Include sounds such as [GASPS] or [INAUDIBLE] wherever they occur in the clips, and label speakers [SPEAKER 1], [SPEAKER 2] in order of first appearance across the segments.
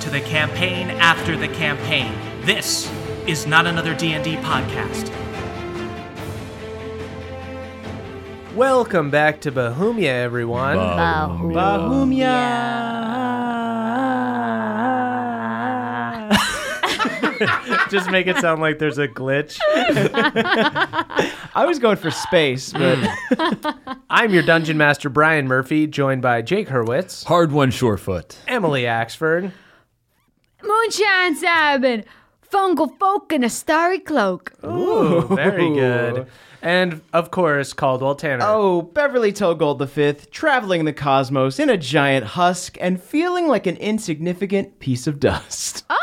[SPEAKER 1] to the campaign after the campaign. This is not another D&D podcast.
[SPEAKER 2] Welcome back to Bahumia, everyone. Just make it sound like there's a glitch.
[SPEAKER 3] I was going for space, but
[SPEAKER 2] Mm. I'm your dungeon master, Brian Murphy, joined by Jake Hurwitz,
[SPEAKER 4] Hard one, Surefoot.
[SPEAKER 2] Emily Axford,
[SPEAKER 5] Moonshine Simon, fungal folk in a starry cloak.
[SPEAKER 2] ooh, very good, and of course Caldwell Tanner.
[SPEAKER 6] [LAUGHS] Oh, Beverly Togold V, traveling the cosmos in a giant husk and feeling like an insignificant piece of dust.
[SPEAKER 5] Oh,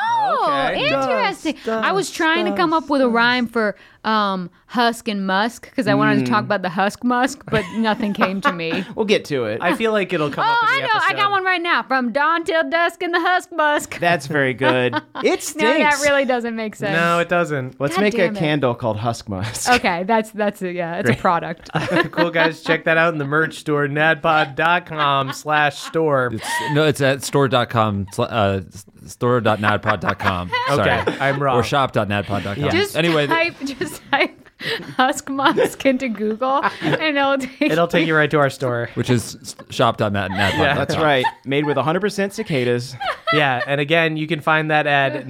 [SPEAKER 2] Okay.
[SPEAKER 5] interesting. I was trying to come up with a rhyme for um, husk and musk because I wanted to
[SPEAKER 2] Mm.
[SPEAKER 5] talk about the husk musk,
[SPEAKER 2] [LAUGHS]
[SPEAKER 5] but nothing came to me. oh,
[SPEAKER 6] We'll get to it.
[SPEAKER 2] I feel like it'll come up in
[SPEAKER 5] I
[SPEAKER 2] the
[SPEAKER 5] know.
[SPEAKER 2] episode.
[SPEAKER 5] I got one right now. From dawn till dusk in the husk musk.
[SPEAKER 6] That's very good. It stinks.
[SPEAKER 5] [LAUGHS] no, that really doesn't make sense.
[SPEAKER 2] No, it doesn't.
[SPEAKER 6] Let's
[SPEAKER 5] God
[SPEAKER 6] make a
[SPEAKER 5] damn it.
[SPEAKER 6] candle called Husk Musk.
[SPEAKER 5] [LAUGHS] Okay, that's that's a, yeah, it's a
[SPEAKER 2] [LAUGHS]
[SPEAKER 5] product.
[SPEAKER 2] cool guys, check that out in the merch store, nadpod.com slash store.
[SPEAKER 4] No, it's at store.com, sl- uh, s- store.nadpod.com. Sorry.
[SPEAKER 2] [LAUGHS] Okay, I'm wrong.
[SPEAKER 4] Or shop.nadpod.com.
[SPEAKER 5] Just
[SPEAKER 4] anyway, th-
[SPEAKER 5] type, [LAUGHS] just type husk musk into
[SPEAKER 2] [LAUGHS]
[SPEAKER 5] Google, and it'll take
[SPEAKER 2] It'll take you right to our store.
[SPEAKER 4] which is s- shop.nadpod.com.
[SPEAKER 6] [LAUGHS] That's right. Made with 100%
[SPEAKER 5] [LAUGHS]
[SPEAKER 6] cicadas.
[SPEAKER 2] yeah and again you can find that at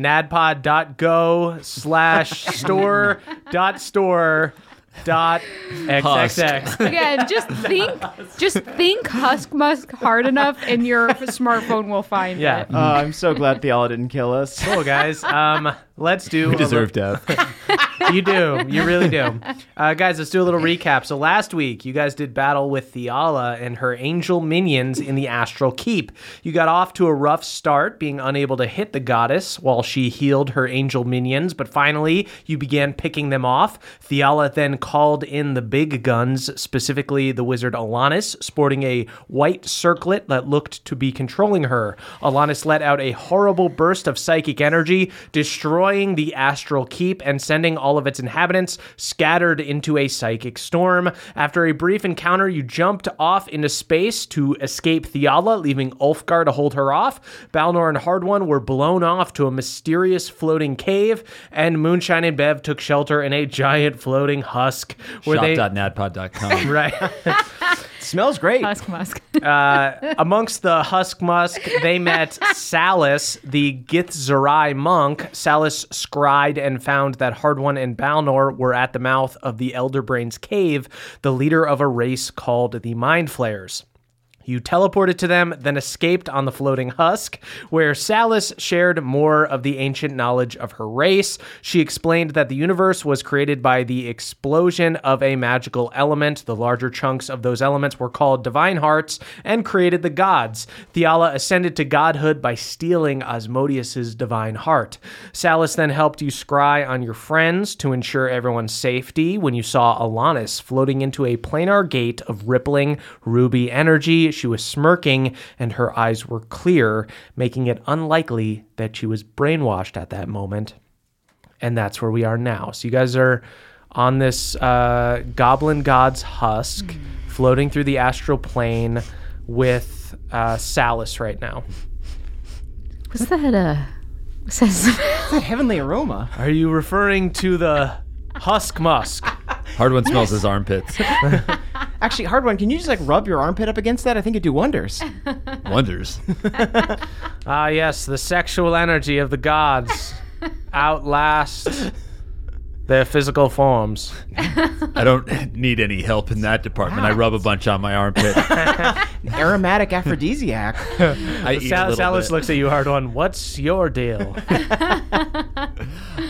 [SPEAKER 2] nadpod.go slash store dot store dot xxx
[SPEAKER 5] Again,
[SPEAKER 2] [LAUGHS]
[SPEAKER 5] just think, just think Husk Musk hard enough, and your smartphone will find
[SPEAKER 4] [LAUGHS]
[SPEAKER 2] yeah Uh,
[SPEAKER 5] it.
[SPEAKER 4] Mm.
[SPEAKER 6] Oh, I'm so glad Theala didn't kill
[SPEAKER 2] [LAUGHS]
[SPEAKER 6] us.
[SPEAKER 2] cool guys um let's do
[SPEAKER 4] We deserve death.
[SPEAKER 2] you do you really do uh, guys let's do a little recap so last week you guys did battle with theala and her angel minions in the astral keep you got off to a rough start being unable to hit the goddess while she healed her angel minions but finally you began picking them off theala then called in the big guns specifically the wizard alanis sporting a white circlet that looked to be controlling her alanis let out a horrible burst of psychic energy destroying the astral keep and sending all of its inhabitants scattered into a psychic storm. After a brief encounter, you jumped off into space to escape Theala, leaving Ulfgar to hold her off. Balnor and Hardwon were blown off to a mysterious floating cave, and Moonshine and Bev took shelter in a giant floating husk. Where they
[SPEAKER 4] Shop.nadpod.com.
[SPEAKER 2] [LAUGHS] right.
[SPEAKER 6] [LAUGHS] smells great.
[SPEAKER 5] Husk Musk. [LAUGHS]
[SPEAKER 2] uh, amongst the husk musk, they met Salus, the Githzerai monk. Salus scried and found that Hardwon and Balnor were at the mouth of the Elderbrain's cave, the leader of a race called the Mind Flayers. You teleported to them, then escaped on the floating husk, where Salus shared more of the ancient knowledge of her race. She explained that the universe was created by the explosion of a magical element. The larger chunks of those elements were called divine hearts and created the gods. Theala ascended to godhood by stealing Osmodius's divine heart. Salus then helped you scry on your friends to ensure everyone's safety when you saw Alanis floating into a planar gate of rippling ruby energy. She was smirking and her eyes were clear, making it unlikely that she was brainwashed at that moment. And that's where we are now. So you guys are on this uh, goblin god's husk floating through the astral plane with uh, Salus right now.
[SPEAKER 5] Was that a? Was that
[SPEAKER 6] That [LAUGHS] heavenly aroma.
[SPEAKER 2] Are you referring to the husk musk?
[SPEAKER 4] Hard one smells his
[SPEAKER 2] [LAUGHS]
[SPEAKER 4] armpits.
[SPEAKER 6] Actually, hard one. Can you just like rub your armpit up against that? I think it'd do
[SPEAKER 5] [LAUGHS]
[SPEAKER 6] wonders.
[SPEAKER 4] Wonders.
[SPEAKER 2] Ah, yes, the sexual energy of the gods outlasts their physical forms.
[SPEAKER 4] I don't need any help in that department. I rub a bunch on my
[SPEAKER 2] [LAUGHS]
[SPEAKER 4] armpit.
[SPEAKER 6] Aromatic
[SPEAKER 5] [LAUGHS]
[SPEAKER 6] aphrodisiac.
[SPEAKER 4] I eat a
[SPEAKER 2] Sal-
[SPEAKER 4] little
[SPEAKER 2] Salus
[SPEAKER 4] bit.
[SPEAKER 2] looks at you hard one. What's
[SPEAKER 4] [LAUGHS]
[SPEAKER 2] your deal?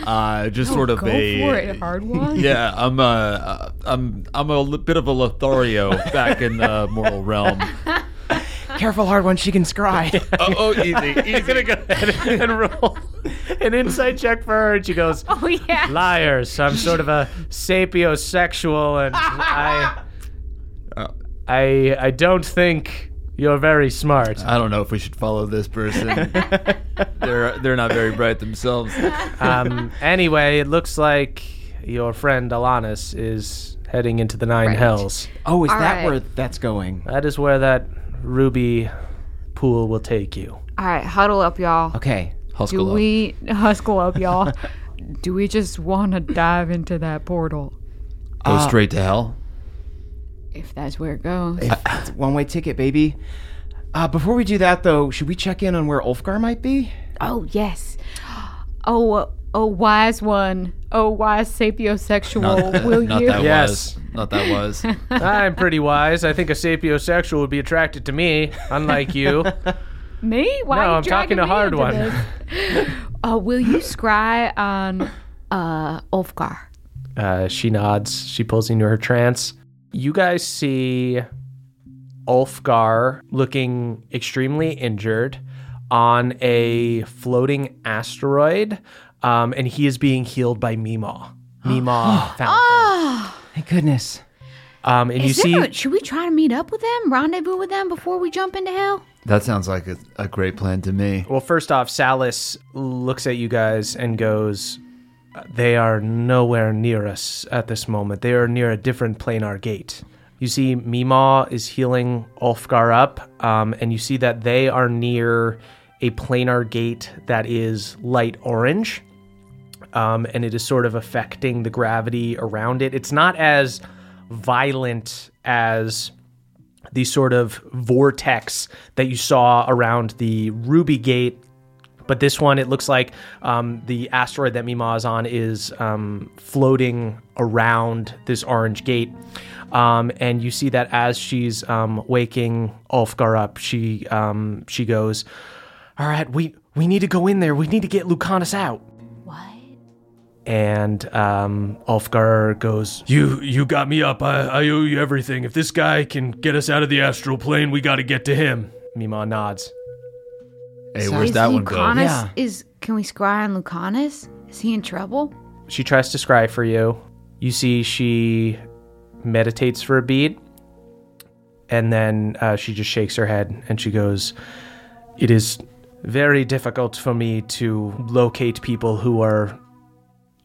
[SPEAKER 4] Uh, just sort of
[SPEAKER 5] Oh, go
[SPEAKER 4] a
[SPEAKER 5] for
[SPEAKER 4] [LAUGHS]
[SPEAKER 5] it, hard one.
[SPEAKER 4] Yeah, I'm uh, I'm I'm a li- bit of a Lothario back in
[SPEAKER 2] [LAUGHS]
[SPEAKER 4] the mortal realm.
[SPEAKER 6] Careful, hard one. She can
[SPEAKER 5] [LAUGHS]
[SPEAKER 6] scry.
[SPEAKER 4] Oh, oh easy, easy.
[SPEAKER 2] Go ahead and roll an insight check for her. And she goes,
[SPEAKER 5] Oh yeah.
[SPEAKER 2] "Liars! I'm sort of a sapiosexual, and I,
[SPEAKER 4] Uh,
[SPEAKER 2] I, I don't think you're very smart."
[SPEAKER 4] I don't know if we should follow this [LAUGHS] person. they're they're not very bright themselves.
[SPEAKER 2] um, anyway, it looks like your friend Alanis is heading into the Nine Hells.
[SPEAKER 6] Oh, is
[SPEAKER 5] All
[SPEAKER 6] that
[SPEAKER 5] right.
[SPEAKER 6] where that's going?
[SPEAKER 2] That is where that ruby pool will take you.
[SPEAKER 5] All right, huddle up, y'all.
[SPEAKER 6] Okay.
[SPEAKER 5] Do
[SPEAKER 4] Huskalo.
[SPEAKER 5] we huskle up, y'all? Do we just want to dive into that portal?
[SPEAKER 4] go Oh, straight to
[SPEAKER 5] [LAUGHS]
[SPEAKER 4] hell?
[SPEAKER 5] If that's where it goes.
[SPEAKER 6] It's one way ticket, baby. Uh, before we do that, though, should we check in on where Ulfgar might be?
[SPEAKER 5] Oh yes. Oh, oh, wise one. Oh, wise sapiosexual.
[SPEAKER 4] that-
[SPEAKER 5] will
[SPEAKER 4] not
[SPEAKER 5] you?
[SPEAKER 4] that
[SPEAKER 2] Yes.
[SPEAKER 4] was. Not that
[SPEAKER 5] [LAUGHS]
[SPEAKER 4] was.
[SPEAKER 2] I'm pretty wise. I think a sapiosexual would be attracted to me, unlike you.
[SPEAKER 5] Me? Why
[SPEAKER 2] No,
[SPEAKER 5] are you
[SPEAKER 2] I'm talking
[SPEAKER 5] dragging
[SPEAKER 2] a
[SPEAKER 5] me
[SPEAKER 2] hard
[SPEAKER 5] into
[SPEAKER 2] one.
[SPEAKER 5] this?
[SPEAKER 2] [LAUGHS]
[SPEAKER 5] uh, will you scry on uh, Ulfgar?
[SPEAKER 2] [LAUGHS] Uh, she nods. She pulls into her trance. You guys see Ulfgar looking extremely injured on a floating asteroid, um, and he is being healed by Meemaw.
[SPEAKER 5] [GASPS]
[SPEAKER 2] Meemaw found him.
[SPEAKER 6] Thank goodness.
[SPEAKER 2] Um, and you
[SPEAKER 5] Ah! Is
[SPEAKER 2] see,
[SPEAKER 5] there- should we try to meet up with them, rendezvous with them before we jump into hell?
[SPEAKER 4] That sounds like a, a great plan to me.
[SPEAKER 2] well, first off, Salus looks at you guys and goes, They are nowhere near us at this moment. They are near a different planar gate. You see, Mima is healing Ulfgar up, um, and you see that they are near a planar gate that is light orange, um, and it is sort of affecting the gravity around it. It's not as violent as the sort of vortex that you saw around the Ruby Gate but this one, it looks like um, the asteroid that Mima is on is um, floating around this orange gate. Um, and you see that as she's um, waking Ulfgar up, she um, she goes, "All right, we we need to go in there. We need to get Lucanus out."
[SPEAKER 5] What?
[SPEAKER 2] and um, Ulfgar goes, "You you got me up. I, I owe you everything. If this guy can get us out of the astral plane, we got to get to him." Mima nods.
[SPEAKER 4] Hey, where's that one go?
[SPEAKER 5] Lucanus
[SPEAKER 6] Yeah.
[SPEAKER 5] is can we scry on Lucanus? Is he in trouble?
[SPEAKER 2] She tries to scry for you. You see, she meditates for a beat, and then uh, she just shakes her head and she goes, "It is very difficult for me to locate people who are."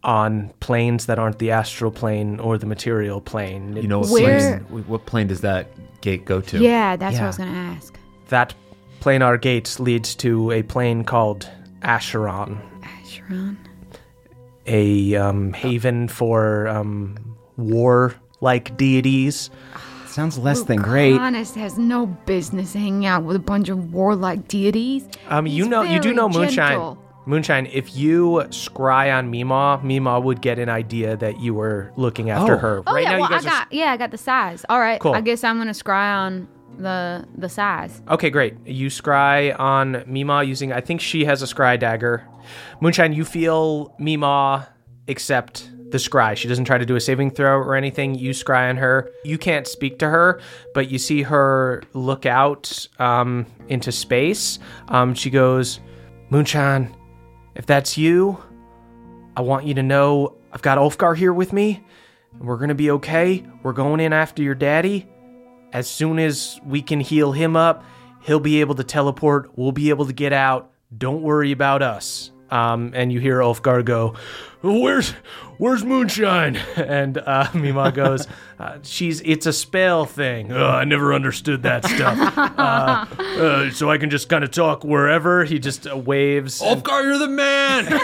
[SPEAKER 2] On planes that aren't the astral plane or the material plane.
[SPEAKER 4] You know what
[SPEAKER 5] Where-
[SPEAKER 4] plane? What plane does that gate go to?
[SPEAKER 5] Yeah, that's what I was
[SPEAKER 2] Yeah.
[SPEAKER 5] gonna ask.
[SPEAKER 2] That planar gate leads to a plane called Asheron,
[SPEAKER 5] Asheron.
[SPEAKER 2] a um, haven for um, war-like deities.
[SPEAKER 6] Sounds less than great.
[SPEAKER 5] Lucanus has no business hanging out with a bunch of warlike deities.
[SPEAKER 2] Um, you
[SPEAKER 5] He's
[SPEAKER 2] know, you do
[SPEAKER 5] very
[SPEAKER 2] know Moonshine.
[SPEAKER 5] gentle.
[SPEAKER 2] Moonshine, if you scry on Mima, Mima would get an idea that you were looking after
[SPEAKER 6] Oh.
[SPEAKER 2] her.
[SPEAKER 5] Oh
[SPEAKER 2] right
[SPEAKER 5] yeah,
[SPEAKER 2] now,
[SPEAKER 5] well
[SPEAKER 2] you guys
[SPEAKER 5] I
[SPEAKER 2] are
[SPEAKER 5] got yeah, I got the size. All right,
[SPEAKER 2] Cool.
[SPEAKER 5] I guess I'm gonna scry on the the size.
[SPEAKER 2] Okay, great. You scry on Mima using, I think she has a scry dagger. Moonshine, you feel Mima accept the scry. She doesn't try to do a saving throw or anything. You scry on her. You can't speak to her, but you see her look out um, into space. Um, she goes, Moonshine, if that's you, I want you to know I've got Ulfgar here with me. and We're going to be okay. We're going in after your daddy as soon as we can heal him up, he'll be able to teleport. We'll be able to get out. Don't worry about us. Um, and you hear Ulfgar go, "Where's, where's Moonshine?" [LAUGHS] And uh,
[SPEAKER 4] [LAUGHS]
[SPEAKER 2] Mima goes, uh, "She's it's a spell thing. Oh, I never understood that stuff.
[SPEAKER 4] [LAUGHS]
[SPEAKER 2] Uh, uh, so I can just kind of talk wherever." He just uh, waves. and
[SPEAKER 4] Ulfgar, you're the man.
[SPEAKER 6] [LAUGHS]
[SPEAKER 4] You're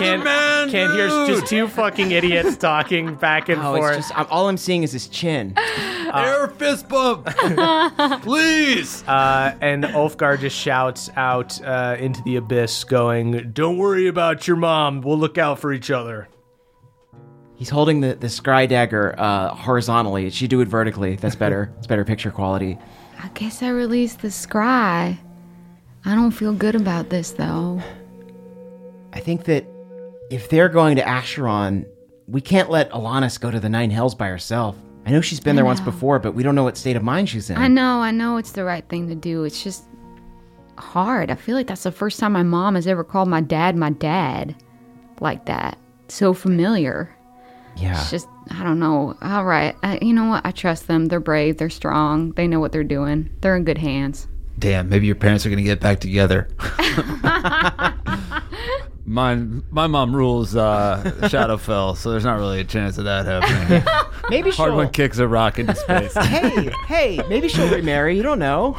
[SPEAKER 2] can't
[SPEAKER 4] the man.
[SPEAKER 2] can't hear
[SPEAKER 4] dude.
[SPEAKER 2] just two fucking idiots talking back and
[SPEAKER 6] Oh,
[SPEAKER 2] forth.
[SPEAKER 6] it's just I'm, all I'm seeing is his chin. Uh.
[SPEAKER 4] air fist
[SPEAKER 5] [LAUGHS]
[SPEAKER 4] bump. Please.
[SPEAKER 2] Uh, and Ulfgar just shouts out uh, into the abyss, going, Don't worry about your mom. We'll look out for each other.
[SPEAKER 6] He's holding the the scry dagger uh, horizontally. She do it vertically. That's [LAUGHS] better. it's better picture quality.
[SPEAKER 5] I guess I released the scry. I don't feel good about this though.
[SPEAKER 6] I think that if they're going to Asheron, we can't let Alanis go to the Nine Hells by herself. I know she's been there once before, but we don't know what state of mind she's in.
[SPEAKER 5] I know, I know it's the right thing to do. It's just hard. I feel like that's the first time my mom has ever called my dad my dad like that. So familiar.
[SPEAKER 6] Yeah.
[SPEAKER 5] It's just, I don't know. All right. I, you know what? I trust them. They're brave. They're strong. They know what they're doing. They're in good hands.
[SPEAKER 4] Damn, maybe your parents are gonna get back
[SPEAKER 5] [LAUGHS]
[SPEAKER 4] together. my my mom rules uh, Shadowfell, so there's not really a chance of that happening.
[SPEAKER 5] [LAUGHS]
[SPEAKER 6] Maybe
[SPEAKER 4] Hard
[SPEAKER 6] she'll.
[SPEAKER 4] one kicks a rock into space.
[SPEAKER 6] hey, hey, maybe she'll remarry. You don't know.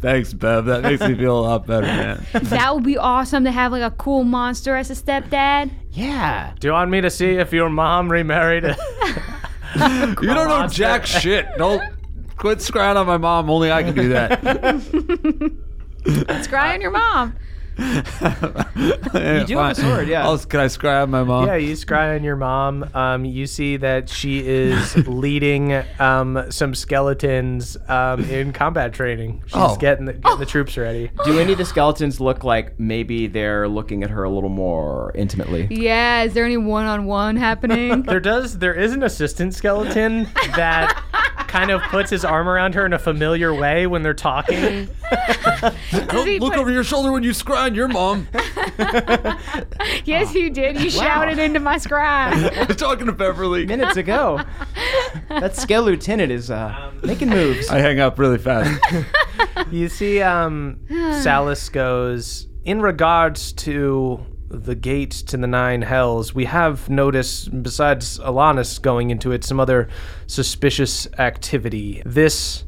[SPEAKER 4] Thanks, Bev. That makes me feel a lot better, man.
[SPEAKER 5] that would be awesome to have like a cool monster as a stepdad.
[SPEAKER 6] Yeah.
[SPEAKER 2] Do you want me to see if your mom remarried?
[SPEAKER 4] You don't know jack shit. Don't quit scrying on my mom. Only I can do that.
[SPEAKER 5] Scry on your mom.
[SPEAKER 4] [LAUGHS] you
[SPEAKER 6] do have a sword, yeah.
[SPEAKER 4] can I scry on my mom?
[SPEAKER 2] [LAUGHS] yeah, you scry on your mom. Um, you see that she [LAUGHS] is leading um, some skeletons um, in combat training. She's
[SPEAKER 4] Oh.
[SPEAKER 2] getting, the, getting the troops ready.
[SPEAKER 6] Do any of the skeletons look like maybe they're looking at her a little more intimately?
[SPEAKER 5] Yeah. Is there any one on one [LAUGHS]
[SPEAKER 2] [LAUGHS]
[SPEAKER 5] happening?
[SPEAKER 2] There does there is an assistant skeleton [LAUGHS] that kind of puts his arm around her in a familiar way when they're talking.
[SPEAKER 4] Don't
[SPEAKER 5] he
[SPEAKER 4] look
[SPEAKER 5] put-
[SPEAKER 4] over your shoulder when you scry on your [LAUGHS] mom.
[SPEAKER 5] yes, you did. You shouted into my scry.
[SPEAKER 4] You're talking to Beverly.
[SPEAKER 6] [LAUGHS] Minutes ago. that scale lieutenant is uh, making moves.
[SPEAKER 4] I hang up really fast.
[SPEAKER 2] You see,
[SPEAKER 5] [SIGHS]
[SPEAKER 2] um, Salis goes, in regards to the gate to the Nine Hells, we have noticed, besides Alanis going into it, some other suspicious activity. This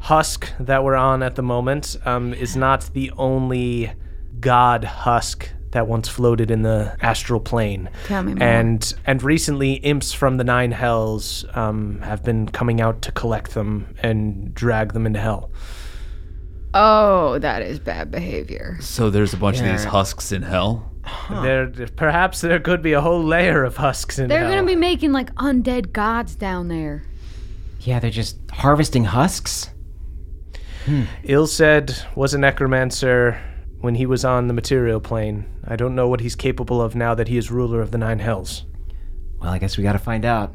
[SPEAKER 2] husk that we're on at the moment um, is not the only god husk that once floated in the astral plane.
[SPEAKER 5] Tell me more.
[SPEAKER 2] And and recently, imps from the Nine Hells um, have been coming out to collect them and drag them into hell.
[SPEAKER 5] Oh, that is bad behavior.
[SPEAKER 4] [LAUGHS] so there's a bunch of these husks in hell.
[SPEAKER 2] There, perhaps there could be a whole layer of husks in
[SPEAKER 5] They're
[SPEAKER 2] hell.
[SPEAKER 5] gonna be making like undead gods down there.
[SPEAKER 6] [LAUGHS] Yeah, they're just harvesting husks.
[SPEAKER 2] Ilsed was a necromancer when he was on the material plane. I don't know what he's capable of now that he is ruler of the Nine Hells.
[SPEAKER 6] Well, I guess we gotta find out.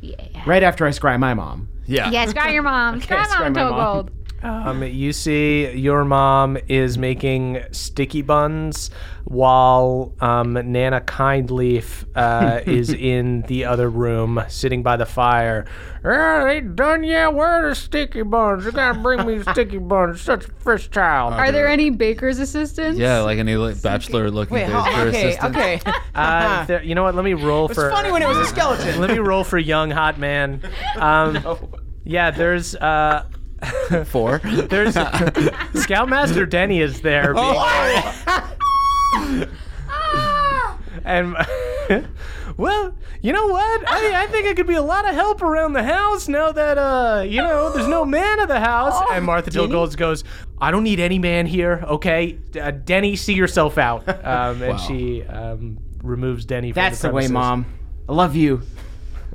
[SPEAKER 5] Yeah.
[SPEAKER 6] Right after I scry my mom.
[SPEAKER 4] Yeah.
[SPEAKER 5] Yeah, scry your mom. Scry
[SPEAKER 6] scry
[SPEAKER 5] mom,
[SPEAKER 6] my mom.
[SPEAKER 5] Togold.
[SPEAKER 2] Um, you see, your mom is making sticky buns while um, Nana Kindleaf uh,
[SPEAKER 5] [LAUGHS]
[SPEAKER 2] is in the other room, sitting by the fire. "Ah, ain't done yet. Where are the sticky buns? You gotta bring me sticky buns. Such a fresh
[SPEAKER 5] [LAUGHS]
[SPEAKER 2] child.
[SPEAKER 5] Are there any baker's assistants?
[SPEAKER 4] Yeah, like any like, bachelor looking Wait, assistant.
[SPEAKER 2] Uh, there- you know what? Let me roll for.
[SPEAKER 6] it was a skeleton.
[SPEAKER 2] let me roll for young hot
[SPEAKER 6] [LAUGHS]
[SPEAKER 2] man. Um, Yeah, there's uh,
[SPEAKER 6] [LAUGHS]
[SPEAKER 4] Four.
[SPEAKER 2] there's Scoutmaster Denny is there,
[SPEAKER 6] Oh,
[SPEAKER 5] Ah!
[SPEAKER 2] and [LAUGHS] well, you know what? I, I think I could be a lot of help around the house now that uh, you know, there's no man of the house.
[SPEAKER 6] Oh,
[SPEAKER 2] and Martha Jill Golds goes, "I don't need any man here, okay? D- Uh, Denny, see yourself
[SPEAKER 6] [LAUGHS]
[SPEAKER 2] out." Um, and she um, removes Denny. From
[SPEAKER 6] That's the way,
[SPEAKER 2] premises.
[SPEAKER 6] mom. I love you.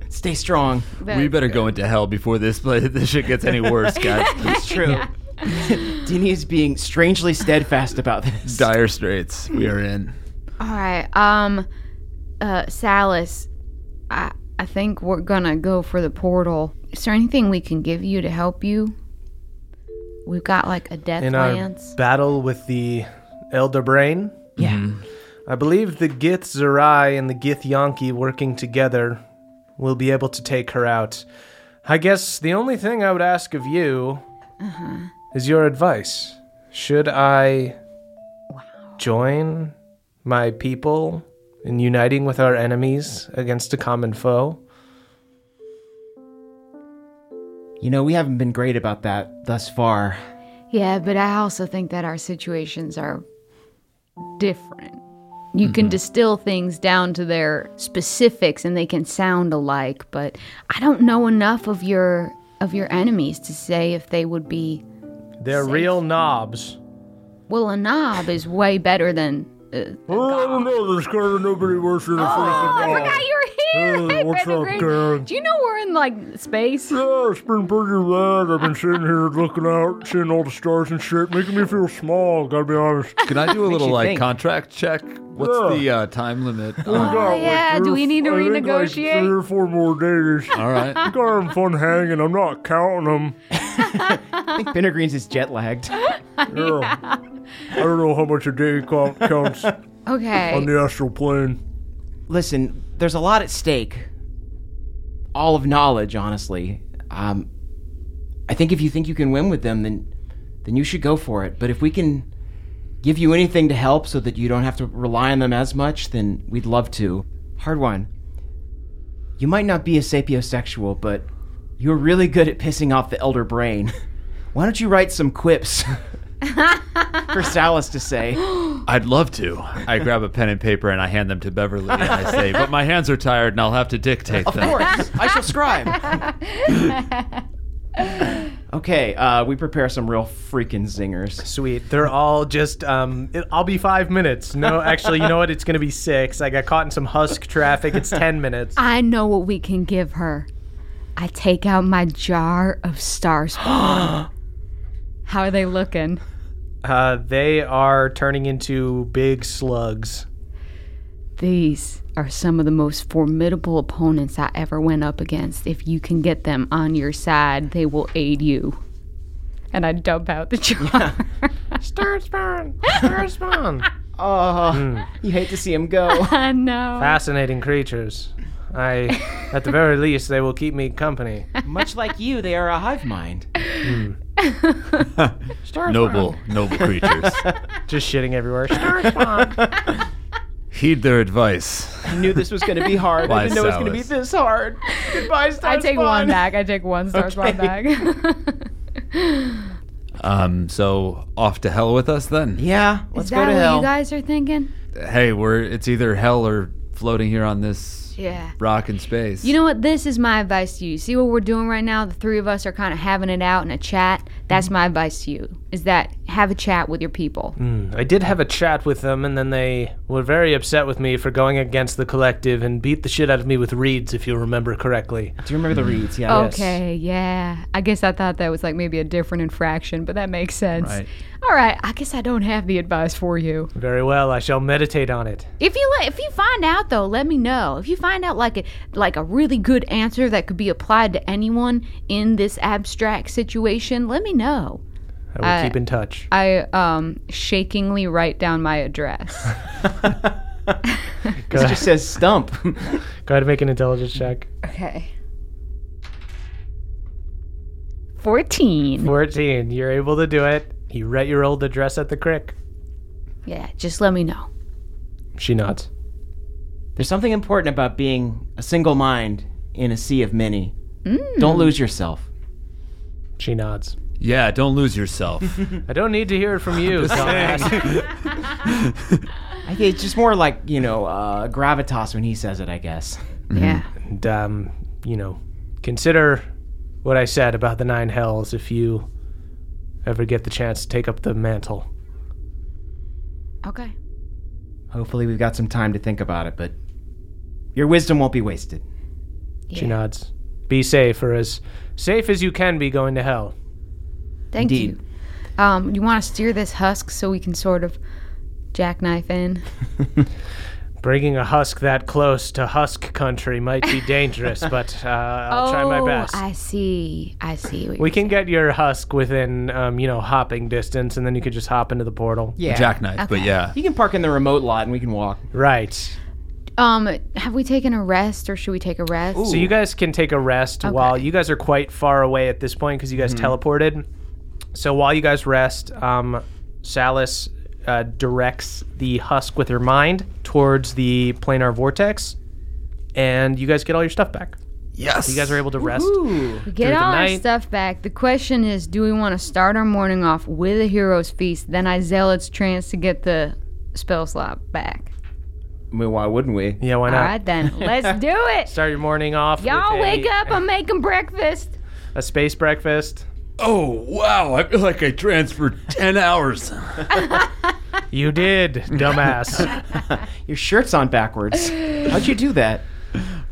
[SPEAKER 6] Stay strong.
[SPEAKER 5] But
[SPEAKER 4] we better go into hell before this place, [LAUGHS] this shit gets any worse, guys.
[SPEAKER 6] It's true. [LAUGHS] Dini is being strangely steadfast about [LAUGHS] this.
[SPEAKER 4] Dire straits we are in.
[SPEAKER 5] All right. Um, uh, Salas, I I think we're gonna go for the portal. Is there anything we can give you to help you? We've got like a death
[SPEAKER 2] in
[SPEAKER 5] lance.
[SPEAKER 2] our battle with the Elder Brain. Yeah. I believe the Gith Zerai and the Gith Yonki working together will be able to take her out. I guess the only thing I would ask of you is your advice. Should I join my people in uniting with our enemies against a common foe?
[SPEAKER 6] You know, we haven't been great about that thus [LAUGHS] far.
[SPEAKER 5] yeah, but I also think that our situations are different. You can distill things down to their specifics and they can sound alike, but I don't know enough of your of your enemies to say if they would be
[SPEAKER 2] They're real knobs.
[SPEAKER 5] well a knob is way better than uh,
[SPEAKER 4] Oh, know. There's kind of nobody worse than a
[SPEAKER 5] Oh, I forgot you were here.
[SPEAKER 4] Hey,
[SPEAKER 5] Hey,
[SPEAKER 4] what's
[SPEAKER 5] Brother
[SPEAKER 4] up,
[SPEAKER 5] Green.
[SPEAKER 4] Karen?
[SPEAKER 5] Do you know we're in like space?
[SPEAKER 4] Yeah, it's been pretty bad. I've been sitting here looking out, seeing all the stars and shit, making me feel small, gotta be honest. Can I do a little, like, contract check? What's the uh, time limit?
[SPEAKER 5] Oh, yeah. Do we need to renegotiate?
[SPEAKER 7] Three or four more
[SPEAKER 5] [LAUGHS]
[SPEAKER 7] days.
[SPEAKER 4] all right.
[SPEAKER 7] I'm having fun hanging. I'm not counting them.
[SPEAKER 6] I think Binnergreens is jet lagged.
[SPEAKER 7] I don't know how much a day count
[SPEAKER 5] [LAUGHS]
[SPEAKER 7] counts on
[SPEAKER 5] okay.
[SPEAKER 7] the astral plane.
[SPEAKER 6] Listen, there's a lot at stake. All of knowledge, honestly. Um, I think if you think you can win with them, then then you should go for it. But if we can give you anything to help so that you don't have to rely on them as much, then we'd love to. Hard one. You might not be a sapiosexual, but you're really good at pissing off the elder brain. [LAUGHS] Why don't you write some quips [LAUGHS] for Salas to say?
[SPEAKER 4] I'd love to. I grab a pen and paper and I hand them to Beverly and I say, but my hands are tired and I'll have to dictate
[SPEAKER 6] Of
[SPEAKER 4] them.
[SPEAKER 6] course, I shall scribe. [LAUGHS] okay, uh, we prepare some real freaking
[SPEAKER 2] [LAUGHS]
[SPEAKER 6] zingers.
[SPEAKER 2] Sweet. They're all just. Um, it, I'll be five minutes. No, actually, you know what? It's going to be six. I got caught in some husk traffic. It's ten minutes.
[SPEAKER 5] I know what we can give her. I take out my jar of [GASPS] star spawn. How are they looking?
[SPEAKER 2] Uh, they are turning into big slugs.
[SPEAKER 5] These are some of the most formidable opponents I ever went up against. If you can get them on your side, they will aid you. And I dump out the [LAUGHS] jar.
[SPEAKER 2] Star spawn. Star spawn.
[SPEAKER 6] Oh, you hate to see him go.
[SPEAKER 5] I know.
[SPEAKER 2] Fascinating creatures. I, at the very least, they will keep me company.
[SPEAKER 6] Much like you, they are a hive mind.
[SPEAKER 4] Noble, noble creatures.
[SPEAKER 2] Just shitting everywhere. Star spawn.
[SPEAKER 4] Heed their advice.
[SPEAKER 6] I knew this was going to be hard.
[SPEAKER 4] Why,
[SPEAKER 6] I didn't know it was going to be
[SPEAKER 4] Salas?
[SPEAKER 6] this hard. Goodbye, Star
[SPEAKER 5] I take
[SPEAKER 6] Spawn.
[SPEAKER 5] one back. I take one star spawn [LAUGHS] back.
[SPEAKER 4] Um, so off to hell with us then.
[SPEAKER 6] Yeah,
[SPEAKER 5] Is
[SPEAKER 6] let's
[SPEAKER 5] that
[SPEAKER 6] go to
[SPEAKER 5] what
[SPEAKER 6] hell.
[SPEAKER 5] you guys are thinking?
[SPEAKER 4] Hey, we're it's either hell or floating here on this
[SPEAKER 5] Yeah.
[SPEAKER 4] rock in space.
[SPEAKER 5] You know what? This is my advice to you. See what we're doing right now? The three of us are kind of having it out in a chat. That's my advice to you. Is that have a chat with your people.
[SPEAKER 2] I did have a chat with them, and then they were very upset with me for going against the collective and beat the shit out of me with reeds, if you remember correctly.
[SPEAKER 6] Do you remember the reeds? Yeah.
[SPEAKER 5] Okay, yeah. I guess I thought that was like maybe a different infraction, but that makes sense.
[SPEAKER 4] Right.
[SPEAKER 5] All right, I guess I don't have the advice for you.
[SPEAKER 2] Very well. I shall meditate on it.
[SPEAKER 5] If you let, if you find out though, let me know. If you find out like a like a really good answer that could be applied to anyone in this abstract situation, let me know.
[SPEAKER 2] I will keep in touch.
[SPEAKER 5] I um shakingly write down my address.
[SPEAKER 6] It just says stump. [LAUGHS]
[SPEAKER 2] Go ahead and make an intelligence check.
[SPEAKER 5] okay. 14.
[SPEAKER 2] 14. You're able to do it. You write your old address at the crick.
[SPEAKER 5] Yeah, just let me know.
[SPEAKER 2] She nods.
[SPEAKER 6] There's something important about being a single mind in a sea of many. Don't lose yourself.
[SPEAKER 2] She nods.
[SPEAKER 4] yeah, don't lose yourself.
[SPEAKER 2] I don't need to hear it from [LAUGHS] you. Salas.
[SPEAKER 6] I think It's just more like, you know, uh, gravitas when he says it, I guess.
[SPEAKER 2] Mm-hmm.
[SPEAKER 5] Yeah.
[SPEAKER 2] and, um, you know, consider what I said about the nine hells if you ever get the chance to take up the mantle.
[SPEAKER 5] Okay.
[SPEAKER 6] Hopefully, we've got some time to think about it, but your wisdom won't be wasted.
[SPEAKER 2] She nods. Be safe, or as safe as you can be going to hell.
[SPEAKER 5] Thank
[SPEAKER 6] Indeed.
[SPEAKER 5] you. Um, you want to steer this husk so we can sort of jackknife in?
[SPEAKER 2] Bringing a husk that close to husk country might be dangerous,
[SPEAKER 5] [LAUGHS]
[SPEAKER 2] but uh, I'll try my
[SPEAKER 5] Oh,
[SPEAKER 2] best.
[SPEAKER 5] I see. I see. What
[SPEAKER 2] We
[SPEAKER 5] you're
[SPEAKER 2] can get your husk within, um, you know, hopping distance, and then you could just hop into the portal.
[SPEAKER 6] Yeah.
[SPEAKER 4] Jackknife, but yeah.
[SPEAKER 6] You can park in the remote lot and we can walk.
[SPEAKER 2] Right.
[SPEAKER 5] Um, have we taken a rest or should we take a rest?
[SPEAKER 2] So you guys can take a rest while you guys are quite far away at this point because you guys teleported. So while you guys rest, um, Salis uh, directs the husk with her mind towards the planar vortex, and you guys get all your stuff back.
[SPEAKER 4] Yes.
[SPEAKER 2] You guys are able to rest.
[SPEAKER 5] We
[SPEAKER 2] through
[SPEAKER 5] get
[SPEAKER 2] the
[SPEAKER 5] all our
[SPEAKER 2] night.
[SPEAKER 5] stuff back. The question is, do we want to start our morning off with a hero's feast, then I zealot's trance to get the spell slot back?
[SPEAKER 6] I mean, why wouldn't we?
[SPEAKER 2] Yeah, why
[SPEAKER 5] All
[SPEAKER 2] not? [LAUGHS]
[SPEAKER 5] right then, let's do it.
[SPEAKER 2] Start your morning off.
[SPEAKER 5] Y'all
[SPEAKER 2] with a-
[SPEAKER 5] wake up! I'm making breakfast.
[SPEAKER 2] A space breakfast.
[SPEAKER 4] Oh, wow. I feel like I transferred 10 hours.
[SPEAKER 2] You did,
[SPEAKER 5] [LAUGHS]
[SPEAKER 2] dumbass.
[SPEAKER 6] Your shirt's on [SIGHS] backwards. How'd you do that?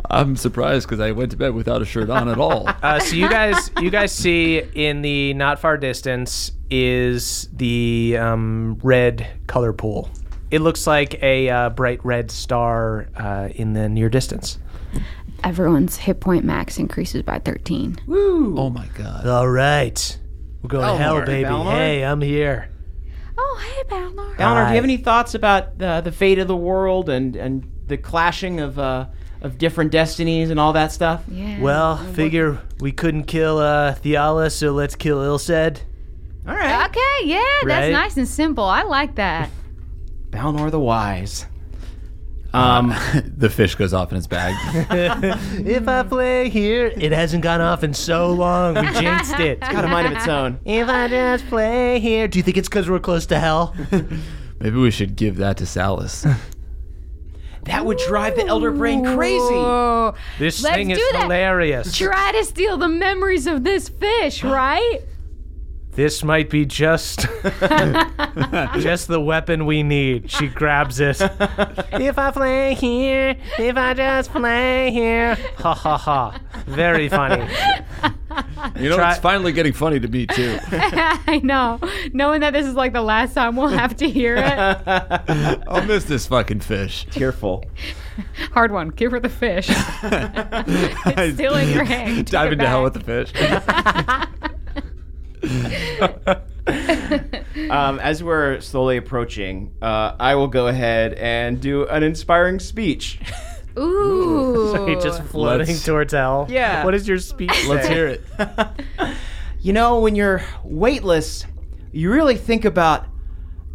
[SPEAKER 4] I'm surprised because I went to bed without a shirt on at all.
[SPEAKER 2] Uh, so you guys, you guys
[SPEAKER 5] [LAUGHS]
[SPEAKER 2] see in the not far distance is the um, red color pool. It looks like a uh, bright red star uh, in the near distance.
[SPEAKER 5] Everyone's hit point max increases by 13.
[SPEAKER 4] oh, my God. [LAUGHS]
[SPEAKER 2] All right, we're going to hell, baby.
[SPEAKER 6] Balnor? Hey,
[SPEAKER 2] I'm here.
[SPEAKER 5] Oh, hey, Balnor.
[SPEAKER 6] Donner, do
[SPEAKER 2] Hi.
[SPEAKER 6] you have any thoughts about the, the fate of the world and, and the clashing of, uh, of different destinies and all that stuff?
[SPEAKER 5] Yeah.
[SPEAKER 2] figure we couldn't kill uh, Theala, so let's kill Ilsed.
[SPEAKER 6] All right.
[SPEAKER 5] Okay, yeah, that's
[SPEAKER 2] Right?
[SPEAKER 5] nice and simple. I like that.
[SPEAKER 6] Balnor the Wise. Um,
[SPEAKER 4] the fish goes off in his bag.
[SPEAKER 2] If
[SPEAKER 5] Hmm.
[SPEAKER 2] I play here, it hasn't gone off in so long.
[SPEAKER 5] [LAUGHS]
[SPEAKER 2] We jinxed it.
[SPEAKER 6] got a mind of its own.
[SPEAKER 2] If I just play here, do you think it's because we're close to hell?
[SPEAKER 4] Maybe we should give that to Salis.
[SPEAKER 6] That would drive the Elder Brain [LAUGHS] crazy.
[SPEAKER 5] Whoa.
[SPEAKER 2] This
[SPEAKER 5] Let's
[SPEAKER 2] thing is
[SPEAKER 5] do that.
[SPEAKER 2] hilarious.
[SPEAKER 5] Oh, Try to steal the memories of
[SPEAKER 2] [GASPS]
[SPEAKER 5] this fish, right? [LAUGHS]
[SPEAKER 2] this might be
[SPEAKER 6] [LAUGHS]
[SPEAKER 2] just just the weapon we need. She grabs it. if I play here, if I just play here. Ha ha ha.
[SPEAKER 4] [LAUGHS]
[SPEAKER 2] Very funny.
[SPEAKER 4] You know,
[SPEAKER 2] Try-
[SPEAKER 4] it's finally getting funny to me, too.
[SPEAKER 5] I know. Knowing that this is like the last time we'll have to hear it.
[SPEAKER 2] [LAUGHS]
[SPEAKER 4] I'll miss this fucking fish.
[SPEAKER 6] Tearful.
[SPEAKER 5] Hard one. Give her
[SPEAKER 2] [LAUGHS]
[SPEAKER 5] the fish. it's still
[SPEAKER 4] [LAUGHS]
[SPEAKER 5] in your hand. Take
[SPEAKER 4] Dive
[SPEAKER 5] it
[SPEAKER 4] into hell
[SPEAKER 5] back.
[SPEAKER 4] with the fish.
[SPEAKER 6] Um, as we're slowly approaching, uh, I will go ahead and do an inspiring speech.
[SPEAKER 2] [LAUGHS]
[SPEAKER 5] Ooh.
[SPEAKER 2] You're just floating
[SPEAKER 4] Let's-
[SPEAKER 2] towards hell.
[SPEAKER 6] Yeah.
[SPEAKER 2] What is your speech?
[SPEAKER 4] Let's
[SPEAKER 2] say?
[SPEAKER 4] hear it.
[SPEAKER 6] You know, when you're weightless, you really think about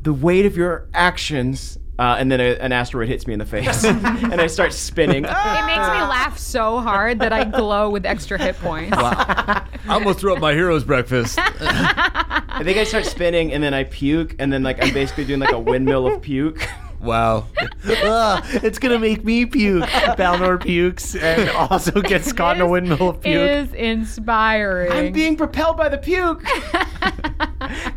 [SPEAKER 6] the weight of your actions. Uh, and then a, an asteroid hits me in the face, and I start spinning.
[SPEAKER 5] it makes me laugh so hard that I glow with extra hit points.
[SPEAKER 4] I almost threw up my hero's breakfast.
[SPEAKER 6] I think I start spinning, and then I puke, and then like I'm basically doing like a windmill of puke.
[SPEAKER 4] Wow.
[SPEAKER 2] Ugh, it's gonna make me
[SPEAKER 6] [LAUGHS]
[SPEAKER 2] puke. Balnor pukes and also gets caught in a
[SPEAKER 5] This
[SPEAKER 2] windmill of puke.
[SPEAKER 5] Is inspiring.
[SPEAKER 6] I'm being propelled by the puke.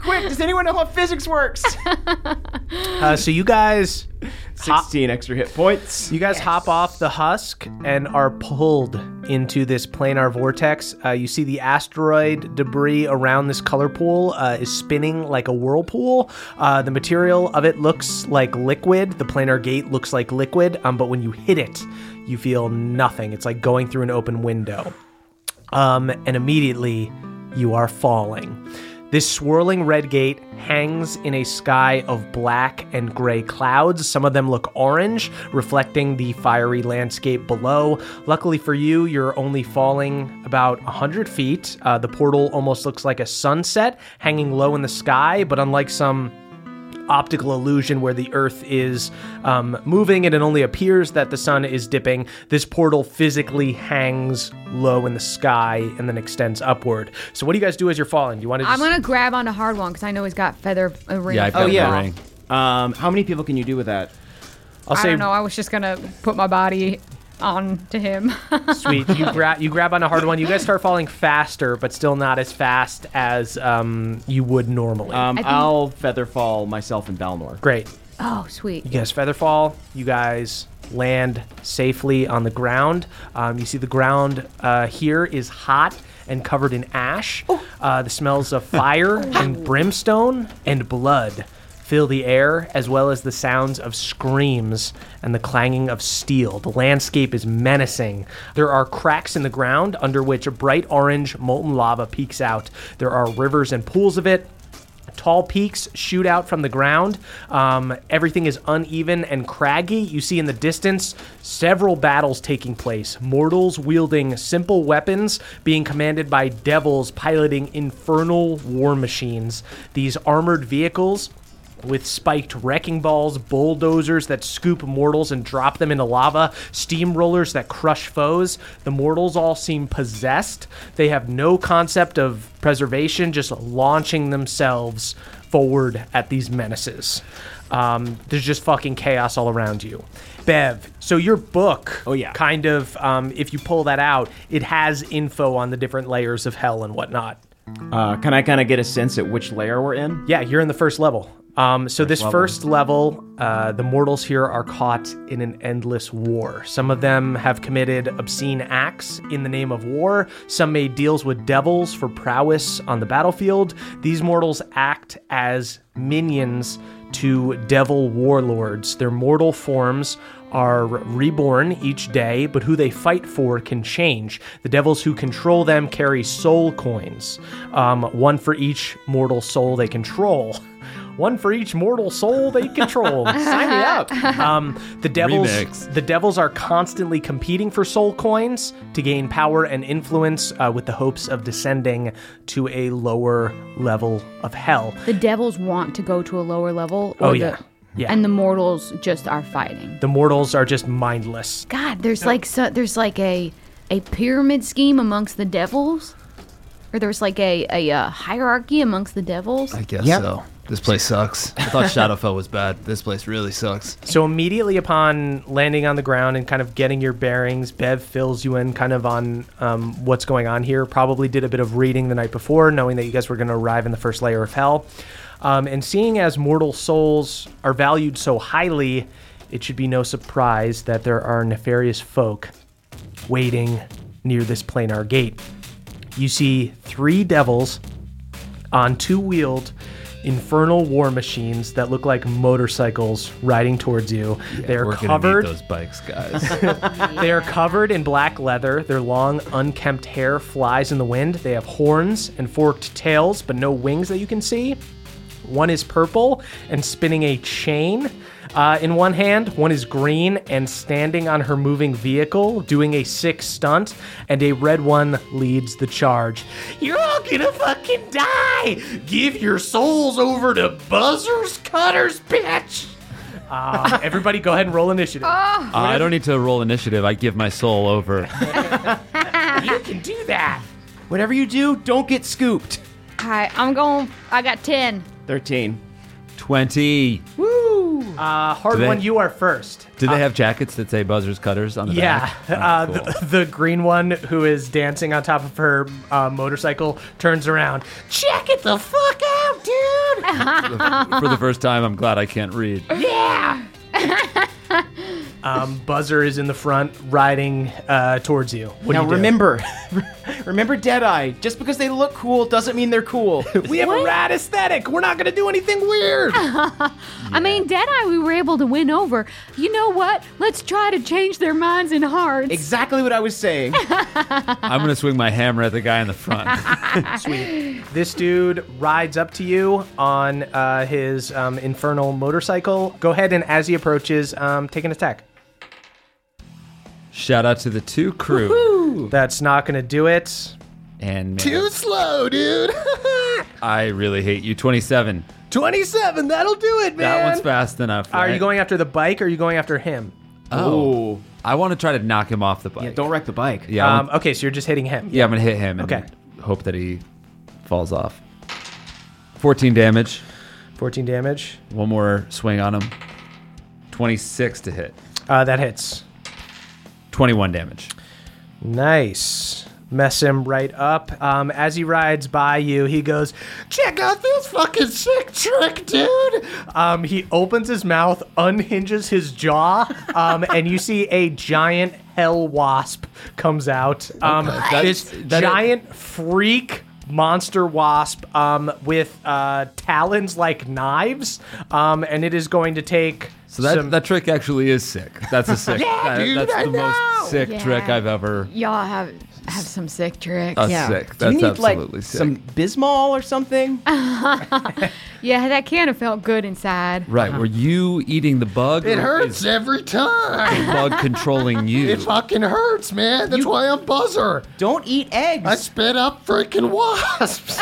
[SPEAKER 6] Quick, does anyone know how physics works?
[SPEAKER 2] Uh, so you guys,
[SPEAKER 6] Sixteen extra hit points.
[SPEAKER 2] you guys hop off the husk and are pulled into this planar vortex. Uh, you see the asteroid debris around this color pool uh, is spinning like a whirlpool. Uh, the material of it looks like liquid. The planar gate looks like liquid, um, but when you hit it, you feel nothing. It's like going through an open window. um, and immediately you are falling. This swirling red gate hangs in a sky of black and gray clouds. Some of them look orange, reflecting the fiery landscape below. Luckily for you, you're only falling about 100 feet. Uh, the portal almost looks like a sunset hanging low in the sky, but unlike some optical illusion where the earth is um, moving and it only appears that the sun is dipping this portal physically hangs low in the sky and then extends upward so what do you guys do as you're falling do you want to
[SPEAKER 5] I'm
[SPEAKER 2] just
[SPEAKER 5] gonna grab onto hard one because I know he's got feather a ring.
[SPEAKER 4] Yeah, I've got
[SPEAKER 6] Oh, yeah.
[SPEAKER 4] the ring.
[SPEAKER 6] Um, how many people can you do with that?
[SPEAKER 2] i'll
[SPEAKER 5] I
[SPEAKER 2] say
[SPEAKER 5] don't know. I was just gonna put my body on to him. [LAUGHS]
[SPEAKER 2] sweet you grab you grab on a hard one you guys start falling faster but still not as fast as um, you would normally
[SPEAKER 6] Um,
[SPEAKER 5] think-
[SPEAKER 6] I'll feather fall myself and Balnor.
[SPEAKER 2] great
[SPEAKER 5] Oh, sweet.
[SPEAKER 2] You guys feather fall. You guys land safely on the ground. Um, you see the ground uh, here is hot and covered in ash. Uh, the smells of fire and brimstone and blood fill the air, as well as the sounds of screams and the clanging of steel. The landscape is menacing. There are cracks in the ground under which a bright orange molten lava peeks out. There are rivers and pools of it. Tall peaks shoot out from the ground. Um, everything is uneven and craggy. You see in the distance several battles taking place. Mortals wielding simple weapons being commanded by devils piloting infernal war machines. These armored vehicles with spiked wrecking balls, bulldozers that scoop mortals and drop them into lava, steamrollers that crush foes. The mortals all seem possessed. They have no concept of preservation, just launching themselves forward at these menaces. Um, there's just fucking chaos all around you. Bev, so your book, oh
[SPEAKER 6] yeah.
[SPEAKER 2] kind of, um, if you pull that out, it has info on the different layers of hell and whatnot.
[SPEAKER 6] Uh, can I kind of get a sense at which layer we're in?
[SPEAKER 2] Yeah, you're in the first level. Um, so this first level, uh, the mortals here are caught in an endless war. Some of them have committed obscene acts in the name of war. Some made deals with devils for prowess on the battlefield. These mortals act as minions to devil warlords. Their mortal forms are reborn each day, but who they fight for can change. The devils who control them carry soul coins, um, one for each mortal soul they control. [LAUGHS] One for each mortal soul they control. Sign me up. Um, the devils,
[SPEAKER 4] Remix.
[SPEAKER 2] the devils are constantly competing for soul coins to gain power and influence, uh, with the hopes of descending to a lower level of hell.
[SPEAKER 5] The devils want to go to a lower level.
[SPEAKER 2] Oh,
[SPEAKER 5] the-
[SPEAKER 2] yeah. Yeah.
[SPEAKER 5] And the mortals just are fighting.
[SPEAKER 2] The mortals are just mindless.
[SPEAKER 5] God, there's like so, there's like a a pyramid scheme amongst the devils, or there's like a a uh, hierarchy amongst the devils.
[SPEAKER 8] I guess so. This place sucks. I thought Shadowfell was bad. This place really sucks.
[SPEAKER 2] So immediately upon landing on the ground and kind of getting your bearings, Bev fills you in kind of on um, what's going on here. Probably did a bit of reading the night before, knowing that you guys were going to arrive in the first layer of hell. Um, and seeing as mortal souls are valued so highly, it should be no surprise that there are nefarious folk waiting near this planar gate. You see three devils on two wheeled infernal war machines that look like motorcycles riding towards you. they are
[SPEAKER 8] We're
[SPEAKER 2] covered
[SPEAKER 8] gonna need those bikes, guys.
[SPEAKER 2] they are covered in black leather. Their long, unkempt hair flies in the wind. They have horns and forked tails, but no wings that you can see. One is purple and spinning a chain uh, in one hand. One is green and standing on her moving vehicle, doing a sick stunt. And a red one leads the charge. You're all gonna fucking die! Give your souls over to Buzzers Cutters, bitch! Uh, everybody, go ahead and roll initiative.
[SPEAKER 4] Uh, I don't need to roll initiative. I give my soul over.
[SPEAKER 2] You can do that.
[SPEAKER 6] Whatever you do, don't get scooped.
[SPEAKER 5] All right, I'm going. I got ten.
[SPEAKER 6] 13.
[SPEAKER 4] 20.
[SPEAKER 2] Uh, hard
[SPEAKER 4] they-
[SPEAKER 2] one, you are first.
[SPEAKER 4] Do they have jackets that say buzzers cutters on the
[SPEAKER 2] Yeah,
[SPEAKER 4] back?
[SPEAKER 2] [LAUGHS] uh,
[SPEAKER 4] Oh, cool.
[SPEAKER 2] the, the green one who is dancing on top of her uh, motorcycle turns around. Check it the fuck out, dude!
[SPEAKER 4] For the first time, I'm glad I can't read.
[SPEAKER 2] Yeah. um, Buzzer is in the front, riding uh, towards you. What
[SPEAKER 6] now
[SPEAKER 2] do you do?
[SPEAKER 6] remember, [LAUGHS] remember Deadeye. Just because they look cool doesn't mean they're cool.
[SPEAKER 2] we have a rad aesthetic. We're not gonna do anything weird.
[SPEAKER 5] I mean, Deadeye, we were able to win over. You know what? Let's try to change their minds and hearts.
[SPEAKER 6] exactly what I was saying.
[SPEAKER 4] I'm going to swing my hammer at the guy in the front.
[SPEAKER 2] [LAUGHS] This dude rides up to you on uh, his um, infernal motorcycle. Go ahead and as he approaches, um, take an attack.
[SPEAKER 4] Shout out to the two crew.
[SPEAKER 2] That's not gonna do it.
[SPEAKER 4] And Too slow,
[SPEAKER 2] [LAUGHS]
[SPEAKER 4] dude. I really hate you. 27.
[SPEAKER 2] 27, that'll do it, man.
[SPEAKER 4] That one's fast enough.
[SPEAKER 2] Are you
[SPEAKER 4] right?
[SPEAKER 2] going after the bike or are you going after him?
[SPEAKER 4] Oh.
[SPEAKER 6] Ooh.
[SPEAKER 4] I want to try to knock him off the bike.
[SPEAKER 6] Yeah, don't wreck the bike.
[SPEAKER 4] Yeah, I
[SPEAKER 2] Um,
[SPEAKER 4] want-
[SPEAKER 2] okay, so you're just hitting him.
[SPEAKER 4] yeah, I'm going to hit him and
[SPEAKER 2] Okay.
[SPEAKER 4] hope that he falls off. 14 damage.
[SPEAKER 2] 14 damage.
[SPEAKER 4] One more swing on him. 26 to hit.
[SPEAKER 2] Uh, that hits.
[SPEAKER 4] 21 damage.
[SPEAKER 2] Nice. mess him right up. Um, as he rides by you, he goes, "Check out this fucking sick trick, dude!" Um, he opens his mouth, unhinges his jaw,
[SPEAKER 8] [LAUGHS]
[SPEAKER 2] um, and you see a giant hell wasp comes out. Um,
[SPEAKER 8] Okay, that-
[SPEAKER 2] this
[SPEAKER 8] that-
[SPEAKER 2] giant freak monster wasp um, with uh, talons like knives, um, and it is going to take.
[SPEAKER 8] So that,
[SPEAKER 2] some-
[SPEAKER 8] that trick actually is sick. That's a sick.
[SPEAKER 2] Yeah,
[SPEAKER 8] that-
[SPEAKER 2] dude,
[SPEAKER 8] that's
[SPEAKER 2] I
[SPEAKER 8] the most
[SPEAKER 2] know.
[SPEAKER 8] sick
[SPEAKER 5] Yeah.
[SPEAKER 8] trick I've ever.
[SPEAKER 5] Y'all have have some sick tricks.
[SPEAKER 8] That's
[SPEAKER 5] yeah.
[SPEAKER 8] sick.
[SPEAKER 6] Do you
[SPEAKER 8] That's
[SPEAKER 6] need
[SPEAKER 8] absolutely
[SPEAKER 6] like
[SPEAKER 8] sick.
[SPEAKER 6] some Bismol or something?
[SPEAKER 5] Yeah, that can have felt good inside.
[SPEAKER 8] Right, were you eating the bug?
[SPEAKER 9] It
[SPEAKER 8] or
[SPEAKER 9] hurts
[SPEAKER 8] is
[SPEAKER 9] every time.
[SPEAKER 8] the bug controlling you.
[SPEAKER 9] It fucking hurts, man. That's why I'm buzzer.
[SPEAKER 6] Don't eat eggs.
[SPEAKER 9] I spit up freaking wasps.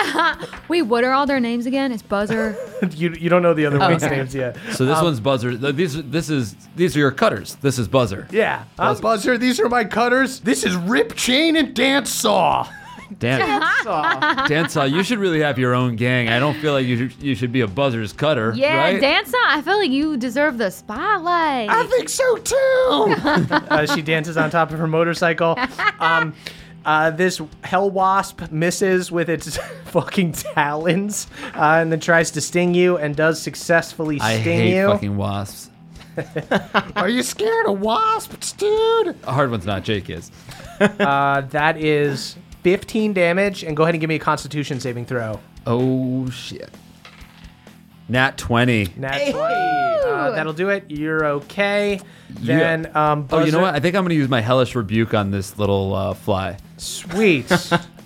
[SPEAKER 5] Wait, what are all their names again? It's [LAUGHS] Buzzer.
[SPEAKER 2] [LAUGHS] you, you don't know the
[SPEAKER 8] Oh,
[SPEAKER 2] other one's names yet.
[SPEAKER 8] So this one's buzzer. th- These this is these are your cutters. This is buzzer.
[SPEAKER 2] Yeah.
[SPEAKER 9] I'm buzzer. These are my cutters. This is rip chain and dance saw.
[SPEAKER 8] Dan,
[SPEAKER 2] Saw.
[SPEAKER 8] Dan saw you should really have your own gang. I don't feel like you should, you should be a buzzer's cutter.
[SPEAKER 5] Yeah,
[SPEAKER 8] right?
[SPEAKER 5] Danza, I feel like you deserve the spotlight.
[SPEAKER 9] I think so too.
[SPEAKER 2] uh, she dances on top of her [LAUGHS] motorcycle. Um, uh, this hell wasp misses with its [LAUGHS] fucking talons uh, and then tries to sting you and does successfully sting
[SPEAKER 8] I hate
[SPEAKER 2] you.
[SPEAKER 8] fucking wasps.
[SPEAKER 9] Are you scared of wasps, dude?
[SPEAKER 8] A hard one's not. Jake is.
[SPEAKER 2] Uh, that is 15 damage, and go ahead and give me a Constitution saving throw.
[SPEAKER 8] Oh shit. Nat twenty.
[SPEAKER 2] Nat 20. Uh, that'll do it. You're okay. Then, um,
[SPEAKER 8] Oh, you know
[SPEAKER 2] Buzzard-
[SPEAKER 8] what? I [LAUGHS] think I'm gonna use my hellish rebuke on this little uh, fly.
[SPEAKER 2] Sweet.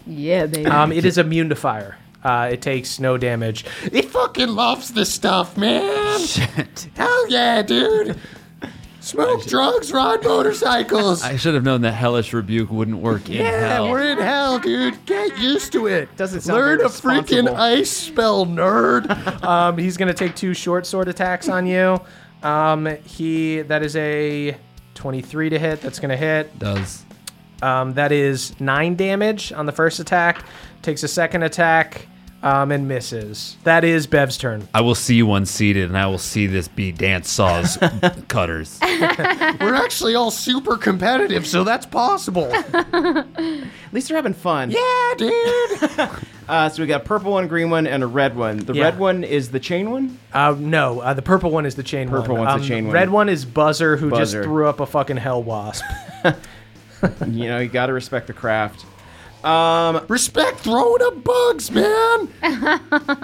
[SPEAKER 5] yeah, baby.
[SPEAKER 2] um, it is immune to fire. Uh, it takes no damage.
[SPEAKER 9] It fucking loves this stuff, man.
[SPEAKER 8] Shit.
[SPEAKER 9] Hell yeah, dude. Smoke drugs, ride motorcycles.
[SPEAKER 8] I should have known that hellish rebuke wouldn't work in hell.
[SPEAKER 9] Yeah, we're in hell, dude. Get used to it.
[SPEAKER 2] Doesn't sound
[SPEAKER 9] Learn
[SPEAKER 2] very
[SPEAKER 9] a freaking
[SPEAKER 2] responsible.
[SPEAKER 9] ice spell, nerd.
[SPEAKER 2] Um, he's gonna take two short sword attacks on you. Um, he that is a 23 to hit. That's gonna hit.
[SPEAKER 8] Does.
[SPEAKER 2] Um, that is nine damage on the first attack. Takes a second attack um, and misses. That is Bev's turn.
[SPEAKER 8] I will see you unseated, and I will see this be dance saws cutters.
[SPEAKER 9] We're actually all super competitive, so that's possible.
[SPEAKER 6] At least they're having fun.
[SPEAKER 9] Yeah, dude.
[SPEAKER 6] Uh, so we got a purple one, green one, and a red one. The
[SPEAKER 2] Yeah.
[SPEAKER 6] red one is the chain one.
[SPEAKER 2] Uh, no, uh, the purple one is the chain
[SPEAKER 6] Purple
[SPEAKER 2] one. Um,
[SPEAKER 6] one's the chain one.
[SPEAKER 2] Red one is Buzzer, who
[SPEAKER 6] Buzzer.
[SPEAKER 2] just threw up a fucking hell wasp. [LAUGHS]
[SPEAKER 6] you know, you got to respect the craft. Um,
[SPEAKER 9] Respect throwing up bugs,
[SPEAKER 2] [LAUGHS]
[SPEAKER 9] man.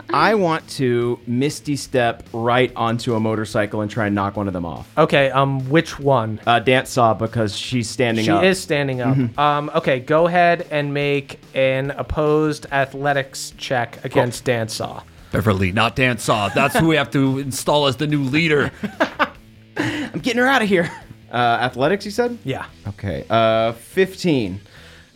[SPEAKER 6] I want to misty step right onto a motorcycle and try and knock one of them off.
[SPEAKER 2] okay, um, which one?
[SPEAKER 6] Uh, Dance saw because she's standing
[SPEAKER 2] She
[SPEAKER 6] up.
[SPEAKER 2] is standing up.
[SPEAKER 6] Mm-hmm.
[SPEAKER 2] Um, okay, go ahead and make an opposed athletics check against Dance Saw.
[SPEAKER 8] Beverly, not dance saw. That's who we have to install as the new leader.
[SPEAKER 6] I'm getting her out of here. [LAUGHS] Uh, athletics, you said?
[SPEAKER 2] Yeah.
[SPEAKER 6] Okay. Uh, 15.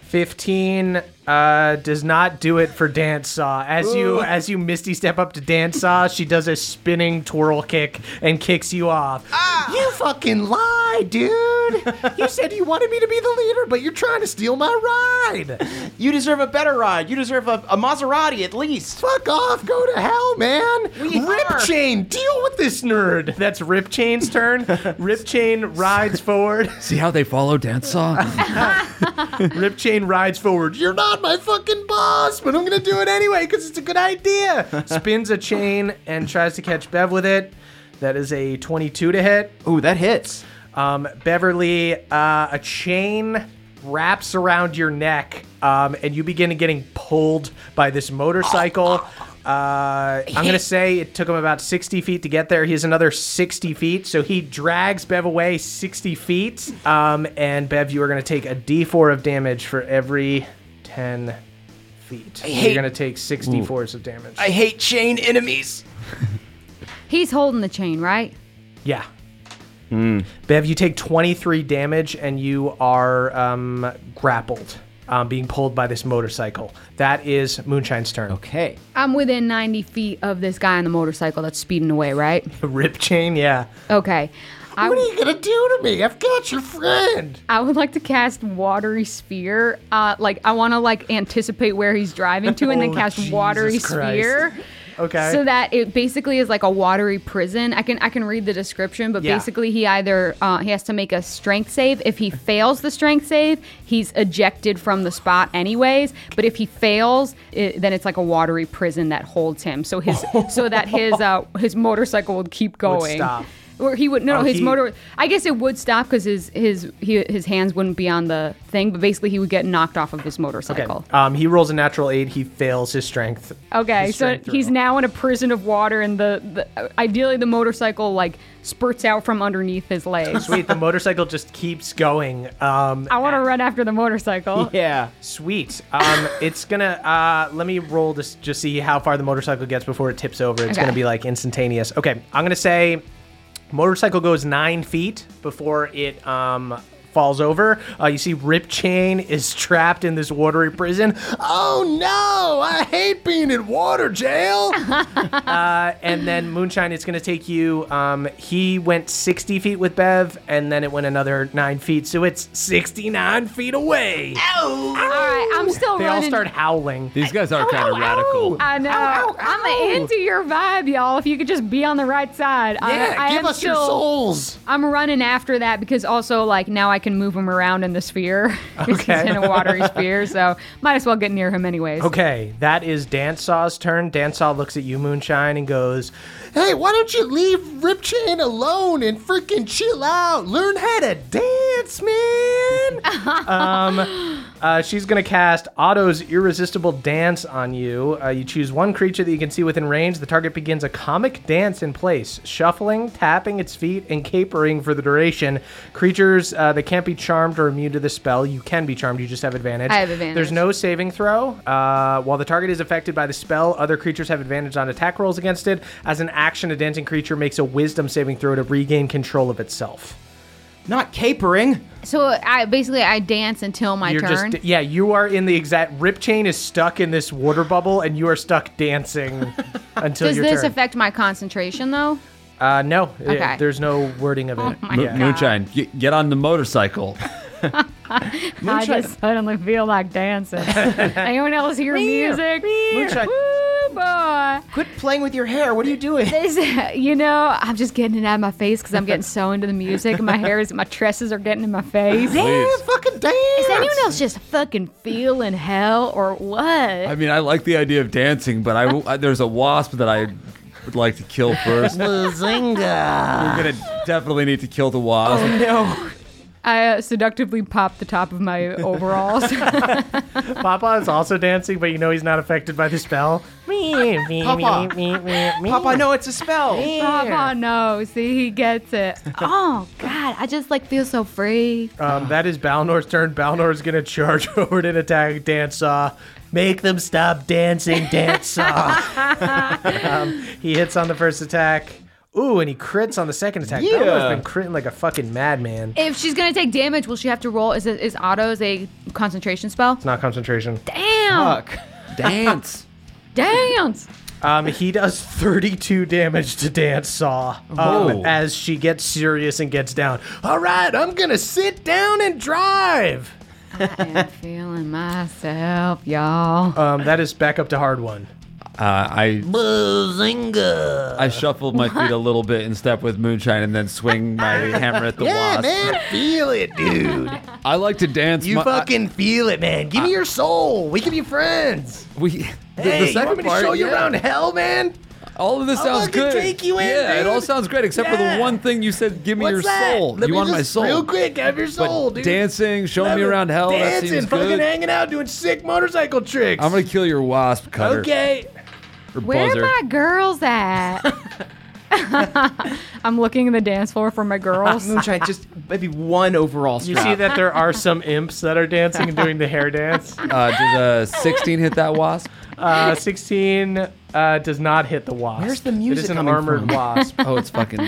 [SPEAKER 2] 15 uh, does not do it for dance saw as you as you misty step up to dance saw she does a spinning twirl kick and kicks you off
[SPEAKER 9] You fucking lie,
[SPEAKER 6] [LAUGHS]
[SPEAKER 9] dude. Ah, You said you wanted me to be the leader, but you're trying to steal my ride.
[SPEAKER 6] You deserve a better ride. You deserve a, a Maserati at least.
[SPEAKER 9] Fuck off. Go to hell, man.
[SPEAKER 6] We
[SPEAKER 9] Rip
[SPEAKER 6] are.
[SPEAKER 9] chain. Deal with this nerd.
[SPEAKER 2] that's rip
[SPEAKER 9] [LAUGHS]
[SPEAKER 2] chain's turn rip chain rides forward
[SPEAKER 8] See how they follow dance saw?
[SPEAKER 2] rip chain rides forward
[SPEAKER 9] You're not my fucking boss, but I'm gonna do it anyway because it's a good idea.
[SPEAKER 2] spins a chain and tries to catch bev with it that is a 22 to hit
[SPEAKER 6] Ooh, that hits.
[SPEAKER 2] Um, Beverly, uh, a chain wraps around your neck, um, and you begin getting pulled by this motorcycle. Uh, I'm gonna say it took him about 60 feet to get there. He's another 60 feet, so he drags Bev away 60 feet. Um, and Bev, you are gonna take a D4 of damage for every 10 feet. You're
[SPEAKER 6] hate-
[SPEAKER 2] gonna take 64s of damage.
[SPEAKER 6] I hate chain enemies.
[SPEAKER 5] He's holding the chain, right?
[SPEAKER 2] Yeah. Hmm. Bev, you take 23 damage and you are um, grappled, um, being pulled by this motorcycle. That is Moonshine's turn.
[SPEAKER 6] Okay.
[SPEAKER 5] I'm within 90 feet of this guy on the motorcycle that's speeding away, right?
[SPEAKER 2] [LAUGHS] Rip chain, yeah.
[SPEAKER 5] Okay. I,
[SPEAKER 9] What are you gonna do to me? I've got your friend.
[SPEAKER 5] I would like to cast watery sphere. Uh, like I want to like anticipate where he's driving to, and
[SPEAKER 2] [LAUGHS]
[SPEAKER 5] then
[SPEAKER 2] Oh,
[SPEAKER 5] cast
[SPEAKER 2] Jesus
[SPEAKER 5] watery
[SPEAKER 2] Christ.
[SPEAKER 5] sphere.
[SPEAKER 2] Okay.
[SPEAKER 5] So that it basically is like a watery prison. I can I can read the description, but
[SPEAKER 2] Yeah.
[SPEAKER 5] basically he either uh, he has to make a strength save. If he fails the strength save, he's ejected from the spot anyways. But if he fails, it, then it's like a watery prison that holds him. So his so that his uh, his motorcycle would keep going.
[SPEAKER 10] stop.
[SPEAKER 5] Or he would no,
[SPEAKER 10] Oh,
[SPEAKER 5] his
[SPEAKER 10] he-
[SPEAKER 5] motor. I guess it would stop because his his he, his hands wouldn't be on the thing, but basically he would get knocked off of his motorcycle.
[SPEAKER 2] Um, he rolls a natural eight. He fails his strength. [LAUGHS]
[SPEAKER 5] Okay,
[SPEAKER 2] His
[SPEAKER 5] so
[SPEAKER 2] strength
[SPEAKER 5] he's now in a prison of water, and the, the ideally the motorcycle like spurts out from underneath
[SPEAKER 2] [LAUGHS]
[SPEAKER 5] his legs.
[SPEAKER 2] Sweet. The motorcycle just keeps going. Um,
[SPEAKER 5] I want to run after the [LAUGHS] motorcycle.
[SPEAKER 2] Yeah. Sweet. Um, it's gonna. Uh, let me roll this just see how far the motorcycle gets before it tips over. It's
[SPEAKER 5] Okay.
[SPEAKER 2] gonna be like instantaneous. Okay, I'm gonna say motorcycle goes nine feet before it um falls over. Uh, you see, Rip Chain is trapped in this watery prison. Oh no! I hate being in water jail. uh, and then Moonshine, it's gonna take you. Um, he went 60 feet with Bev, and then it went another nine feet, so it's 69 feet away. Ah!
[SPEAKER 5] All right, I'm still
[SPEAKER 2] They all
[SPEAKER 5] running.
[SPEAKER 2] start howling.
[SPEAKER 8] These guys are kind of radical.
[SPEAKER 5] I know. I'm into your vibe, y'all. If you could just be on the right side.
[SPEAKER 3] Yeah,
[SPEAKER 5] I, I
[SPEAKER 3] give
[SPEAKER 5] am
[SPEAKER 3] us your
[SPEAKER 5] still-
[SPEAKER 3] souls.
[SPEAKER 5] I'm running after that because also like now I can move him around in the sphere. [LAUGHS] 'Cause
[SPEAKER 2] Okay.
[SPEAKER 5] he's in a watery sphere, so might as well get near him anyways.
[SPEAKER 2] Okay, that is Danzaw's turn. Danzaw looks at you, Moonshine, and goes,
[SPEAKER 3] Hey, why don't you leave Rip Chain alone and freaking chill out? Learn how to dance, man.
[SPEAKER 2] um, uh, she's going to cast Otto's Irresistible Dance on you. Uh, you choose one creature that you can see within range. The target begins a comic dance in place, shuffling, tapping its feet, and capering for the duration. Creatures uh, that can't be charmed or immune to the spell, you can be charmed, you just have advantage.
[SPEAKER 5] I have advantage.
[SPEAKER 2] There's no saving throw. Uh, while the target is affected by the spell, other creatures have advantage on attack rolls against it. As an action, a dancing creature makes a wisdom saving throw to regain control of itself. Not capering.
[SPEAKER 5] So I basically I dance until my
[SPEAKER 2] You're
[SPEAKER 5] turn.
[SPEAKER 2] just yeah, you are in the exact rip chain is stuck in this water bubble and you are stuck
[SPEAKER 5] [LAUGHS]
[SPEAKER 2] dancing until
[SPEAKER 5] Does
[SPEAKER 2] your
[SPEAKER 5] this
[SPEAKER 2] turn.
[SPEAKER 5] affect my concentration though?
[SPEAKER 2] uh no, it-
[SPEAKER 5] Okay. Oh
[SPEAKER 2] there's no wording of it.
[SPEAKER 5] my God.
[SPEAKER 8] Moonshine, g- get on the motorcycle.
[SPEAKER 5] I just suddenly feel like dancing. Anyone else hear music?
[SPEAKER 6] Moonshine.
[SPEAKER 5] Woo, boy.
[SPEAKER 6] Quit playing with your hair. What are you doing?
[SPEAKER 5] This, you know, I'm just getting it out of my face because I'm getting so into the music. My hair is, my tresses are getting in my face.
[SPEAKER 8] Yeah, Please.
[SPEAKER 5] fucking dance. Is anyone else just fucking feeling hell or what?
[SPEAKER 8] I mean, I like the idea of dancing, but I, w- I- there's a wasp that I would like to kill first. We're
[SPEAKER 5] Bazinga.
[SPEAKER 8] gonna definitely need to kill the wasp.
[SPEAKER 5] no. I uh, seductively popped the top of my [LAUGHS] overalls.
[SPEAKER 2] Papa is also dancing, but you know he's not affected by the
[SPEAKER 5] [LAUGHS]
[SPEAKER 2] spell.
[SPEAKER 5] Papa.
[SPEAKER 6] Papa, no, it's a spell.
[SPEAKER 5] Papa knows. Oh, See, he gets it. Oh, God. I just like feel so free.
[SPEAKER 2] Um, that is Balnor's turn. Balnor's gonna charge [LAUGHS] forward and attack Dance Saw. Make them stop dancing,
[SPEAKER 3] [LAUGHS]
[SPEAKER 2] Dance Saw. um, he hits on the first attack. Ooh, and he crits on the second attack.
[SPEAKER 5] Yeah.
[SPEAKER 2] Balnor's been critting like a fucking madman.
[SPEAKER 5] If she's going to take damage, will she have to roll? Is, it, is Otto's a concentration spell?
[SPEAKER 2] It's not concentration.
[SPEAKER 5] Damn.
[SPEAKER 2] Dance.
[SPEAKER 5] Dance.
[SPEAKER 2] Um, he does 32 damage to Dance Saw um,
[SPEAKER 3] Whoa.
[SPEAKER 2] as she gets serious and gets down.
[SPEAKER 3] All right, I'm gonna sit down and drive.
[SPEAKER 5] [LAUGHS] Feeling myself, y'all.
[SPEAKER 2] Um, that is back up to hard one.
[SPEAKER 8] Uh, I
[SPEAKER 3] Bazinga.
[SPEAKER 8] I shuffled my feet a little bit in step with moonshine, and then
[SPEAKER 3] [LAUGHS]
[SPEAKER 8] swing my hammer at the
[SPEAKER 3] yeah,
[SPEAKER 8] wasp.
[SPEAKER 3] man, feel it, dude.
[SPEAKER 8] [LAUGHS] I like to dance.
[SPEAKER 3] You
[SPEAKER 8] my- I-
[SPEAKER 3] fucking feel it, man. Give me your soul. We can be friends.
[SPEAKER 8] We.
[SPEAKER 3] Hey,
[SPEAKER 8] the second
[SPEAKER 3] you want me
[SPEAKER 8] part,
[SPEAKER 3] to show you
[SPEAKER 8] yeah.
[SPEAKER 3] around hell, man?
[SPEAKER 8] All of this
[SPEAKER 3] I'll
[SPEAKER 8] sounds
[SPEAKER 3] fucking
[SPEAKER 8] good.
[SPEAKER 3] Take you in,
[SPEAKER 8] yeah,
[SPEAKER 3] dude.
[SPEAKER 8] it all sounds great except for
[SPEAKER 3] Yeah.
[SPEAKER 8] the one thing you said. Give me
[SPEAKER 3] What's
[SPEAKER 8] your
[SPEAKER 3] that?
[SPEAKER 8] soul.
[SPEAKER 3] Let
[SPEAKER 8] you
[SPEAKER 3] me
[SPEAKER 8] want my
[SPEAKER 3] just
[SPEAKER 8] soul?
[SPEAKER 3] real quick, have your
[SPEAKER 8] But
[SPEAKER 3] soul, dude.
[SPEAKER 8] Dancing, showing
[SPEAKER 3] Let
[SPEAKER 8] me
[SPEAKER 3] me-
[SPEAKER 8] around hell. that
[SPEAKER 3] Dancing,
[SPEAKER 8] seems
[SPEAKER 3] fucking
[SPEAKER 8] good.
[SPEAKER 3] hanging out, doing sick motorcycle tricks.
[SPEAKER 8] I'm gonna kill your wasp cutter.
[SPEAKER 3] Okay.
[SPEAKER 8] Or
[SPEAKER 5] Where
[SPEAKER 8] buzzer.
[SPEAKER 5] are my girls at?
[SPEAKER 2] [LAUGHS]
[SPEAKER 5] [LAUGHS] I'm looking in the dance floor for my
[SPEAKER 2] [LAUGHS]
[SPEAKER 5] girls.
[SPEAKER 6] Moonshine, just maybe one overall
[SPEAKER 2] You
[SPEAKER 6] strap.
[SPEAKER 2] see that there are some imps that are dancing and doing the hair
[SPEAKER 11] [LAUGHS]
[SPEAKER 2] dance.
[SPEAKER 8] Uh, does a 16 hit that wasp?
[SPEAKER 2] Uh, 16 uh, does not hit the wasp.
[SPEAKER 6] Where's the
[SPEAKER 2] It
[SPEAKER 6] music
[SPEAKER 2] is an
[SPEAKER 6] coming
[SPEAKER 2] armored
[SPEAKER 6] from?
[SPEAKER 11] [LAUGHS]
[SPEAKER 2] wasp.
[SPEAKER 8] Oh, it's fucking.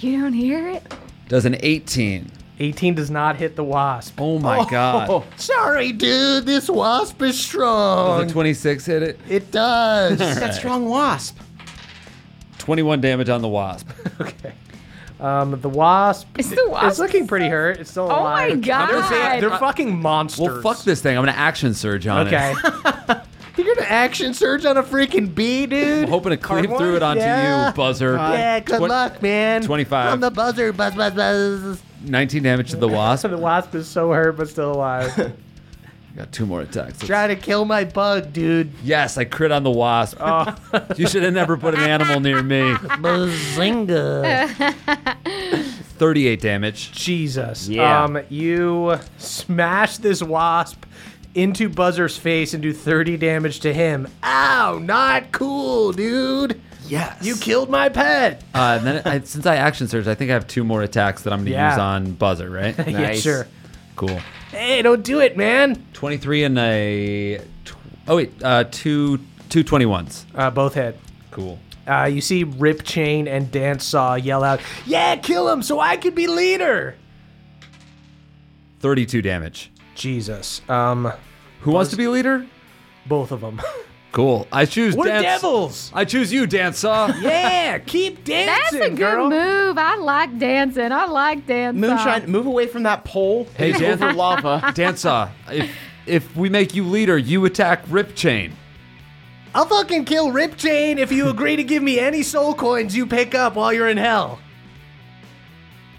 [SPEAKER 5] You don't hear it?
[SPEAKER 8] Does an 18.
[SPEAKER 2] 18 does not hit the wasp.
[SPEAKER 8] Oh my god.
[SPEAKER 3] Sorry, dude. This wasp is strong.
[SPEAKER 8] Does a 26 hit it?
[SPEAKER 3] It does.
[SPEAKER 8] All right.
[SPEAKER 6] strong wasp.
[SPEAKER 8] 21 damage on the wasp.
[SPEAKER 2] Um, the wasp
[SPEAKER 5] Is the wasp
[SPEAKER 2] It's looking pretty hurt. It's still
[SPEAKER 5] Oh
[SPEAKER 2] alive. Uh,
[SPEAKER 5] my God.
[SPEAKER 2] They're, they're fucking monsters.
[SPEAKER 8] Well, fuck this thing. I'm gonna action surge on
[SPEAKER 2] Okay.
[SPEAKER 11] [LAUGHS]
[SPEAKER 8] it.
[SPEAKER 3] You're gonna
[SPEAKER 11] action surge on a freaking bee, dude.
[SPEAKER 8] hoping to cleave through it onto
[SPEAKER 11] Yeah.
[SPEAKER 8] you, buzzer.
[SPEAKER 11] Yeah, good
[SPEAKER 8] Twen-
[SPEAKER 11] luck, man.
[SPEAKER 8] 25.
[SPEAKER 11] I'm the buzzer. Buzz, buzz, buzz.
[SPEAKER 8] 19 damage to the wasp.
[SPEAKER 2] the wasp is so hurt but still alive.
[SPEAKER 8] Got two more attacks. Let's-
[SPEAKER 11] Try to kill my bug,
[SPEAKER 5] [LAUGHS]
[SPEAKER 11] dude.
[SPEAKER 8] Yes, I crit on the wasp.
[SPEAKER 3] Oh.
[SPEAKER 8] [LAUGHS] you should have never put an animal
[SPEAKER 3] [LAUGHS]
[SPEAKER 8] near me.
[SPEAKER 11] Bazinga.
[SPEAKER 8] 38 damage.
[SPEAKER 2] Jesus.
[SPEAKER 8] Yeah.
[SPEAKER 2] Um, you smash this wasp into Buzzer's face and do 30 damage to him.
[SPEAKER 11] Ow, not cool, dude.
[SPEAKER 8] Yes.
[SPEAKER 2] You killed my pet.
[SPEAKER 8] Uh, and then I, since I action surge, I think I have two more attacks that I'm going to
[SPEAKER 2] Yeah.
[SPEAKER 8] use on Buzzer, right?
[SPEAKER 2] [LAUGHS] yeah, sure.
[SPEAKER 8] Cool.
[SPEAKER 2] Hey, don't do it, man.
[SPEAKER 8] 23 and a. Tw- oh, wait. Uh, two, two 21s.
[SPEAKER 2] Uh, both hit.
[SPEAKER 8] Cool.
[SPEAKER 2] Uh, you see Rip Chain and Dance Saw yell out, Yeah, kill him so I can be leader.
[SPEAKER 8] 32 damage.
[SPEAKER 2] Jesus. Um,
[SPEAKER 8] Who wants to be leader?
[SPEAKER 2] both of [LAUGHS] them.
[SPEAKER 8] Cool. I choose
[SPEAKER 2] We're
[SPEAKER 8] dance. [LAUGHS]
[SPEAKER 2] devils.
[SPEAKER 8] I choose you, dance saw.
[SPEAKER 2] [LAUGHS] Yeah, keep
[SPEAKER 5] That's
[SPEAKER 2] dancing,
[SPEAKER 5] a good
[SPEAKER 2] girl.
[SPEAKER 5] move. I like dancing. I like dancing.
[SPEAKER 6] Moonshine, move away from
[SPEAKER 2] [LAUGHS]
[SPEAKER 6] that pole.
[SPEAKER 8] Hey,
[SPEAKER 6] It's
[SPEAKER 8] Dan-
[SPEAKER 6] over lava.
[SPEAKER 8] dance saw. If if we make you leader, you attack Rip Chain.
[SPEAKER 11] I'll fucking kill Rip Chain if
[SPEAKER 2] If you agree to give me any soul coins you pick up while you're in hell.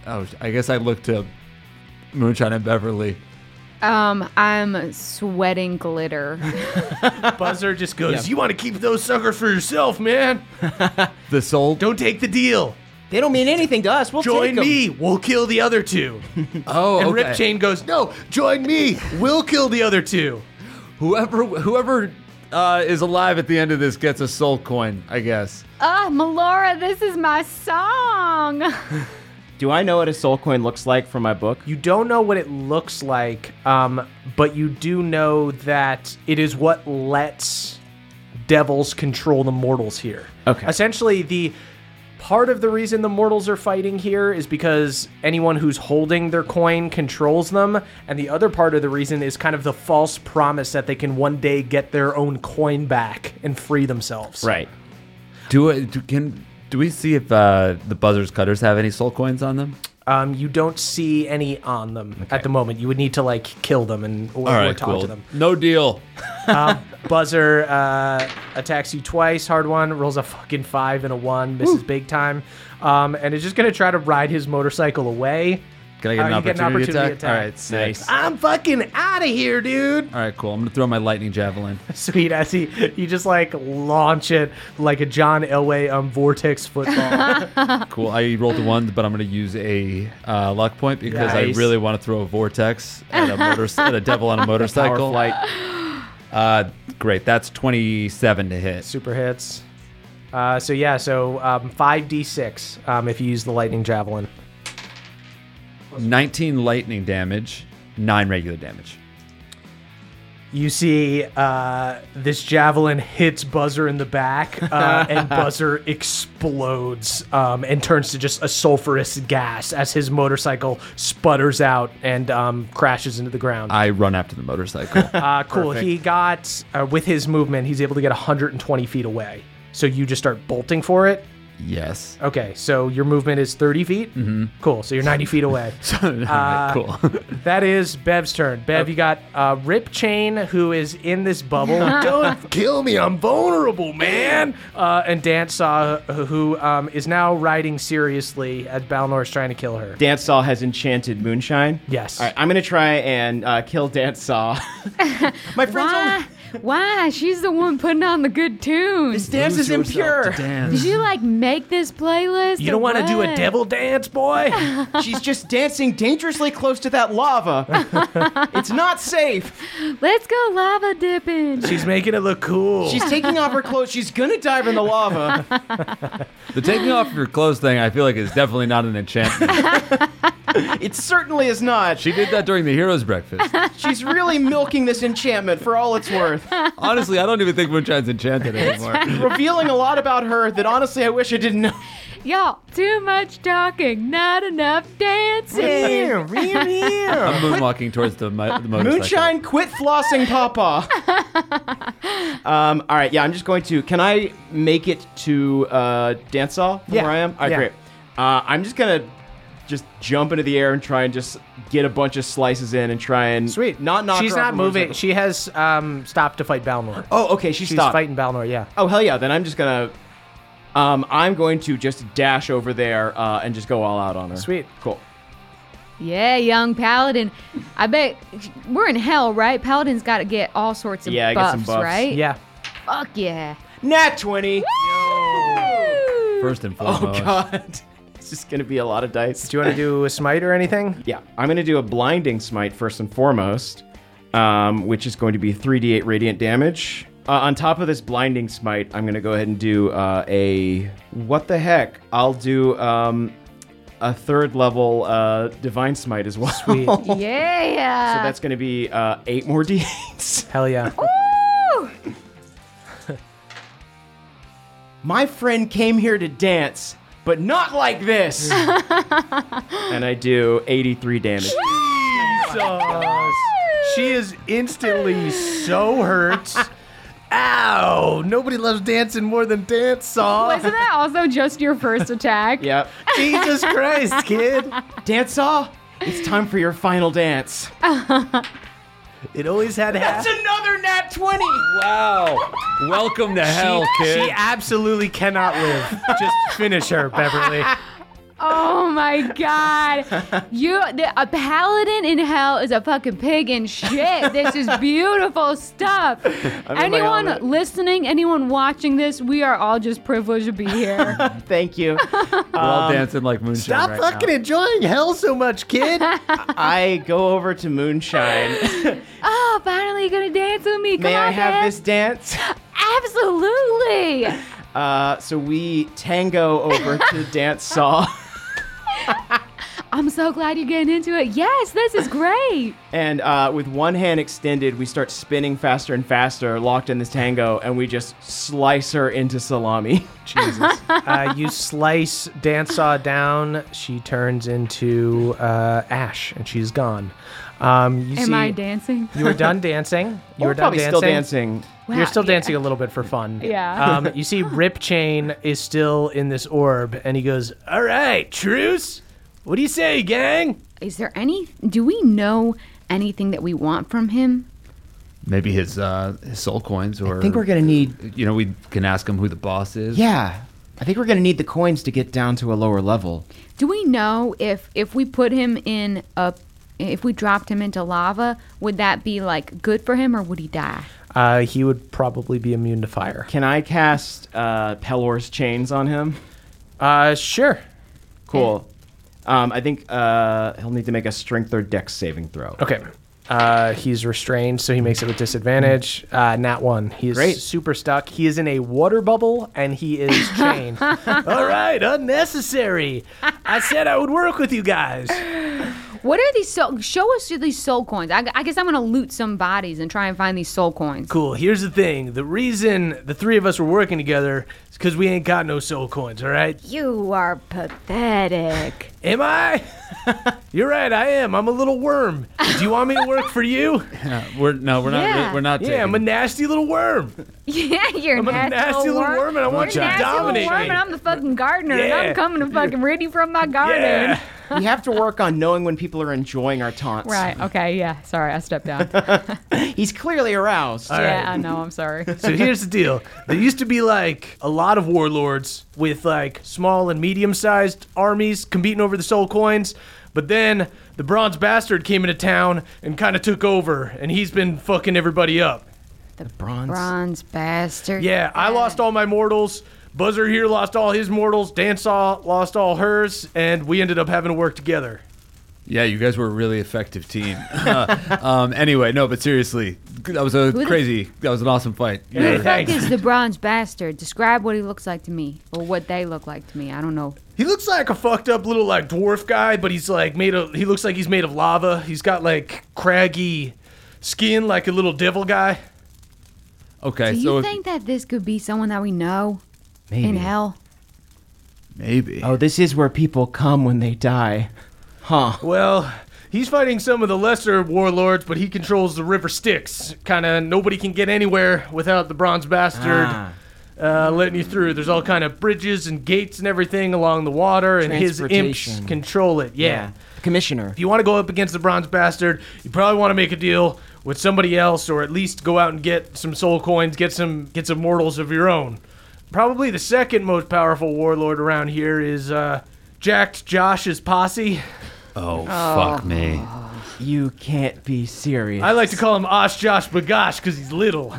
[SPEAKER 8] Oh, I guess I look to Moonshine and Beverly.
[SPEAKER 5] Um, I'm
[SPEAKER 2] [LAUGHS]
[SPEAKER 5] sweating glitter.
[SPEAKER 2] Buzzer just goes, You want to keep those suckers for yourself, man.
[SPEAKER 8] The soul.
[SPEAKER 2] Don't take the deal.
[SPEAKER 6] They don't mean anything to us. We'll
[SPEAKER 2] Join
[SPEAKER 6] take 'em.
[SPEAKER 2] me. We'll kill the other two.
[SPEAKER 8] oh,
[SPEAKER 2] And
[SPEAKER 8] okay.
[SPEAKER 2] Rip Chain goes, No, join me. We'll kill the other two.
[SPEAKER 8] Whoever whoever uh, is alive at the end of this gets a soul coin. I guess.
[SPEAKER 5] Ah, Melora, this is my song.
[SPEAKER 6] Do I know what a soul coin looks like from my book?
[SPEAKER 2] You don't know what it looks like, um, but you do know that it is what lets devils control the mortals here.
[SPEAKER 6] Okay.
[SPEAKER 2] Essentially, the part of the reason the mortals are fighting here is because anyone who's holding their coin controls them, and the other part of the reason is kind of the false promise that they can one day get their own coin back and free themselves.
[SPEAKER 6] Right.
[SPEAKER 8] Do it. Do, can do we see if uh, the buzzers cutters have any soul coins on them?
[SPEAKER 2] Um, you don't see any on them at the moment. You would need to like kill them and or, or talk to them.
[SPEAKER 8] No deal.
[SPEAKER 2] Buzzer uh, attacks you twice. Hard one rolls a fucking five and a one, misses big time, um, and is just gonna try to ride his motorcycle away. [LAUGHS]
[SPEAKER 8] Can I get
[SPEAKER 2] Uh,
[SPEAKER 8] an,
[SPEAKER 2] you
[SPEAKER 8] opportunity,
[SPEAKER 2] get an opportunity
[SPEAKER 8] attack?
[SPEAKER 2] attack.
[SPEAKER 8] All right, sick.
[SPEAKER 2] I'm fucking out of here, dude.
[SPEAKER 8] All right, cool. I'm gonna throw my lightning javelin.
[SPEAKER 2] Sweet as he, you just like launch it like a John Elway um, vortex football.
[SPEAKER 8] Cool. I rolled a one, but I'm going to use a uh, luck point because
[SPEAKER 6] Nice.
[SPEAKER 8] I really want to throw a vortex at a, motor- at a devil on a motorcycle.
[SPEAKER 6] Power
[SPEAKER 8] Uh, great. That's 27 to hit.
[SPEAKER 2] Super hits. Uh, so yeah, so um, five d six um, if you use the lightning javelin.
[SPEAKER 8] 19 lightning damage, nine regular damage.
[SPEAKER 2] You see, uh, this javelin hits Buzzer in the back, uh, and Buzzer explodes um, and turns to just a sulfurous gas as his motorcycle sputters out and um, crashes into the ground.
[SPEAKER 8] I run after
[SPEAKER 6] [LAUGHS]
[SPEAKER 8] the motorcycle.
[SPEAKER 2] Uh, cool. He got, uh, with his movement, he's able to get 120 feet away. So you just start bolting for it.
[SPEAKER 8] yes.
[SPEAKER 2] Okay, so your movement is 30 feet. Mm-hmm. Cool. [LAUGHS] So you're 90 feet away.
[SPEAKER 6] uh,
[SPEAKER 8] [LAUGHS] All right, cool. [LAUGHS]
[SPEAKER 2] That is Bev's turn. Bev, you got uh, Rip Chain, who is in this bubble. [LAUGHS] Don't kill me. I'm vulnerable, man. Uh, and Dance Saw, who um, is now riding seriously as Balnor is trying to kill her.
[SPEAKER 6] Dance Saw has enchanted Moonshine.
[SPEAKER 2] Yes.
[SPEAKER 6] All right, I'm going to try and uh, kill Dance Saw. my friend's only.
[SPEAKER 5] Why? Why? She's the one putting on the good
[SPEAKER 6] This
[SPEAKER 5] tunes.
[SPEAKER 6] dance is impure.
[SPEAKER 5] Did you like make this playlist?
[SPEAKER 2] You don't want to do a devil
[SPEAKER 5] devil.
[SPEAKER 2] dance, [LAUGHS] boy?
[SPEAKER 6] She's just dancing dangerously close to that lava. it's not safe.
[SPEAKER 5] Let's go lava dipping.
[SPEAKER 2] She's making it look cool.
[SPEAKER 6] She's taking off her clothes. She's going to dive in the lava.
[SPEAKER 8] the taking off your clothes thing, I feel like, is definitely not
[SPEAKER 6] [LAUGHS]
[SPEAKER 8] an enchantment.
[SPEAKER 6] It certainly is not.
[SPEAKER 8] She did that during the hero's breakfast.
[SPEAKER 6] She's really milking this enchantment for all it's worth,
[SPEAKER 8] Honestly, I don't even think Moonshine's enchanted anymore.
[SPEAKER 6] revealing a lot about her that honestly I wish I didn't know.
[SPEAKER 5] Y'all, too much talking, not enough dancing.
[SPEAKER 6] Here, here, here.
[SPEAKER 8] I'm moonwalking towards the, mo- the motorcycle.
[SPEAKER 6] Moonshine, quit flossing, Papa. um, all right, yeah, I'm just going to. Can I make it to uh, dance hall from
[SPEAKER 2] Yeah,
[SPEAKER 6] where I am? All right,
[SPEAKER 2] yeah.
[SPEAKER 6] great. Uh, I'm just gonna just jump into the air and try and just get a bunch of slices in and try and
[SPEAKER 2] Sweet.
[SPEAKER 6] Not knock.
[SPEAKER 2] She's
[SPEAKER 6] her off
[SPEAKER 2] not
[SPEAKER 6] her
[SPEAKER 2] moving.
[SPEAKER 6] motorcycle.
[SPEAKER 2] She has um, stopped to fight Balnor.
[SPEAKER 6] Oh, okay. She
[SPEAKER 2] She's
[SPEAKER 6] stopped.
[SPEAKER 2] fighting Balnor. Yeah.
[SPEAKER 6] Oh hell yeah! Then I'm just gonna, um, I'm going to just dash over there uh, and just go all out on her.
[SPEAKER 2] Sweet.
[SPEAKER 6] Cool.
[SPEAKER 5] Yeah, young paladin. I bet we're in hell, right? Paladin's got to get all sorts of
[SPEAKER 6] Yeah, I get
[SPEAKER 5] buffs,
[SPEAKER 6] some buffs.
[SPEAKER 5] right?
[SPEAKER 2] Yeah.
[SPEAKER 5] Fuck yeah.
[SPEAKER 6] Nat twenty.
[SPEAKER 8] First and
[SPEAKER 6] Oh
[SPEAKER 8] foremost.
[SPEAKER 6] god. [LAUGHS] It's just gonna be a lot of dice.
[SPEAKER 2] Do you want to do a smite or anything?
[SPEAKER 6] Yeah, I'm gonna do a blinding smite first and foremost, um, which is going to be 3d8 radiant damage. Uh, on top of this blinding smite, I'm gonna go ahead and do uh, a what the heck? I'll do um, a third level uh, divine smite as well.
[SPEAKER 2] Sweet.
[SPEAKER 6] so
[SPEAKER 5] [LAUGHS]
[SPEAKER 6] [LAUGHS]
[SPEAKER 5] Yeah.
[SPEAKER 6] that's gonna be uh, eight more [LAUGHS] d8s.
[SPEAKER 2] Hell yeah.
[SPEAKER 5] Woo!
[SPEAKER 6] My friend came here to dance, but not like this. and I do 83 damage.
[SPEAKER 2] She is instantly so hurt.
[SPEAKER 7] Ow! Nobody loves dancing more than dance song.
[SPEAKER 5] Wasn't that also just your
[SPEAKER 6] [LAUGHS]
[SPEAKER 5] first attack?
[SPEAKER 6] Yep.
[SPEAKER 2] Jesus Christ, kid.
[SPEAKER 6] Dance off. It's time for your final dance.
[SPEAKER 2] It always had half.
[SPEAKER 6] another nat 20.
[SPEAKER 8] Wow. Welcome to hell,
[SPEAKER 2] She
[SPEAKER 8] kid.
[SPEAKER 2] absolutely cannot live. Just finish her, Beverly.
[SPEAKER 5] Oh my god. You the, a paladin in hell is a fucking pig in shit. This is beautiful stuff. anyone
[SPEAKER 6] element.
[SPEAKER 5] listening, anyone watching this, we are all just privileged to be here.
[SPEAKER 6] Thank you.
[SPEAKER 8] We're all dancing like moonshine
[SPEAKER 7] Stop
[SPEAKER 8] right
[SPEAKER 7] fucking enjoying hell so much, kid.
[SPEAKER 6] [LAUGHS] I go over to [LAUGHS] Moonshine.
[SPEAKER 5] oh, finally you're going to dance with me. Come
[SPEAKER 6] May
[SPEAKER 5] on,
[SPEAKER 6] I have
[SPEAKER 5] man.
[SPEAKER 6] this dance?
[SPEAKER 5] Absolutely.
[SPEAKER 6] Uh, so we tango over to dance saw,
[SPEAKER 5] I'm so glad you're getting into it. Yes, this is great.
[SPEAKER 6] [LAUGHS] and uh, with one hand extended, we start spinning faster and faster, locked in this tango, and we just slice her into salami. [LAUGHS] Jesus.
[SPEAKER 2] Uh, you slice Dance Saw down. She turns into uh, ash and she's gone. Um, you
[SPEAKER 5] Am
[SPEAKER 2] see,
[SPEAKER 5] I dancing?
[SPEAKER 2] You were done dancing. You
[SPEAKER 6] We're
[SPEAKER 2] were done
[SPEAKER 6] probably still dancing.
[SPEAKER 5] Wow,
[SPEAKER 2] You're still
[SPEAKER 5] yeah.
[SPEAKER 2] dancing a little bit for fun.
[SPEAKER 5] [LAUGHS] Yeah.
[SPEAKER 2] Um, you see, Rip Chain is still in this orb, and he goes, "All right, truce. What do you say, gang?"
[SPEAKER 5] Is there any do we know anything that we want from him?
[SPEAKER 8] now. Maybe his uh, his soul coins or
[SPEAKER 6] I think we're gonna need.
[SPEAKER 8] you know, we can ask him who the boss is.
[SPEAKER 6] Yeah, I think we're gonna need the coins to get down to a lower level.
[SPEAKER 5] Do we know if if we put him in a if we dropped him into lava, would that be like good for him or would he die?
[SPEAKER 2] Uh, he would probably be immune to fire.
[SPEAKER 6] Can I cast uh, Pelor's chains on him?
[SPEAKER 2] Uh, sure.
[SPEAKER 6] Cool. Um, I think uh, he'll need to make a strength or dex saving throw.
[SPEAKER 2] Okay. Uh, he's restrained, so he makes it with disadvantage. Uh, nat one. He is
[SPEAKER 6] Great.
[SPEAKER 2] super stuck. He is in a water bubble and he is [LAUGHS] chained. All right, unnecessary. I said I would work with you guys.
[SPEAKER 5] What are these soul? Show us these soul coins. I, I guess I'm gonna loot some bodies and try and find these soul coins.
[SPEAKER 2] Cool. Here's the thing. The reason the three of us were working together is because we ain't got no soul coins. All right.
[SPEAKER 5] You are pathetic.
[SPEAKER 2] Am I? [LAUGHS] You're right. I am. I'm a little worm. Do you want me to work for you? [LAUGHS]
[SPEAKER 8] Yeah, we're [LAUGHS] no, we're not.
[SPEAKER 5] Yeah.
[SPEAKER 8] We're not.
[SPEAKER 2] Yeah, I'm a
[SPEAKER 8] taking-
[SPEAKER 2] nasty little worm.
[SPEAKER 5] [LAUGHS] yeah, you're
[SPEAKER 2] I'm a nasty little worm and I want
[SPEAKER 5] You're
[SPEAKER 2] you to
[SPEAKER 5] nasty
[SPEAKER 2] dominate
[SPEAKER 5] little worm
[SPEAKER 2] me.
[SPEAKER 5] and I'm the fucking gardener and
[SPEAKER 2] Yeah.
[SPEAKER 5] I'm coming to fucking rid you from my garden.
[SPEAKER 2] Yeah.
[SPEAKER 6] we have to work on knowing when people are enjoying our taunts.
[SPEAKER 5] Right. Okay. Yeah. Sorry, I
[SPEAKER 2] [LAUGHS]
[SPEAKER 5] stepped down.
[SPEAKER 6] He's clearly aroused.
[SPEAKER 5] yeah, I know. I'm sorry.
[SPEAKER 2] So here's the deal. There used to be like a lot of warlords with like small and medium sized armies competing over the soul coins. But then the bronze bastard came into town and kind of took over, and he's been fucking everybody up.
[SPEAKER 6] Bronze.
[SPEAKER 5] Bronze bastard.
[SPEAKER 2] Yeah, I lost all my mortals. Buzzer here lost all his mortals. Dansaw lost all hers, and we ended up having to work together.
[SPEAKER 8] Yeah, you guys were a really effective team. [LAUGHS] um, anyway, no, but seriously, that was a
[SPEAKER 5] the-
[SPEAKER 8] crazy. That was an awesome fight.
[SPEAKER 2] Hey,
[SPEAKER 8] Yeah.
[SPEAKER 5] Fuck is the bronze bastard. Describe what he looks like to me, or what they look like to me. I don't know.
[SPEAKER 2] He looks like a fucked up little like dwarf guy, but he's like made of. He looks like he's made of lava. He's got like craggy skin, like a little devil guy.
[SPEAKER 8] Okay,
[SPEAKER 5] Do you
[SPEAKER 8] so if-
[SPEAKER 5] think that this could be someone that we know
[SPEAKER 6] Maybe.
[SPEAKER 5] in hell?
[SPEAKER 8] maybe.
[SPEAKER 6] Oh, this is where people come when they die. Huh.
[SPEAKER 2] Well, he's fighting some of the lesser warlords, but he controls the river Styx. Kind of nobody can get anywhere without the bronze bastard
[SPEAKER 1] uh, letting you through. There's all kind of bridges and gates and everything along the water, and his imps
[SPEAKER 2] Transportation.
[SPEAKER 1] control it. yeah.
[SPEAKER 2] Commissioner.
[SPEAKER 1] If you want to go up against the Bronze Bastard, you probably want to make a deal with somebody else, or at least go out and get some soul coins, get some get some mortals of your own. Probably the second most powerful warlord around here is uh, Jacked Josh's posse.
[SPEAKER 8] Oh,
[SPEAKER 1] Oh.
[SPEAKER 8] fuck me.
[SPEAKER 2] You can't be serious.
[SPEAKER 1] I like to call him Osh Josh Bagosh because he's little.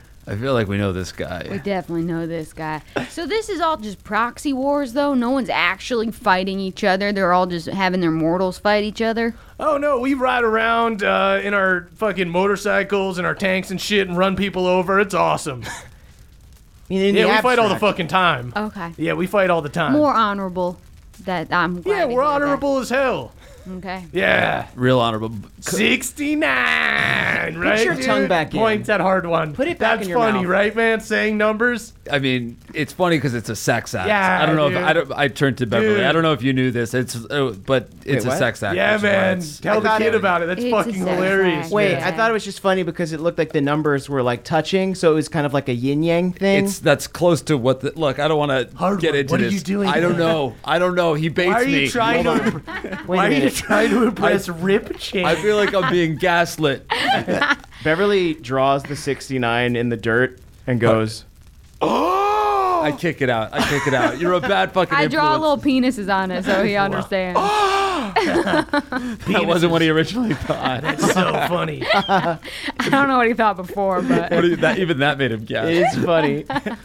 [SPEAKER 1] [LAUGHS]
[SPEAKER 8] I feel like we know this guy.
[SPEAKER 5] We definitely know this guy. So this is all just proxy wars, though. No one's actually fighting each other. They're all just having their mortals fight each other.
[SPEAKER 1] Oh no, we ride around uh, in our fucking motorcycles and our tanks and shit and run people over. It's [LAUGHS] awesome.
[SPEAKER 2] in the
[SPEAKER 1] yeah, we fight all the
[SPEAKER 2] abstract.
[SPEAKER 1] fucking time.
[SPEAKER 8] Uh,
[SPEAKER 5] Okay.
[SPEAKER 1] Yeah, we fight all the time.
[SPEAKER 5] More honorable. That I'm. Glad
[SPEAKER 1] yeah,
[SPEAKER 5] to hear
[SPEAKER 1] we're honorable as hell.
[SPEAKER 5] that. Okay.
[SPEAKER 1] Yeah.
[SPEAKER 8] Real honorable.
[SPEAKER 1] 69, right?
[SPEAKER 8] your
[SPEAKER 1] dude?
[SPEAKER 8] tongue back in.
[SPEAKER 1] Points at hard one. Put it back That's
[SPEAKER 8] in your
[SPEAKER 1] funny,
[SPEAKER 8] mouth.
[SPEAKER 1] right, man? Saying numbers.
[SPEAKER 8] I mean, it's funny because it's a sex act.
[SPEAKER 1] Yeah,
[SPEAKER 8] I don't know
[SPEAKER 1] dude.
[SPEAKER 8] if I don't. I turned to Beverly.
[SPEAKER 1] Dude.
[SPEAKER 8] I don't know if you knew this. It's uh, but it's a sex act. which
[SPEAKER 1] Yeah,
[SPEAKER 8] is why
[SPEAKER 1] man.
[SPEAKER 8] it's-
[SPEAKER 1] Tell the
[SPEAKER 2] thought
[SPEAKER 1] kid
[SPEAKER 2] it-
[SPEAKER 1] about it. That's
[SPEAKER 2] it's a
[SPEAKER 1] fucking
[SPEAKER 2] sex
[SPEAKER 1] hilarious.
[SPEAKER 2] Wait,
[SPEAKER 1] man.
[SPEAKER 2] I thought it was just funny because it looked like the numbers were like touching, so it was kind of like a yin yang thing.
[SPEAKER 8] It's that's close to what the look. I don't want to get into
[SPEAKER 2] what are
[SPEAKER 8] this.
[SPEAKER 2] you doing?
[SPEAKER 8] I don't know. I don't know. He baits
[SPEAKER 1] Why are you
[SPEAKER 8] me.
[SPEAKER 1] trying to? why are you [LAUGHS] trying
[SPEAKER 8] [LAUGHS]
[SPEAKER 1] to impress Rip
[SPEAKER 2] [LAUGHS]
[SPEAKER 1] Chan?
[SPEAKER 8] I feel like I'm
[SPEAKER 1] [LAUGHS]
[SPEAKER 8] being gaslit.
[SPEAKER 6] Beverly draws the 69 in the dirt and goes,
[SPEAKER 8] Oh! I kick it out. I kick it out. You're a
[SPEAKER 5] [LAUGHS]
[SPEAKER 8] bad fucking.
[SPEAKER 5] I draw
[SPEAKER 8] influence.
[SPEAKER 5] little penises on it, so he understands.
[SPEAKER 8] That wasn't what he
[SPEAKER 5] [LAUGHS]
[SPEAKER 8] originally thought.
[SPEAKER 1] That's
[SPEAKER 8] [LAUGHS]
[SPEAKER 1] so funny.
[SPEAKER 5] I don't know what he thought before, but
[SPEAKER 8] What do you- that, even that made him gasp.
[SPEAKER 1] It's
[SPEAKER 2] [LAUGHS] funny.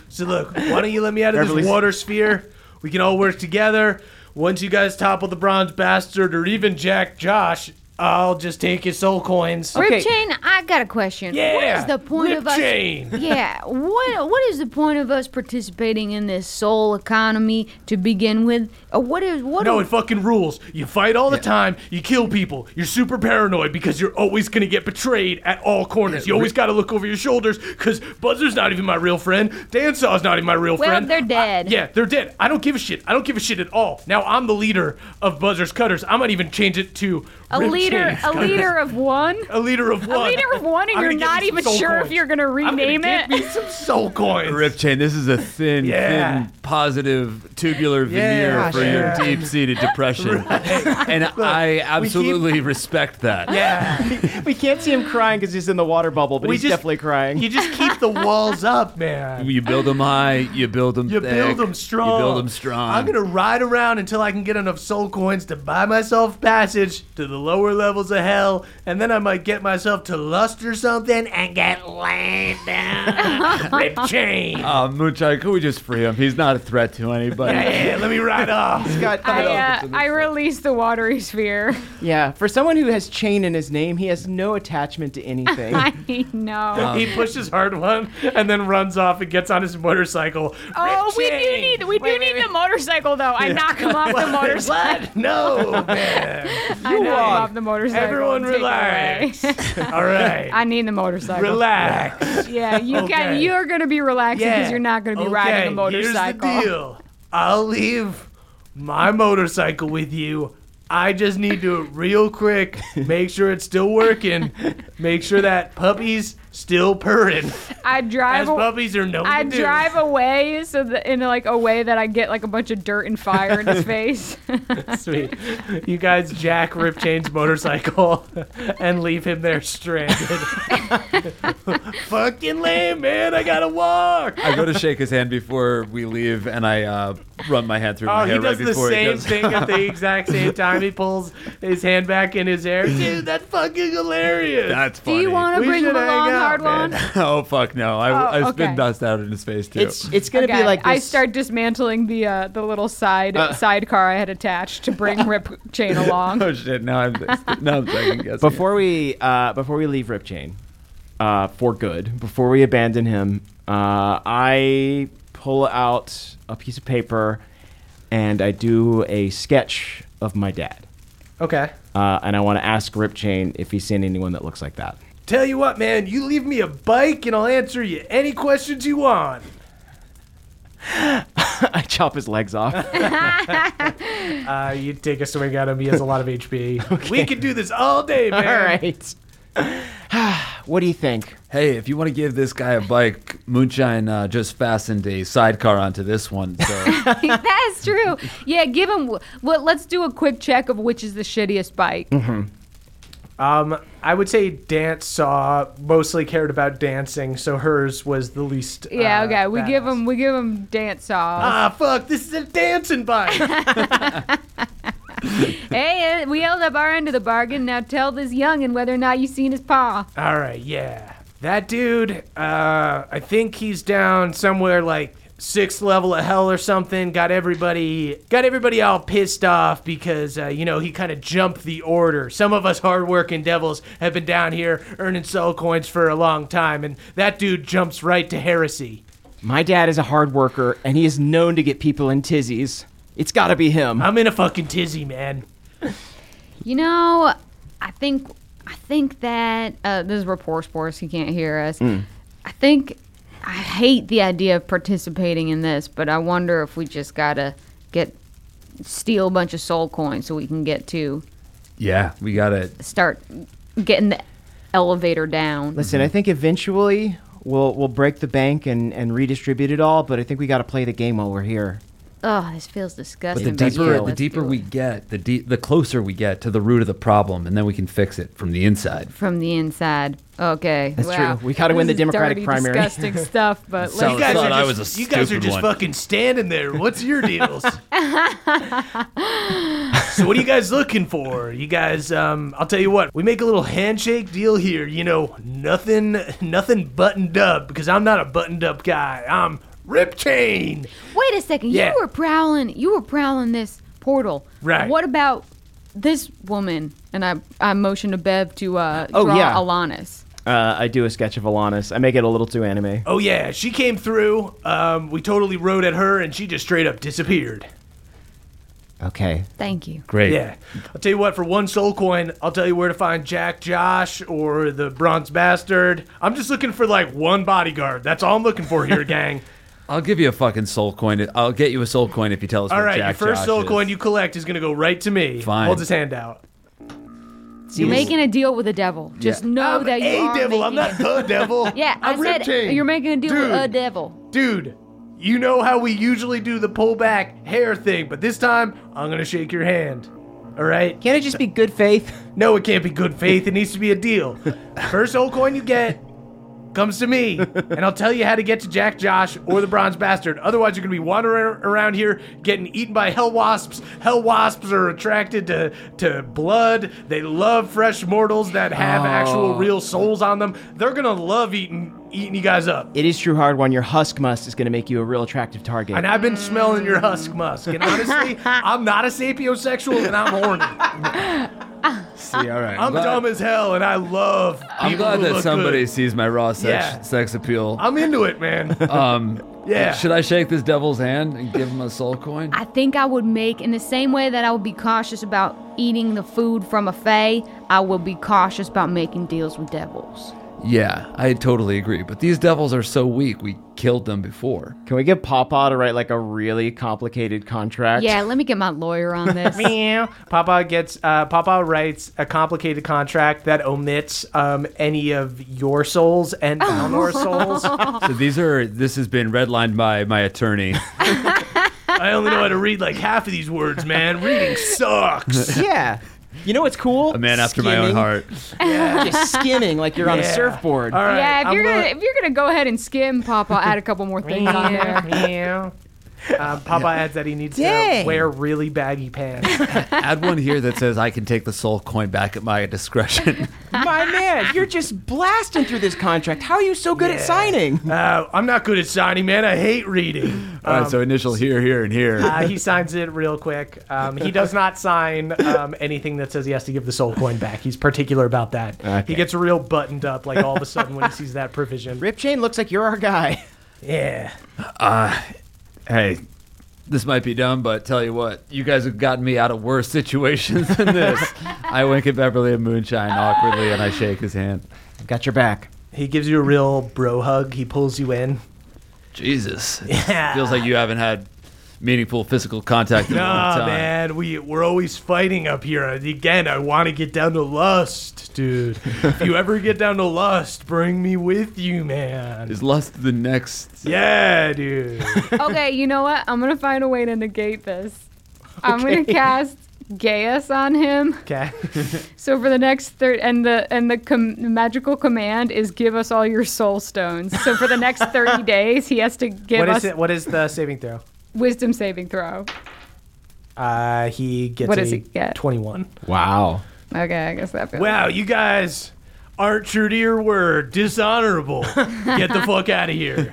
[SPEAKER 1] So look, why don't you let me out of
[SPEAKER 8] Beverly's-
[SPEAKER 1] this water sphere? We can all work together. Once you guys topple the bronze bastard or even Jack Josh, I'll just take his soul coins.
[SPEAKER 5] Rip Chain, I got a question.
[SPEAKER 1] Yeah,
[SPEAKER 5] What is the point
[SPEAKER 1] Rip
[SPEAKER 5] of us?
[SPEAKER 1] Chain.
[SPEAKER 5] [LAUGHS] Yeah. What What is the point of us participating in this soul economy to begin with? Uh, what is what?
[SPEAKER 1] No,
[SPEAKER 5] do-
[SPEAKER 1] it fucking rules. You fight all the time. You kill people. You're super paranoid because you're always gonna get betrayed at all corners. You always gotta look over your shoulders because Buzzer's not even my real friend. Dansaw's not even my real
[SPEAKER 5] well,
[SPEAKER 1] friend.
[SPEAKER 5] they're dead.
[SPEAKER 1] Yeah, they're dead. I don't give a shit. I don't give a shit at all. Now I'm the leader of Buzzer's Cutters. I might even change it to
[SPEAKER 5] A
[SPEAKER 1] Rip
[SPEAKER 5] leader,
[SPEAKER 1] Chain's
[SPEAKER 5] a
[SPEAKER 1] Cutters. [LAUGHS]
[SPEAKER 5] leader of one.
[SPEAKER 1] A leader of
[SPEAKER 5] A
[SPEAKER 1] one.
[SPEAKER 5] leader of one, and
[SPEAKER 1] I'm
[SPEAKER 5] you're
[SPEAKER 1] gonna get
[SPEAKER 5] not
[SPEAKER 1] me some
[SPEAKER 5] even
[SPEAKER 1] soul
[SPEAKER 5] sure if
[SPEAKER 1] coins.
[SPEAKER 5] you're gonna rename
[SPEAKER 1] get
[SPEAKER 5] it.
[SPEAKER 1] me some soul coins.
[SPEAKER 8] Rip chain. This is a thin,
[SPEAKER 1] Yeah.
[SPEAKER 8] thin, positive, tubular veneer
[SPEAKER 1] Yeah,
[SPEAKER 8] for
[SPEAKER 1] yeah.
[SPEAKER 8] your deep-seated
[SPEAKER 1] [LAUGHS]
[SPEAKER 8] depression, and I absolutely respect that.
[SPEAKER 1] Yeah.
[SPEAKER 6] we can't see him crying because he's in the water bubble, but
[SPEAKER 1] We
[SPEAKER 6] he's
[SPEAKER 1] just-
[SPEAKER 6] definitely crying.
[SPEAKER 1] You just keep the walls up, man.
[SPEAKER 8] You build them high. You build them.
[SPEAKER 1] You build them strong.
[SPEAKER 8] You build them strong.
[SPEAKER 1] I'm gonna ride around until I can get enough soul coins to buy myself passage to the lower levels of hell, and then I might get myself to lust or something and get laid
[SPEAKER 5] [LAUGHS]
[SPEAKER 1] down. Rip chain.
[SPEAKER 8] Uh, Moonshine, could we just free him? He's not a threat to anybody.
[SPEAKER 1] Yeah, let me ride off.
[SPEAKER 2] He's got-
[SPEAKER 5] I, uh, I release the watery sphere. [LAUGHS]
[SPEAKER 2] yeah, for someone who has chain in his name, he has no attachment to anything. [LAUGHS]
[SPEAKER 5] [LAUGHS] I know.
[SPEAKER 1] he pushes hard one and then runs off and gets on his motorcycle.
[SPEAKER 5] Oh, we do
[SPEAKER 1] Rip-chain.
[SPEAKER 5] need we do need the motorcycle though. I knock him
[SPEAKER 1] [LAUGHS]
[SPEAKER 5] off the motorcycle.
[SPEAKER 1] What? [LAUGHS] No,
[SPEAKER 5] [LAUGHS]
[SPEAKER 1] man.
[SPEAKER 5] I knock him off the motorcycle. and
[SPEAKER 1] Everyone
[SPEAKER 5] take it away. [LAUGHS]
[SPEAKER 1] relax. All right.
[SPEAKER 5] I need the motorcycle.
[SPEAKER 1] Relax.
[SPEAKER 5] Yeah, you
[SPEAKER 1] [LAUGHS]
[SPEAKER 5] can.
[SPEAKER 1] Okay.
[SPEAKER 5] You're gonna be relaxing because
[SPEAKER 1] Yeah.
[SPEAKER 5] you're not gonna be riding a motorcycle.
[SPEAKER 1] Here's the deal. I'll leave my motorcycle with you. I just need to real quick make sure it's still working. Make sure that puppy's still purring.
[SPEAKER 5] I drive.
[SPEAKER 1] As
[SPEAKER 5] a-
[SPEAKER 1] puppies are known
[SPEAKER 5] I
[SPEAKER 1] to do.
[SPEAKER 5] drive away so that in like a way that I get like a bunch of dirt and fire in
[SPEAKER 1] [LAUGHS]
[SPEAKER 5] his face. [LAUGHS]
[SPEAKER 1] Sweet. You guys jack Rip Chain's motorcycle [LAUGHS] and leave him there stranded. [LAUGHS] Fucking lame, man. I gotta walk.
[SPEAKER 8] I go to shake his hand before we leave, and I uh, run my hand through
[SPEAKER 1] Oh,
[SPEAKER 8] my
[SPEAKER 1] he
[SPEAKER 8] hair
[SPEAKER 1] does
[SPEAKER 8] right
[SPEAKER 1] the
[SPEAKER 8] before he
[SPEAKER 1] same
[SPEAKER 8] goes.
[SPEAKER 1] thing at the exact same time. He pulls his hand back in his hair.
[SPEAKER 8] [LAUGHS]
[SPEAKER 1] Dude, that's fucking hilarious.
[SPEAKER 8] That's
[SPEAKER 5] Do
[SPEAKER 8] funny.
[SPEAKER 5] you want to
[SPEAKER 1] We
[SPEAKER 5] bring him
[SPEAKER 1] should hang
[SPEAKER 5] along,
[SPEAKER 1] out,
[SPEAKER 5] hard
[SPEAKER 1] man.
[SPEAKER 5] one?
[SPEAKER 8] [LAUGHS] oh fuck no! I,
[SPEAKER 5] Oh,
[SPEAKER 8] I spit
[SPEAKER 5] okay.
[SPEAKER 8] dust out in his face too.
[SPEAKER 2] It's it's gonna
[SPEAKER 5] Okay,
[SPEAKER 2] be like this.
[SPEAKER 5] I start dismantling the uh, the little side
[SPEAKER 8] Uh.
[SPEAKER 5] sidecar I had attached to bring Rip Chain along.
[SPEAKER 8] [LAUGHS] oh shit! Now I'm now I'm second guessing.
[SPEAKER 6] Before we uh, before we leave Rip Chain, uh, for good, before we abandon him, uh, I pull out a piece of paper and I do a sketch of my dad.
[SPEAKER 1] Okay.
[SPEAKER 6] Uh, and I want to ask Rip Chain if he's seen anyone that looks like that. [LAUGHS]
[SPEAKER 1] Tell you what, man, you leave me a bike and I'll answer you any questions you want.
[SPEAKER 6] I chop his legs off.
[SPEAKER 1] Uh, you take a
[SPEAKER 2] [LAUGHS]
[SPEAKER 1] swing at him. He has a lot of HP. We can do this all day, man.
[SPEAKER 6] All right. [SIGHS] What do you think?
[SPEAKER 8] Hey, if you want to give this guy a bike, Moonshine uh, just fastened a sidecar onto this one. So
[SPEAKER 5] [LAUGHS] that is true. Yeah, give him. Well, let's do a quick check of which is the shittiest bike.
[SPEAKER 2] Um, I would say dance saw mostly cared about dancing, so hers was the least.
[SPEAKER 5] Yeah,
[SPEAKER 2] uh,
[SPEAKER 5] okay. We
[SPEAKER 2] bad.
[SPEAKER 5] give him. We give him dance saws.
[SPEAKER 2] Ah, fuck! This is a dancing bike.
[SPEAKER 5] hey, uh, we held up our end of the bargain. Now tell this youngin whether or not you seen his paw.
[SPEAKER 2] [LAUGHS] All right, yeah. That dude, uh, I think he's down somewhere like sixth level of hell or something. Got everybody, got everybody all pissed off because uh, you know he kind of jumped the order. Some of us hardworking devils have been down here earning soul coins for a long time, and that dude jumps right to heresy.
[SPEAKER 6] My dad is a hard worker, and he is known to get people in tizzies. It's got to be him.
[SPEAKER 2] I'm in a fucking tizzy, man.
[SPEAKER 5] You know, I think. I think that uh, this is rapport sports. He can't hear us.
[SPEAKER 1] Hmm.
[SPEAKER 5] I think I hate the idea of participating in this, but I wonder if we just gotta get steal a bunch of soul coins so we can get to
[SPEAKER 8] yeah, we got to
[SPEAKER 5] start getting the elevator down.
[SPEAKER 6] Listen, I
[SPEAKER 1] Mm-hmm.
[SPEAKER 6] think eventually we'll we'll break the bank and, and redistribute it all, but I think we got to play the game while we're here.
[SPEAKER 5] Oh, this feels
[SPEAKER 8] But
[SPEAKER 5] disgusting.
[SPEAKER 8] the
[SPEAKER 5] but yeah,
[SPEAKER 8] deeper, the
[SPEAKER 5] let's
[SPEAKER 8] deeper
[SPEAKER 5] do it.
[SPEAKER 8] we get, the de- the closer we get to the root of the problem, and then we can fix it from the inside.
[SPEAKER 5] from the inside. Okay,
[SPEAKER 8] That's
[SPEAKER 5] wow.
[SPEAKER 8] true. We gotta win
[SPEAKER 5] This
[SPEAKER 8] the
[SPEAKER 5] is
[SPEAKER 8] Democratic
[SPEAKER 5] dirty,
[SPEAKER 8] primary. [LAUGHS]
[SPEAKER 5] Disgusting stuff, but
[SPEAKER 8] So-
[SPEAKER 5] let's-
[SPEAKER 8] I thought I was
[SPEAKER 1] just,
[SPEAKER 8] a
[SPEAKER 1] you guys are
[SPEAKER 8] stupid
[SPEAKER 1] just
[SPEAKER 8] one.
[SPEAKER 1] fucking standing there. What's your deals? so what are you guys looking for? You guys, um, I'll tell you what. We make a little handshake deal here. You know, nothing, nothing buttoned up because I'm not a buttoned up guy. I'm Rip Chain.
[SPEAKER 5] Wait a second.
[SPEAKER 1] Yeah.
[SPEAKER 5] You were prowling. You were prowling this portal.
[SPEAKER 1] Right.
[SPEAKER 5] What about this woman? And I, I motioned to Bev to uh,
[SPEAKER 6] Oh,
[SPEAKER 5] draw
[SPEAKER 6] yeah.
[SPEAKER 5] Alanis.
[SPEAKER 12] Uh, I do a sketch of Alanis. I make it a little too anime.
[SPEAKER 1] Oh yeah, she came through. Um, we totally rode at her, and she just straight up disappeared.
[SPEAKER 6] Uh, Okay.
[SPEAKER 5] Thank you.
[SPEAKER 8] Great.
[SPEAKER 1] Yeah. I'll tell you what, for one soul coin, I'll tell you where to find Jack Josh or the Bronze Bastard. I'm just looking for like one bodyguard. That's all I'm looking
[SPEAKER 8] [LAUGHS]
[SPEAKER 1] for here, gang.
[SPEAKER 8] I'll give you a fucking soul coin. I'll get you a soul coin if you tell us.
[SPEAKER 1] all
[SPEAKER 8] where
[SPEAKER 1] right,
[SPEAKER 8] Jack
[SPEAKER 1] your first
[SPEAKER 8] Josh
[SPEAKER 1] soul
[SPEAKER 8] is.
[SPEAKER 1] coin you collect is going to go right to me.
[SPEAKER 8] Fine.
[SPEAKER 1] Hold his hand out.
[SPEAKER 5] You're making a deal with the devil. Just
[SPEAKER 1] Yeah.
[SPEAKER 5] know
[SPEAKER 1] I'm
[SPEAKER 5] that you
[SPEAKER 1] a
[SPEAKER 5] are
[SPEAKER 1] devil. I'm
[SPEAKER 5] making
[SPEAKER 1] not
[SPEAKER 5] a- [LAUGHS]
[SPEAKER 1] the devil.
[SPEAKER 5] yeah, I
[SPEAKER 1] I'm
[SPEAKER 5] said
[SPEAKER 1] Rip Chain.
[SPEAKER 5] you're making a deal
[SPEAKER 1] Dude.
[SPEAKER 5] with a devil.
[SPEAKER 1] Dude, you know how we usually do the pullback hair thing, but this time I'm going to shake your hand. All right?
[SPEAKER 6] Can it just be good faith?
[SPEAKER 1] No, it can't be good faith. It needs to be
[SPEAKER 8] [LAUGHS]
[SPEAKER 1] a deal. First old coin you get comes to me, and I'll tell you how to get to Jack Josh or the Bronze Bastard. Otherwise, you're going to be wandering around here getting eaten by hell wasps. Hell wasps are attracted to, to blood. They love fresh mortals that have actual real souls on them. They're going to love eating, eating you guys up.
[SPEAKER 6] It is true hard one. Your husk must is going to make you a real attractive target.
[SPEAKER 1] And I've been smelling your husk musk. And
[SPEAKER 8] [LAUGHS]
[SPEAKER 1] honestly, I'm not a sapiosexual and I'm horny.
[SPEAKER 8] See, all right.
[SPEAKER 1] I'm
[SPEAKER 8] glad-
[SPEAKER 1] dumb as hell and I love
[SPEAKER 8] I'm
[SPEAKER 1] people
[SPEAKER 8] glad
[SPEAKER 1] who
[SPEAKER 8] that
[SPEAKER 1] look
[SPEAKER 8] somebody
[SPEAKER 1] good.
[SPEAKER 8] sees my raw sex,
[SPEAKER 1] Yeah.
[SPEAKER 8] sex appeal.
[SPEAKER 1] I'm into it, man.
[SPEAKER 8] um,
[SPEAKER 1] [LAUGHS] Yeah.
[SPEAKER 8] Should I shake this devil's hand and give him a soul coin?
[SPEAKER 5] I think I would make, in the same way that I would be cautious about eating the food from a fae, I will be cautious about making deals with devils.
[SPEAKER 8] Yeah, I totally agree. But these devils are so weak. We killed them before.
[SPEAKER 6] Can we get Papa to write like a really complicated contract?
[SPEAKER 5] Yeah, let me get my lawyer on
[SPEAKER 1] [LAUGHS]
[SPEAKER 5] this.
[SPEAKER 2] Meow. [LAUGHS] Papa gets uh, Papa writes a complicated contract that omits um, any of your souls and Alnor's souls.
[SPEAKER 8] So these are. This has been redlined by my attorney.
[SPEAKER 1] I only know how to read like half of these words, man.
[SPEAKER 6] [LAUGHS]
[SPEAKER 1] Reading sucks.
[SPEAKER 6] [LAUGHS] Yeah. You know what's cool?
[SPEAKER 8] A man after my own
[SPEAKER 6] Skimming.
[SPEAKER 8] heart.
[SPEAKER 6] Just skimming like you're on a
[SPEAKER 1] Yeah.
[SPEAKER 6] surfboard.
[SPEAKER 1] All right.
[SPEAKER 5] yeah, if
[SPEAKER 1] I'm
[SPEAKER 5] you're
[SPEAKER 1] gonna-
[SPEAKER 5] gonna if you're gonna go ahead and skim, Papa, add a couple more things on there.
[SPEAKER 2] Meow. Uh, Papa adds that he needs to
[SPEAKER 6] Dang.
[SPEAKER 2] wear really baggy pants.
[SPEAKER 8] Add one here that says I can take the soul coin back at my discretion.
[SPEAKER 6] My man, you're just blasting through this contract. How are you so good
[SPEAKER 1] Yeah.
[SPEAKER 6] at signing?
[SPEAKER 1] Uh, I'm not good at signing, man. I hate reading.
[SPEAKER 8] All right, so initial here, here, and here.
[SPEAKER 2] Uh, he signs it real quick. Um, he does not sign um, anything that says he has to give the soul coin back. He's particular about that. He gets real buttoned up, like all of a sudden when he sees that provision.
[SPEAKER 6] Rip Chain looks like you're our guy. [LAUGHS]
[SPEAKER 2] Yeah.
[SPEAKER 8] hey, this might be dumb, but tell you what, you guys have gotten me out of worse situations than this. I wink at Beverly and Moonshine awkwardly, and I shake his hand.
[SPEAKER 6] I've got your back.
[SPEAKER 2] He gives you a real bro hug. He pulls you in.
[SPEAKER 8] Jesus,
[SPEAKER 2] Yeah.
[SPEAKER 8] feels like you haven't had
[SPEAKER 13] meaningful physical contact in a long
[SPEAKER 1] Nah,
[SPEAKER 13] time.
[SPEAKER 1] man, we we're always fighting up here. And Again, I want to get down to lust, dude. if you ever get down to lust, bring me with you, man.
[SPEAKER 13] Is lust the next?
[SPEAKER 1] Yeah, dude.
[SPEAKER 14] okay, you know what? I'm gonna find a way to negate this. I'm gonna
[SPEAKER 1] Okay.
[SPEAKER 14] cast Gaius on him.
[SPEAKER 1] Okay.
[SPEAKER 14] So for the next third, and the and the com- magical command is give us all your soul stones. So for the next 30 days, he has to give
[SPEAKER 2] What is
[SPEAKER 14] us
[SPEAKER 2] it? What is the saving throw?
[SPEAKER 14] wisdom saving throw.
[SPEAKER 2] Uh, he gets
[SPEAKER 14] What
[SPEAKER 2] a
[SPEAKER 14] does he get?
[SPEAKER 2] 21.
[SPEAKER 3] Wow.
[SPEAKER 14] Okay, I guess that.
[SPEAKER 1] Wow, you guys aren't true to your word. Dishonorable. get the fuck out of here.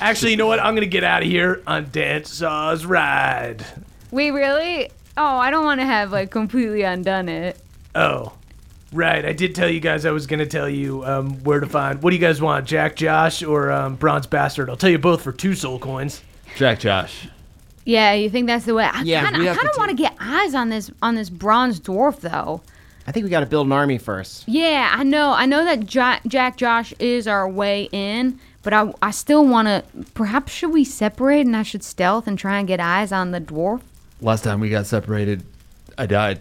[SPEAKER 1] Actually, you know what? I'm gonna get out of here on Dance Saw's ride.
[SPEAKER 14] We really? Oh, I don't want to have like completely undone it.
[SPEAKER 1] Oh, right. I did tell you guys I was going to tell you um, where to find. What do you guys want, Jack Josh or um, Bronze Bastard? I'll tell you both for two soul coins.
[SPEAKER 13] Jack Josh.
[SPEAKER 14] Yeah, you think that's the way? I
[SPEAKER 1] Yeah,
[SPEAKER 14] kinda,
[SPEAKER 1] we
[SPEAKER 14] I
[SPEAKER 1] have to
[SPEAKER 14] kind of want to get eyes on this on this bronze dwarf though.
[SPEAKER 6] I think we got to build an army first.
[SPEAKER 14] Yeah, I know. I know that Jack, Jack Josh is our way in, but I, I still want to. Perhaps should we separate and I should stealth and try and get eyes on the dwarf?
[SPEAKER 13] Last time we got separated, I died.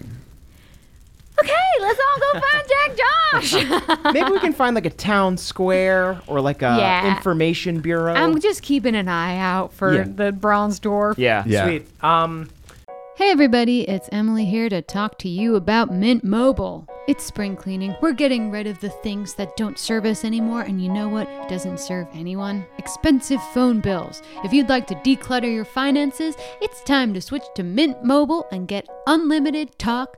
[SPEAKER 14] Okay, let's all go find Jack
[SPEAKER 1] [LAUGHS]
[SPEAKER 14] Josh.
[SPEAKER 6] Maybe we can find like a town square or like a
[SPEAKER 14] Yeah.
[SPEAKER 6] information bureau.
[SPEAKER 14] I'm just keeping an eye out for
[SPEAKER 6] Yeah.
[SPEAKER 14] the bronze dwarf.
[SPEAKER 6] Yeah. Yeah.
[SPEAKER 2] Sweet. Um,
[SPEAKER 5] Hey everybody, it's Emily here to talk to you about Mint Mobile. It's spring cleaning. We're getting rid of the things that don't serve us anymore, and you know what doesn't serve anyone? Expensive phone bills. If you'd like to declutter your finances, it's time to switch to Mint Mobile and get unlimited talk,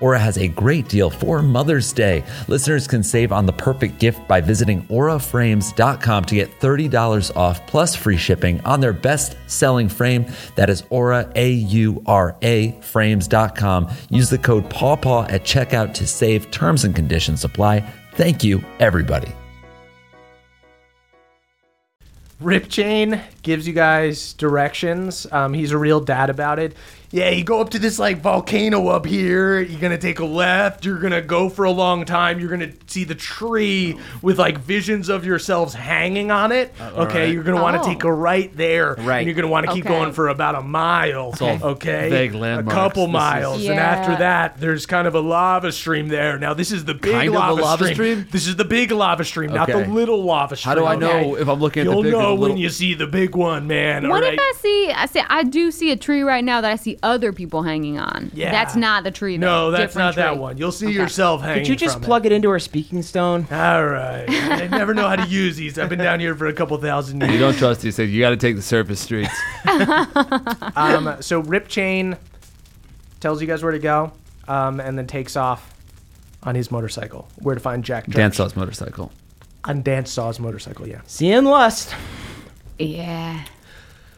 [SPEAKER 8] Aura has a great deal for Mother's Day. Listeners can save on the perfect gift by visiting auraframes.com to get $30 off plus free shipping on their best selling frame. That is aura, A U R A, frames.com. Use the code PAWPAW at checkout to save. Terms and conditions apply. Thank you, everybody.
[SPEAKER 2] Rip Chain gives you guys directions. Um, he's a real dad about it.
[SPEAKER 1] Yeah, you go up to this like volcano up here. You're gonna take a left. You're gonna go for a long time. You're gonna see the tree with like visions of yourselves hanging on it.
[SPEAKER 2] Uh, all
[SPEAKER 1] okay,
[SPEAKER 2] right.
[SPEAKER 1] you're gonna want
[SPEAKER 2] Oh.
[SPEAKER 1] to take a right there.
[SPEAKER 2] Right.
[SPEAKER 1] And you're gonna want to keep
[SPEAKER 2] Okay.
[SPEAKER 1] going for about a mile.
[SPEAKER 13] It's all
[SPEAKER 1] okay.
[SPEAKER 13] vague
[SPEAKER 1] a
[SPEAKER 13] landmarks.
[SPEAKER 1] couple
[SPEAKER 13] This is-
[SPEAKER 1] miles, and
[SPEAKER 13] Yeah.
[SPEAKER 1] after that, there's kind of a lava stream there. Now this is the big
[SPEAKER 13] Kind of a
[SPEAKER 1] lava,
[SPEAKER 13] lava
[SPEAKER 1] stream.
[SPEAKER 13] stream?
[SPEAKER 1] This is the big lava stream, not
[SPEAKER 13] Okay.
[SPEAKER 1] the little lava stream.
[SPEAKER 13] How do I know
[SPEAKER 1] okay?
[SPEAKER 13] if I'm looking at
[SPEAKER 1] You'll
[SPEAKER 13] the big or the
[SPEAKER 1] know
[SPEAKER 13] little-
[SPEAKER 1] when you see the big one, man. all
[SPEAKER 14] what
[SPEAKER 1] right?
[SPEAKER 14] if I see? I see. I do see a tree right now that I see other people hanging on.
[SPEAKER 1] Yeah.
[SPEAKER 14] that's not the tree.
[SPEAKER 1] No,
[SPEAKER 14] though.
[SPEAKER 1] that's
[SPEAKER 14] Different
[SPEAKER 1] not that
[SPEAKER 14] tree.
[SPEAKER 1] one. You'll see
[SPEAKER 14] Okay.
[SPEAKER 1] yourself hanging.
[SPEAKER 6] Could you just
[SPEAKER 1] from
[SPEAKER 6] plug it into our speaking stone?
[SPEAKER 1] All right. It. I never know how
[SPEAKER 14] [LAUGHS]
[SPEAKER 1] to use these. I've been down here for a couple thousand years.
[SPEAKER 13] You don't
[SPEAKER 14] [LAUGHS]
[SPEAKER 13] trust these things. You got to take the surface streets.
[SPEAKER 2] Um, so Rip Chain tells you guys where to go, um, and then takes off on his motorcycle. Where to find Jack? Josh.
[SPEAKER 8] Dan Saw's motorcycle.
[SPEAKER 2] on Dan Saw's motorcycle. Yeah.
[SPEAKER 6] See and lust.
[SPEAKER 14] Yeah.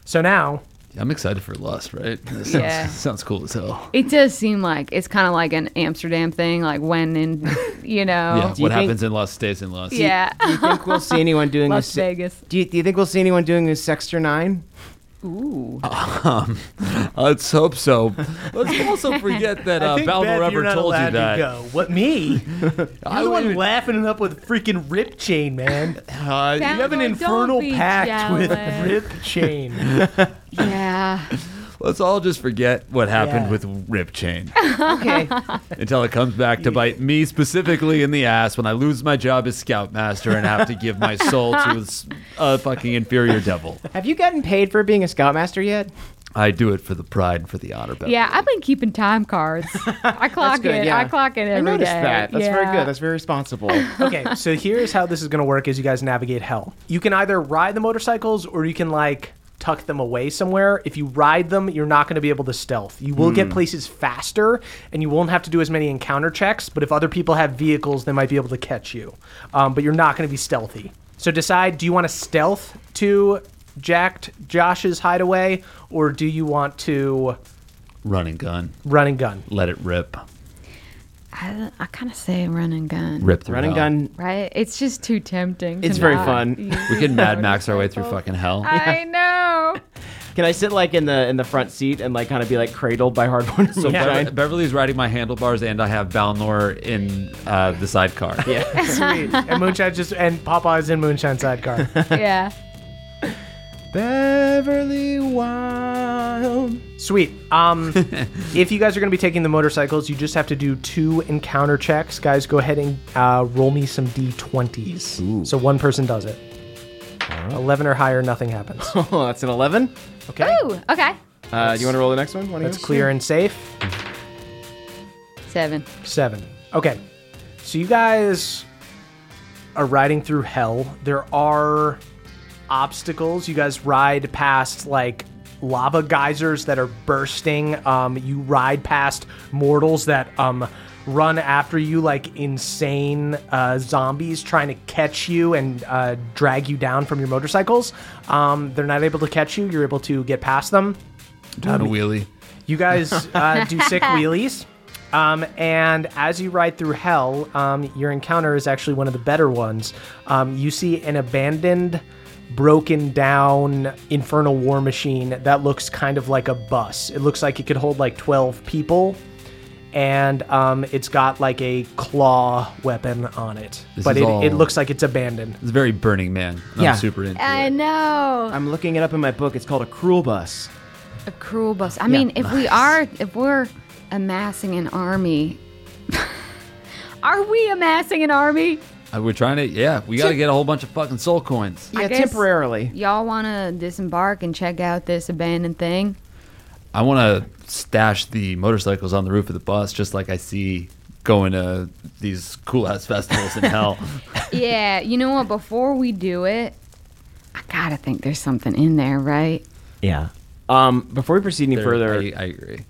[SPEAKER 2] So now.
[SPEAKER 8] I'm excited for Lust, right? That sounds,
[SPEAKER 14] Yeah.
[SPEAKER 8] sounds cool as hell.
[SPEAKER 14] It does seem like it's kind of like an Amsterdam thing, like when in, [LAUGHS] Oh, you know.
[SPEAKER 8] yeah, what happens in Lust stays in Lust.
[SPEAKER 14] Yeah.
[SPEAKER 6] [LAUGHS] Do you think we'll see anyone doing
[SPEAKER 14] [LAUGHS] Las
[SPEAKER 6] this?
[SPEAKER 14] Vegas.
[SPEAKER 6] Do you, do you think we'll see anyone doing this Sexter Nine?
[SPEAKER 14] Ooh.
[SPEAKER 8] Um, let's hope so.
[SPEAKER 14] [LAUGHS]
[SPEAKER 8] Let's also forget that
[SPEAKER 1] I
[SPEAKER 8] uh,
[SPEAKER 1] think, Beth,
[SPEAKER 8] Balmer
[SPEAKER 1] you're
[SPEAKER 8] ever
[SPEAKER 1] not
[SPEAKER 8] told you
[SPEAKER 1] allowed to
[SPEAKER 8] that.
[SPEAKER 1] go. What me? You're the one laughing it up with freaking Rip Chain,
[SPEAKER 14] [LAUGHS]
[SPEAKER 1] man.
[SPEAKER 8] Uh,
[SPEAKER 1] you have an
[SPEAKER 14] Balmer, don't
[SPEAKER 1] infernal
[SPEAKER 14] be
[SPEAKER 1] pact [LAUGHS]
[SPEAKER 14] jealous.
[SPEAKER 1] with Rip Chain.
[SPEAKER 14] Yeah.
[SPEAKER 8] Let's all just forget what happened
[SPEAKER 14] Yeah.
[SPEAKER 8] with Rip Chain
[SPEAKER 14] okay.
[SPEAKER 8] until it comes back to bite me specifically in the ass when I lose my job as scoutmaster and have to give my soul to a s- a fucking inferior devil.
[SPEAKER 6] Have you gotten paid for being a scoutmaster yet?
[SPEAKER 8] I do it for the pride and for the honor, Beth.
[SPEAKER 14] Yeah, I've been keeping
[SPEAKER 1] [LAUGHS]
[SPEAKER 14] time cards. I clock
[SPEAKER 6] good,
[SPEAKER 14] it.
[SPEAKER 6] yeah.
[SPEAKER 14] I clock it every day.
[SPEAKER 6] noticed that. That's very
[SPEAKER 14] Yeah.
[SPEAKER 6] good. That's very [LAUGHS] responsible.
[SPEAKER 2] okay, so here's how this is going to work as you guys navigate hell. You can either ride the motorcycles or you can like tuck them away somewhere. If you ride them, you're not going to be able to stealth. You will get
[SPEAKER 6] Hmm.
[SPEAKER 2] places faster and you won't have to do as many encounter checks, but if other people have vehicles, they might be able to catch you. Um, but you're not going to be stealthy. So decide do you want to stealth to jacked Josh's hideaway or do you want to
[SPEAKER 8] Run and gun.
[SPEAKER 2] run and gun?
[SPEAKER 8] Let it rip.
[SPEAKER 14] I, I kind of say run and gun.
[SPEAKER 8] Rip through Run and hell. gun.
[SPEAKER 14] Right? It's just too tempting. to
[SPEAKER 6] It's very
[SPEAKER 14] not
[SPEAKER 6] fun.
[SPEAKER 14] use
[SPEAKER 8] We can Mad
[SPEAKER 14] the
[SPEAKER 8] Max our way through
[SPEAKER 14] motorcycle.
[SPEAKER 8] fucking hell.
[SPEAKER 14] I
[SPEAKER 6] [LAUGHS]
[SPEAKER 14] know.
[SPEAKER 6] Can I sit like in the in the front seat and like kind of be like cradled by [LAUGHS] hardborn
[SPEAKER 8] So
[SPEAKER 6] sunshine?
[SPEAKER 8] Bever- Beverly's riding my handlebars, and I have Balnor in uh, the sidecar.
[SPEAKER 6] Yeah.
[SPEAKER 2] Sweet. and Moonshine just and Popeye's in Moonshine sidecar.
[SPEAKER 14] yeah.
[SPEAKER 6] Beverly Wild.
[SPEAKER 2] Sweet. Um, if you guys are going to be taking the motorcycles, you just have to do two encounter checks. Guys, go ahead and uh, roll me some d20s. So one person does it. 11 or higher, nothing happens.
[SPEAKER 6] [LAUGHS] oh, that's an 11.
[SPEAKER 2] Okay.
[SPEAKER 14] Ooh, okay.
[SPEAKER 6] Uh, do you want to roll the next one? Why don't you
[SPEAKER 2] That's
[SPEAKER 6] go?
[SPEAKER 2] clear and safe.
[SPEAKER 14] Seven.
[SPEAKER 2] Seven. Okay. So you guys are riding through hell. There are obstacles. You guys ride past like lava geysers that are bursting. Um, you ride past mortals that um, run after you like insane uh, zombies trying to catch you and uh, drag you down from your motorcycles. Um, they're not able to catch you. You're able to get past them.
[SPEAKER 8] Down a wheelie.
[SPEAKER 2] You guys uh, do sick wheelies. Um, and as you ride through hell, um, your encounter is actually one of the better ones. Um, you see an abandoned, broken down infernal war machine that looks kind of like a bus. It looks like it could hold like 12 people. And um, it's got like a claw weapon on it.
[SPEAKER 8] This
[SPEAKER 2] but
[SPEAKER 8] is
[SPEAKER 2] it,
[SPEAKER 8] all-
[SPEAKER 2] it looks like it's abandoned.
[SPEAKER 8] It's very Burning Man. and
[SPEAKER 6] Yeah.
[SPEAKER 8] I'm super in.
[SPEAKER 14] I know.
[SPEAKER 6] I'm looking it up in my book. It's called a cruel bus.
[SPEAKER 14] A cruel bus. I mean, if we are, if we're amassing an army, [LAUGHS] are we amassing an army?
[SPEAKER 8] Uh, We're trying to. Yeah, we got to get a whole bunch of fucking soul coins.
[SPEAKER 14] I guess Y'all want to disembark and check out this abandoned thing?
[SPEAKER 8] I want to stash the motorcycles on the roof of the bus, just like I see going to these cool ass festivals
[SPEAKER 6] [LAUGHS]
[SPEAKER 8] in hell.
[SPEAKER 14] yeah, you know what? Before we do it, I gotta think there's something in there, right?
[SPEAKER 6] Yeah. Um, before we proceed any
[SPEAKER 8] There-
[SPEAKER 6] further,
[SPEAKER 8] I- I agree.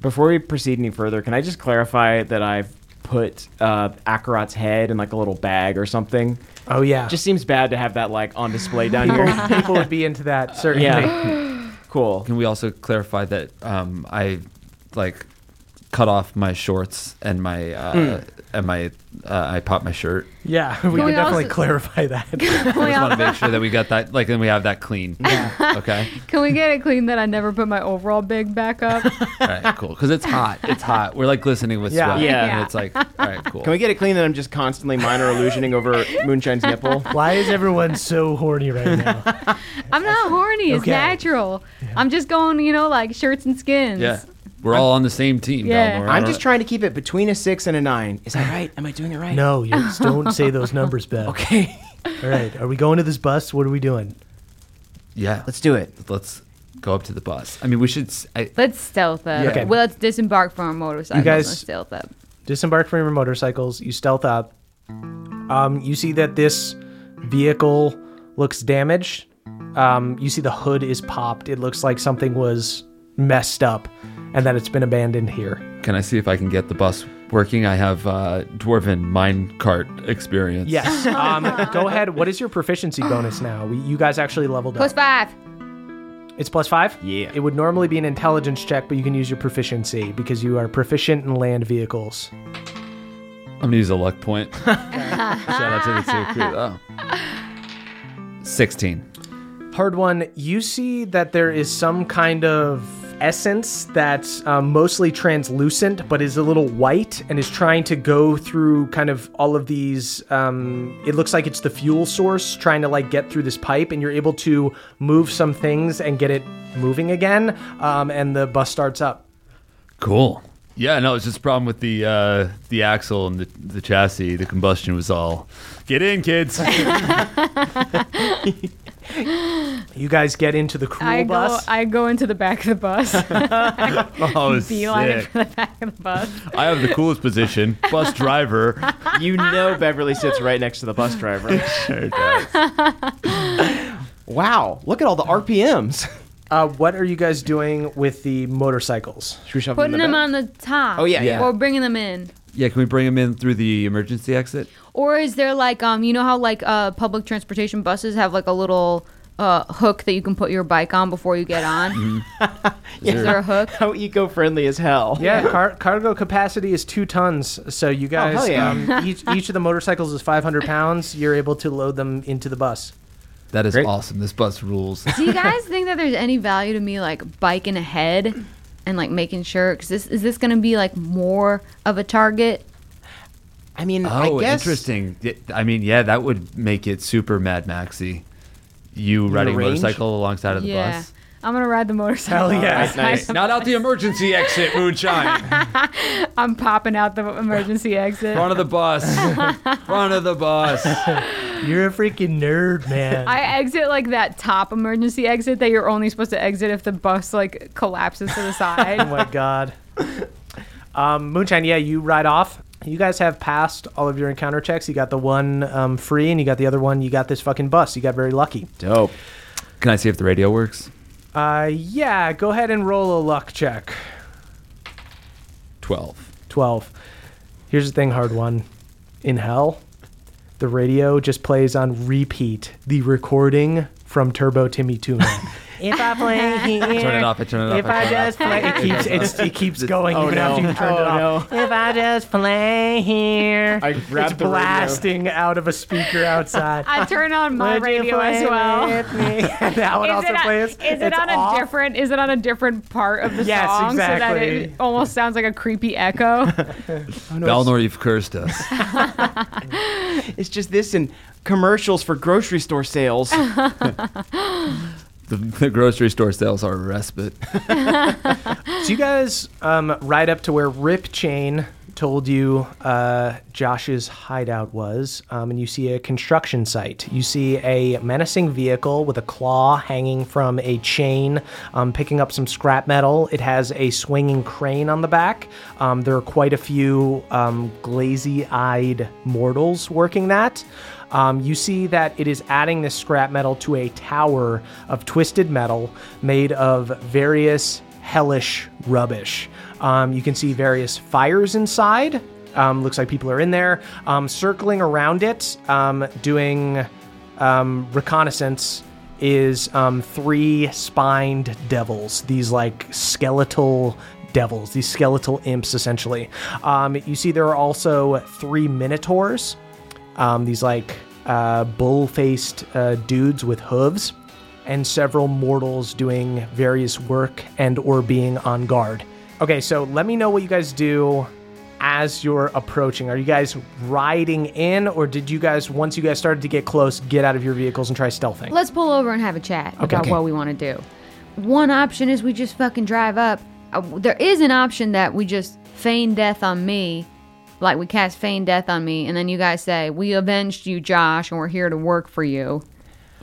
[SPEAKER 6] Before we proceed any further, can I just clarify that I've put uh, Akarat's head in like a little bag or something?
[SPEAKER 2] Oh yeah.
[SPEAKER 6] Just seems bad to have that like on display down
[SPEAKER 2] People,
[SPEAKER 6] [LAUGHS] here.
[SPEAKER 2] people would be into that, certainly.
[SPEAKER 6] Yeah. cool.
[SPEAKER 8] Can we also clarify that um, I like cut off my shorts and my uh,
[SPEAKER 6] Hmm.
[SPEAKER 2] Mm.
[SPEAKER 8] and my uh, I popped
[SPEAKER 6] [LAUGHS]
[SPEAKER 8] my shirt.
[SPEAKER 2] Yeah, [LAUGHS] we
[SPEAKER 14] Can
[SPEAKER 2] can
[SPEAKER 14] we
[SPEAKER 2] definitely
[SPEAKER 14] also-
[SPEAKER 2] clarify that.
[SPEAKER 8] I
[SPEAKER 14] [LAUGHS]
[SPEAKER 8] just want to
[SPEAKER 14] all-
[SPEAKER 8] make sure that we got that like and we have
[SPEAKER 6] [LAUGHS]
[SPEAKER 8] that clean. Okay.
[SPEAKER 14] Can we get it clean that I never put my overall big
[SPEAKER 6] [LAUGHS]
[SPEAKER 14] back up?
[SPEAKER 8] All right. Cool. Because it's hot. It's hot. We're like glistening with
[SPEAKER 6] Yeah.
[SPEAKER 8] sweat.
[SPEAKER 6] Yeah.
[SPEAKER 8] And it's like all right. Cool.
[SPEAKER 6] Can we get it clean that I'm just constantly minor illusioning over Moonshine's nipple?
[SPEAKER 2] Why is everyone so horny right now?
[SPEAKER 14] I'm not horny. It's
[SPEAKER 8] Okay.
[SPEAKER 14] natural. I'm just going, you know, like shirts and skins.
[SPEAKER 8] Yeah. We're all on the same team.
[SPEAKER 14] Yeah.
[SPEAKER 8] Balnor.
[SPEAKER 6] I'm just trying to keep it between a six and a nine. Is that right? Am I doing it right?
[SPEAKER 2] No, you just don't say those numbers, Bev.
[SPEAKER 6] Okay.
[SPEAKER 2] All right. Are we going to this bus? What are we doing?
[SPEAKER 8] Yeah.
[SPEAKER 6] Let's do it.
[SPEAKER 8] Let's go up to the bus. I mean, we should. s- I,
[SPEAKER 14] Let's stealth up.
[SPEAKER 2] Yeah. Okay.
[SPEAKER 14] Well, let's disembark from our motorcycles.
[SPEAKER 2] guys-
[SPEAKER 14] Let's stealth up.
[SPEAKER 2] Disembark from your motorcycles. You stealth up. Um, you see that this vehicle looks damaged. Um, you see the hood is popped. It looks like something was messed up and that it's been abandoned here.
[SPEAKER 8] Can I see if I can get the bus working? I have uh, dwarven mine cart experience.
[SPEAKER 2] Yes. Um, go ahead. What is your proficiency bonus now? We, you guys actually leveled
[SPEAKER 5] Plus
[SPEAKER 2] up.
[SPEAKER 5] five.
[SPEAKER 2] It's plus five? Yeah. It would normally be an intelligence check, but you can use your proficiency because you are proficient in land vehicles.
[SPEAKER 8] I'm gonna use a luck
[SPEAKER 6] [LAUGHS]
[SPEAKER 8] point. Shout out to the two crew. Oh. 16.
[SPEAKER 2] Hard one. You see that there is some kind of essence that's um, mostly translucent, but is a little white and is trying to go through kind of all of these. Um, it looks like it's the fuel source trying to like get through this pipe, and you're able to move some things and get it moving again. Um, and the bus starts up.
[SPEAKER 8] Cool. Yeah, no, it's just a problem with the uh, the axle and the, the chassis. The combustion was all. Get in, kids. [LAUGHS]
[SPEAKER 2] You guys get into the cruel
[SPEAKER 14] I go,
[SPEAKER 2] bus.
[SPEAKER 14] I go into the back of the
[SPEAKER 2] [LAUGHS]
[SPEAKER 14] bus. [LAUGHS]
[SPEAKER 8] Oh,
[SPEAKER 14] Beeline in
[SPEAKER 8] sick.
[SPEAKER 14] for the back of the bus.
[SPEAKER 8] I have the coolest position, bus
[SPEAKER 14] [LAUGHS]
[SPEAKER 8] driver.
[SPEAKER 12] You know Beverly sits right next to the bus driver.
[SPEAKER 2] Wow, look at all the RPMs. Uh, what are you guys doing with the motorcycles?
[SPEAKER 12] Should we shove
[SPEAKER 5] Putting them on the top.
[SPEAKER 8] Oh, yeah, yeah.
[SPEAKER 5] Or bringing them in.
[SPEAKER 8] Yeah, can we bring him in through the emergency exit?
[SPEAKER 5] Or is there like um you know how like uh public transportation buses have like a little uh hook that you can put your bike on before you get on?
[SPEAKER 8] Mm-hmm.
[SPEAKER 2] [LAUGHS]
[SPEAKER 5] Is there a hook?
[SPEAKER 12] How eco-friendly as hell.
[SPEAKER 2] Yeah, car- cargo capacity is two tons. So you guys,
[SPEAKER 12] Oh, hell yeah. [LAUGHS]
[SPEAKER 2] um, each, each of the motorcycles is 500 pounds. You're able to load them into the bus.
[SPEAKER 8] That is awesome. This bus rules.
[SPEAKER 5] Do you guys think that there's any value to me like biking
[SPEAKER 8] [CLEARS THROAT]
[SPEAKER 5] ahead and like making sure? Cause this is this gonna be like more of a target?
[SPEAKER 12] I mean,
[SPEAKER 8] Oh, interesting. Y- I mean, yeah, that would make it super Mad Maxy. You riding a
[SPEAKER 12] range?
[SPEAKER 8] motorcycle alongside of the
[SPEAKER 14] yeah.
[SPEAKER 8] bus.
[SPEAKER 14] I'm gonna ride the motorcycle.
[SPEAKER 2] Uh,
[SPEAKER 12] [LAUGHS]
[SPEAKER 8] Not out the emergency
[SPEAKER 15] [LAUGHS]
[SPEAKER 8] exit, moonshine.
[SPEAKER 14] I'm popping out the emergency exit.
[SPEAKER 8] Front of the bus. Front of the bus.
[SPEAKER 2] You're a freaking nerd, man.
[SPEAKER 14] I exit like that top emergency exit that you're only supposed to exit if the bus like collapses
[SPEAKER 2] [LAUGHS]
[SPEAKER 14] to the
[SPEAKER 2] oh
[SPEAKER 14] side.
[SPEAKER 2] my god. Um, Moonshine, yeah, you ride off. You guys have passed all of your encounter checks. You got the one um, free, and you got the other one. You got this fucking bus. You got very lucky.
[SPEAKER 8] Dope. Can I see if the radio works?
[SPEAKER 2] Uh, yeah, go ahead and roll a luck check.
[SPEAKER 8] 12.
[SPEAKER 2] 12. Here's the thing, hard one. In hell, the radio just plays on repeat the recording from Turbo Timmy [LAUGHS] Tuna.
[SPEAKER 15] If I play here,
[SPEAKER 8] Turn it off. I turn it off.
[SPEAKER 15] If I
[SPEAKER 8] turn
[SPEAKER 15] just
[SPEAKER 8] off.
[SPEAKER 15] play,
[SPEAKER 2] it keeps it's, it keeps going
[SPEAKER 15] Oh,
[SPEAKER 2] even
[SPEAKER 15] no.
[SPEAKER 2] after you turned
[SPEAKER 15] Oh,
[SPEAKER 2] it off.
[SPEAKER 15] if I just play here,
[SPEAKER 2] I
[SPEAKER 15] grabbed
[SPEAKER 2] it's
[SPEAKER 15] the radio.
[SPEAKER 2] blasting out of a speaker outside.
[SPEAKER 14] I turn on my
[SPEAKER 15] Would you
[SPEAKER 14] radio
[SPEAKER 15] play
[SPEAKER 14] as well.
[SPEAKER 15] with
[SPEAKER 2] [LAUGHS]
[SPEAKER 15] me?
[SPEAKER 2] That one
[SPEAKER 14] is
[SPEAKER 2] also
[SPEAKER 14] it on,
[SPEAKER 2] plays.
[SPEAKER 14] Is it
[SPEAKER 2] It's
[SPEAKER 14] on
[SPEAKER 2] off.
[SPEAKER 14] a different? Is it on a different part of the
[SPEAKER 2] Yes,
[SPEAKER 14] song so that it
[SPEAKER 2] exactly.
[SPEAKER 14] almost sounds like a
[SPEAKER 2] [LAUGHS]
[SPEAKER 14] creepy echo?
[SPEAKER 8] Balnor, you've cursed us. [LAUGHS]
[SPEAKER 12] It's just this and commercials for grocery store sales.
[SPEAKER 15] [LAUGHS]
[SPEAKER 8] The, the grocery store sales are a respite.
[SPEAKER 2] So you guys um, ride up to where Rip Chain told you uh, Josh's hideout was, um, and you see a construction site. You see a menacing vehicle with a claw hanging from a chain, um, picking up some scrap metal. It has a swinging crane on the back. Um, there are quite a few um, glazy-eyed mortals working that. Um, you see that it is adding this scrap metal to a tower of twisted metal made of various hellish rubbish. Um, you can see various fires inside. Um, looks like people are in there, um, circling around it, um, doing um, reconnaissance. Is um, three spined devils, these like skeletal devils, these skeletal imps, essentially. Um, you see, there are also three minotaurs, um, these like uh, bull faced uh, dudes with hooves, and several mortals doing various work and or being on guard. Okay, so let me know what you guys do as you're approaching. Are you guys riding in, or did you guys, once you guys started to get close, get out of your vehicles and try stealthing?
[SPEAKER 5] Let's pull over and have a chat
[SPEAKER 2] Okay.
[SPEAKER 5] about
[SPEAKER 2] Okay.
[SPEAKER 5] what we want to do. One option is we just fucking drive up. Uh, there is an option that we just feign death on me, like we cast feign death on me, and then you guys say we avenged you, Josh, and we're here to work for you.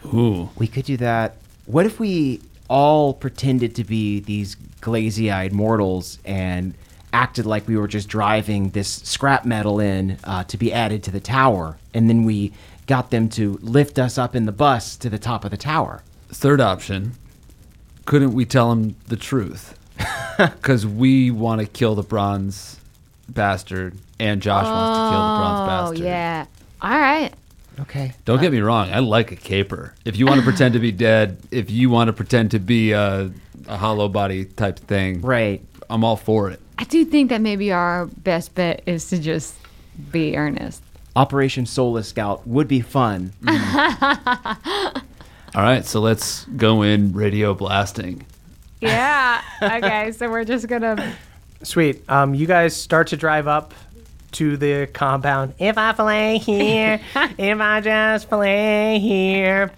[SPEAKER 8] Ooh.
[SPEAKER 12] We could do that. What if we all pretended to be these glazy eyed mortals and acted like we were just driving this scrap metal in uh, to be added to the tower? And then we got them to lift us up in the bus to the top of the tower.
[SPEAKER 8] Third option. Couldn't we tell him the truth? because we want to kill the bronze bastard, and Josh wants to kill the bronze
[SPEAKER 5] oh,
[SPEAKER 8] bastard.
[SPEAKER 5] yeah. All right.
[SPEAKER 6] Okay.
[SPEAKER 8] Don't get me wrong, I like a caper. If you want to pretend to be dead, if you want to pretend to be a, a hollow body type thing,
[SPEAKER 6] right?
[SPEAKER 8] I'm all for it.
[SPEAKER 5] I do think that maybe our best bet is to just be earnest.
[SPEAKER 6] Operation Solar Scout would
[SPEAKER 15] [LAUGHS]
[SPEAKER 6] be fun.
[SPEAKER 8] All right, so let's go in radio blasting.
[SPEAKER 2] [LAUGHS]
[SPEAKER 14] Yeah. Okay. So we're just gonna.
[SPEAKER 2] Sweet. Um, you guys start to drive up to the compound.
[SPEAKER 15] If I play here, if I just play here.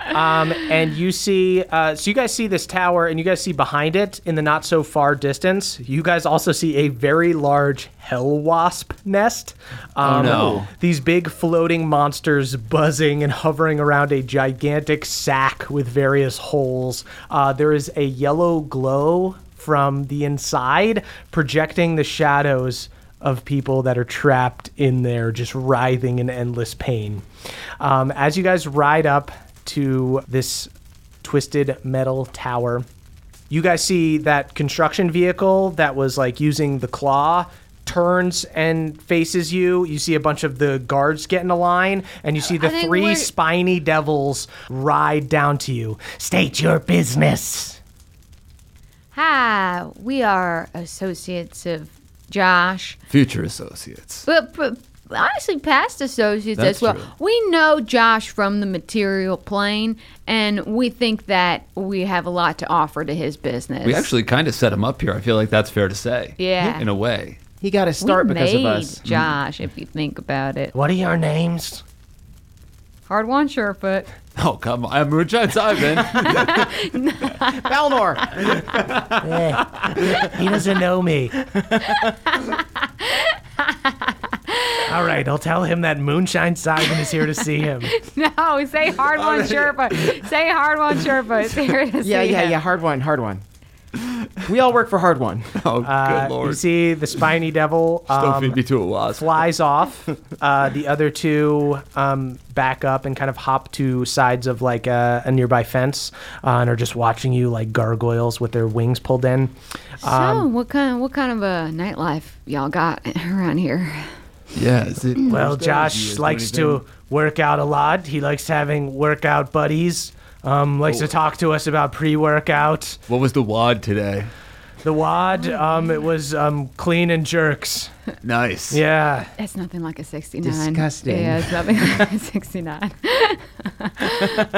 [SPEAKER 2] Um, and you see, uh, so you guys see this tower, and you guys see behind it in the not so far distance. You guys also see a very large hell wasp nest. Um,
[SPEAKER 8] Oh, no.
[SPEAKER 2] These big floating monsters buzzing and hovering around a gigantic sack with various holes. Uh, there is a yellow glow from the inside, projecting the shadows of people that are trapped in there, just writhing in endless pain. Um, as you guys ride up to this twisted metal tower, you guys see that construction vehicle that was like using the claw turns and faces you. You see a bunch of the guards get in a line, and you see the
[SPEAKER 15] I think
[SPEAKER 2] three
[SPEAKER 15] we're-
[SPEAKER 2] spiny devils ride down to you. State your business.
[SPEAKER 5] Hi, we are associates of Josh.
[SPEAKER 8] Future associates.
[SPEAKER 5] But, but honestly, past associates
[SPEAKER 8] That's
[SPEAKER 5] as well.
[SPEAKER 8] true.
[SPEAKER 5] We know Josh from the material plane, and we think that we have a lot to offer to his business.
[SPEAKER 8] We actually kind of set him up here. I feel like that's fair to say.
[SPEAKER 5] Yeah.
[SPEAKER 8] In a way.
[SPEAKER 6] He got a
[SPEAKER 5] We
[SPEAKER 6] start because of
[SPEAKER 5] made
[SPEAKER 6] us. Mm.
[SPEAKER 5] Josh, if you think about it.
[SPEAKER 2] What are your names?
[SPEAKER 5] Hard one, [LAUGHS] Surefoot.
[SPEAKER 8] Oh, come on. I'm Richard Simon.
[SPEAKER 6] Balnor.
[SPEAKER 15] [LAUGHS]
[SPEAKER 2] he doesn't know
[SPEAKER 14] [LAUGHS]
[SPEAKER 2] me. All right, I'll tell him that Moonshine Simon is here to see
[SPEAKER 14] [LAUGHS]
[SPEAKER 2] him.
[SPEAKER 14] No, say hard one, Sherpa. Say hard one, Sherpa. It's here to
[SPEAKER 6] yeah,
[SPEAKER 14] see
[SPEAKER 6] yeah,
[SPEAKER 14] him.
[SPEAKER 6] yeah. Hard one, hard one. We all work for hard one.
[SPEAKER 8] [LAUGHS] Oh,
[SPEAKER 2] Uh, You see the spiny devil um,
[SPEAKER 8] to a wasp.
[SPEAKER 2] flies off. Uh, the other two um, back up and kind of hop to sides of like a, a nearby fence uh, and are just watching you like gargoyles with their wings pulled in.
[SPEAKER 5] so, what kind, what kind of a nightlife y'all got around here?
[SPEAKER 8] Yeah, is it?
[SPEAKER 2] Well,
[SPEAKER 5] Thursday? Do you
[SPEAKER 2] Josh
[SPEAKER 5] do
[SPEAKER 2] likes to
[SPEAKER 5] anything?
[SPEAKER 2] work out a lot. He likes having workout buddies. Um, likes to talk to us about pre-workout.
[SPEAKER 8] What was the wad today?
[SPEAKER 2] The wad, um, it was um, clean and jerks.
[SPEAKER 8] Nice.
[SPEAKER 2] Yeah.
[SPEAKER 5] That's nothing like a 69.
[SPEAKER 2] Disgusting.
[SPEAKER 5] Yeah, it's nothing like a 69.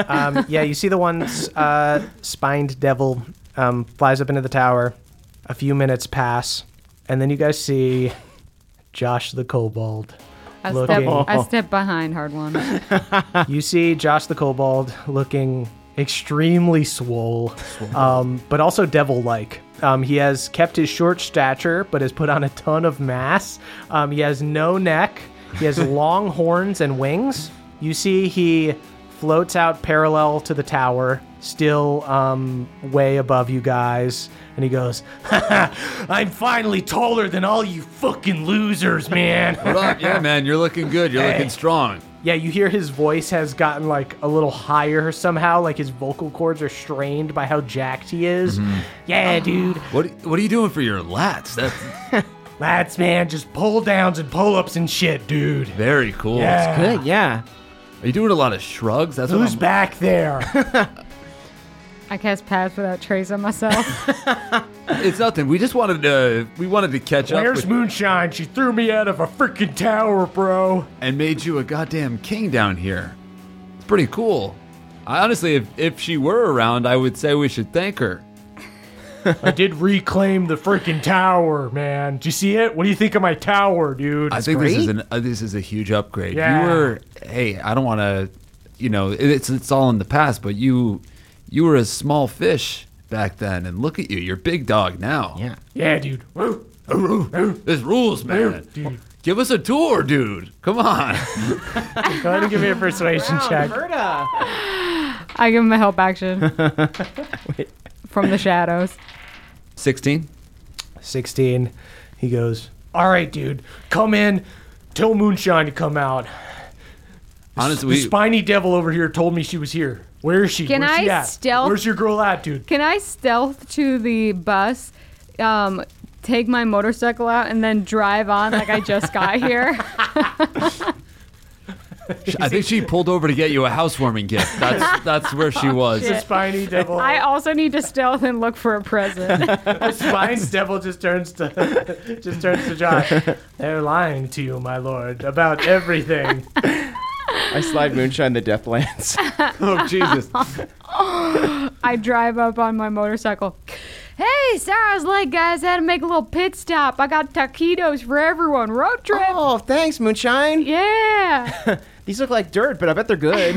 [SPEAKER 2] um, yeah, you see the one uh, spined devil um, flies up into the tower. A few minutes pass, and then you guys see Josh the Kobold.
[SPEAKER 14] I step,
[SPEAKER 2] looking.
[SPEAKER 14] I step behind hard one.
[SPEAKER 2] you see Josh the Kobold looking extremely swole, um, but also devil like. Um, he has kept his short stature, but has put on a ton of mass. Um, he has no neck. He has long horns and wings. You see, he floats out parallel to the tower, still um, way above you guys. And he goes, [LAUGHS] I'm finally taller than all Oh, you fucking losers, man.
[SPEAKER 8] What
[SPEAKER 2] [LAUGHS]
[SPEAKER 8] up? Yeah, man. You're looking good. You're
[SPEAKER 2] Hey.
[SPEAKER 8] looking strong.
[SPEAKER 2] Yeah, you hear his voice has gotten like a little higher somehow. Like his vocal cords are strained by how jacked he is. Yeah, dude.
[SPEAKER 8] What What are you doing for your lats? That's
[SPEAKER 2] Lats, man, just pull downs and pull ups and shit, dude.
[SPEAKER 8] very cool.
[SPEAKER 2] Yeah. That's good,
[SPEAKER 6] Yeah.
[SPEAKER 8] Are you doing a lot of shrugs? That's what
[SPEAKER 2] Who's
[SPEAKER 8] I'm-
[SPEAKER 2] back there?
[SPEAKER 14] I cast pass without trace on myself.
[SPEAKER 8] It's nothing. We just wanted to. We wanted to catch up.
[SPEAKER 1] Where's
[SPEAKER 8] with-
[SPEAKER 1] Moonshine? She threw me out of a freaking tower, bro.
[SPEAKER 8] and made you a goddamn king down here. It's pretty cool. I honestly, if, if she were around, I would say we should thank her.
[SPEAKER 1] I did reclaim the freaking tower, man. Do you see it? What do you think of my tower, dude?
[SPEAKER 8] I think this is an uh, this is a huge upgrade.
[SPEAKER 1] Yeah.
[SPEAKER 8] You were hey, I don't want to, you know, it- it's it's all in the past, but you you were a small fish back then, and look at you, you're a big dog now. [CLEARS THROAT] Yeah,
[SPEAKER 1] Yeah, dude. Woo.
[SPEAKER 8] There's rules, man.
[SPEAKER 1] Dude.
[SPEAKER 8] Give us a tour, dude. Come on.
[SPEAKER 2] Go ahead and give me a persuasion check.
[SPEAKER 14] I give him a help action from the shadows.
[SPEAKER 8] Sixteen.
[SPEAKER 2] Sixteen. He goes.
[SPEAKER 1] All right, dude. Come in. Tell Moonshine to come out. The s-
[SPEAKER 8] Honestly,
[SPEAKER 1] the
[SPEAKER 8] we-
[SPEAKER 1] spiny devil over here told me she was here. Where is she?
[SPEAKER 14] Can
[SPEAKER 1] Where's she
[SPEAKER 14] I
[SPEAKER 1] at?
[SPEAKER 14] stealth- [LAUGHS]
[SPEAKER 1] Where's your girl at, dude?
[SPEAKER 14] Can I stealth to the bus um, take my motorcycle out and then drive on like I just got here.
[SPEAKER 8] I think she pulled over to get you a housewarming
[SPEAKER 1] [LAUGHS]
[SPEAKER 8] gift. That's that's where she was.
[SPEAKER 1] The spiny devil.
[SPEAKER 14] I also need to stealth and look for a present.
[SPEAKER 1] the spine devil just turns to [LAUGHS] just turns to Josh.
[SPEAKER 8] [LAUGHS]
[SPEAKER 1] They're lying to you, my lord, about
[SPEAKER 14] [LAUGHS]
[SPEAKER 1] everything.
[SPEAKER 12] I slide moonshine the Deathlands.
[SPEAKER 8] oh Jesus!
[SPEAKER 14] I drive up on my motorcycle. Hey, Sarah's late, guys. Had to make a little pit stop. I got taquitos for everyone. Road trip.
[SPEAKER 12] [LAUGHS] Oh, thanks, Moonshine.
[SPEAKER 14] Yeah.
[SPEAKER 12] These look like dirt, but I bet they're good.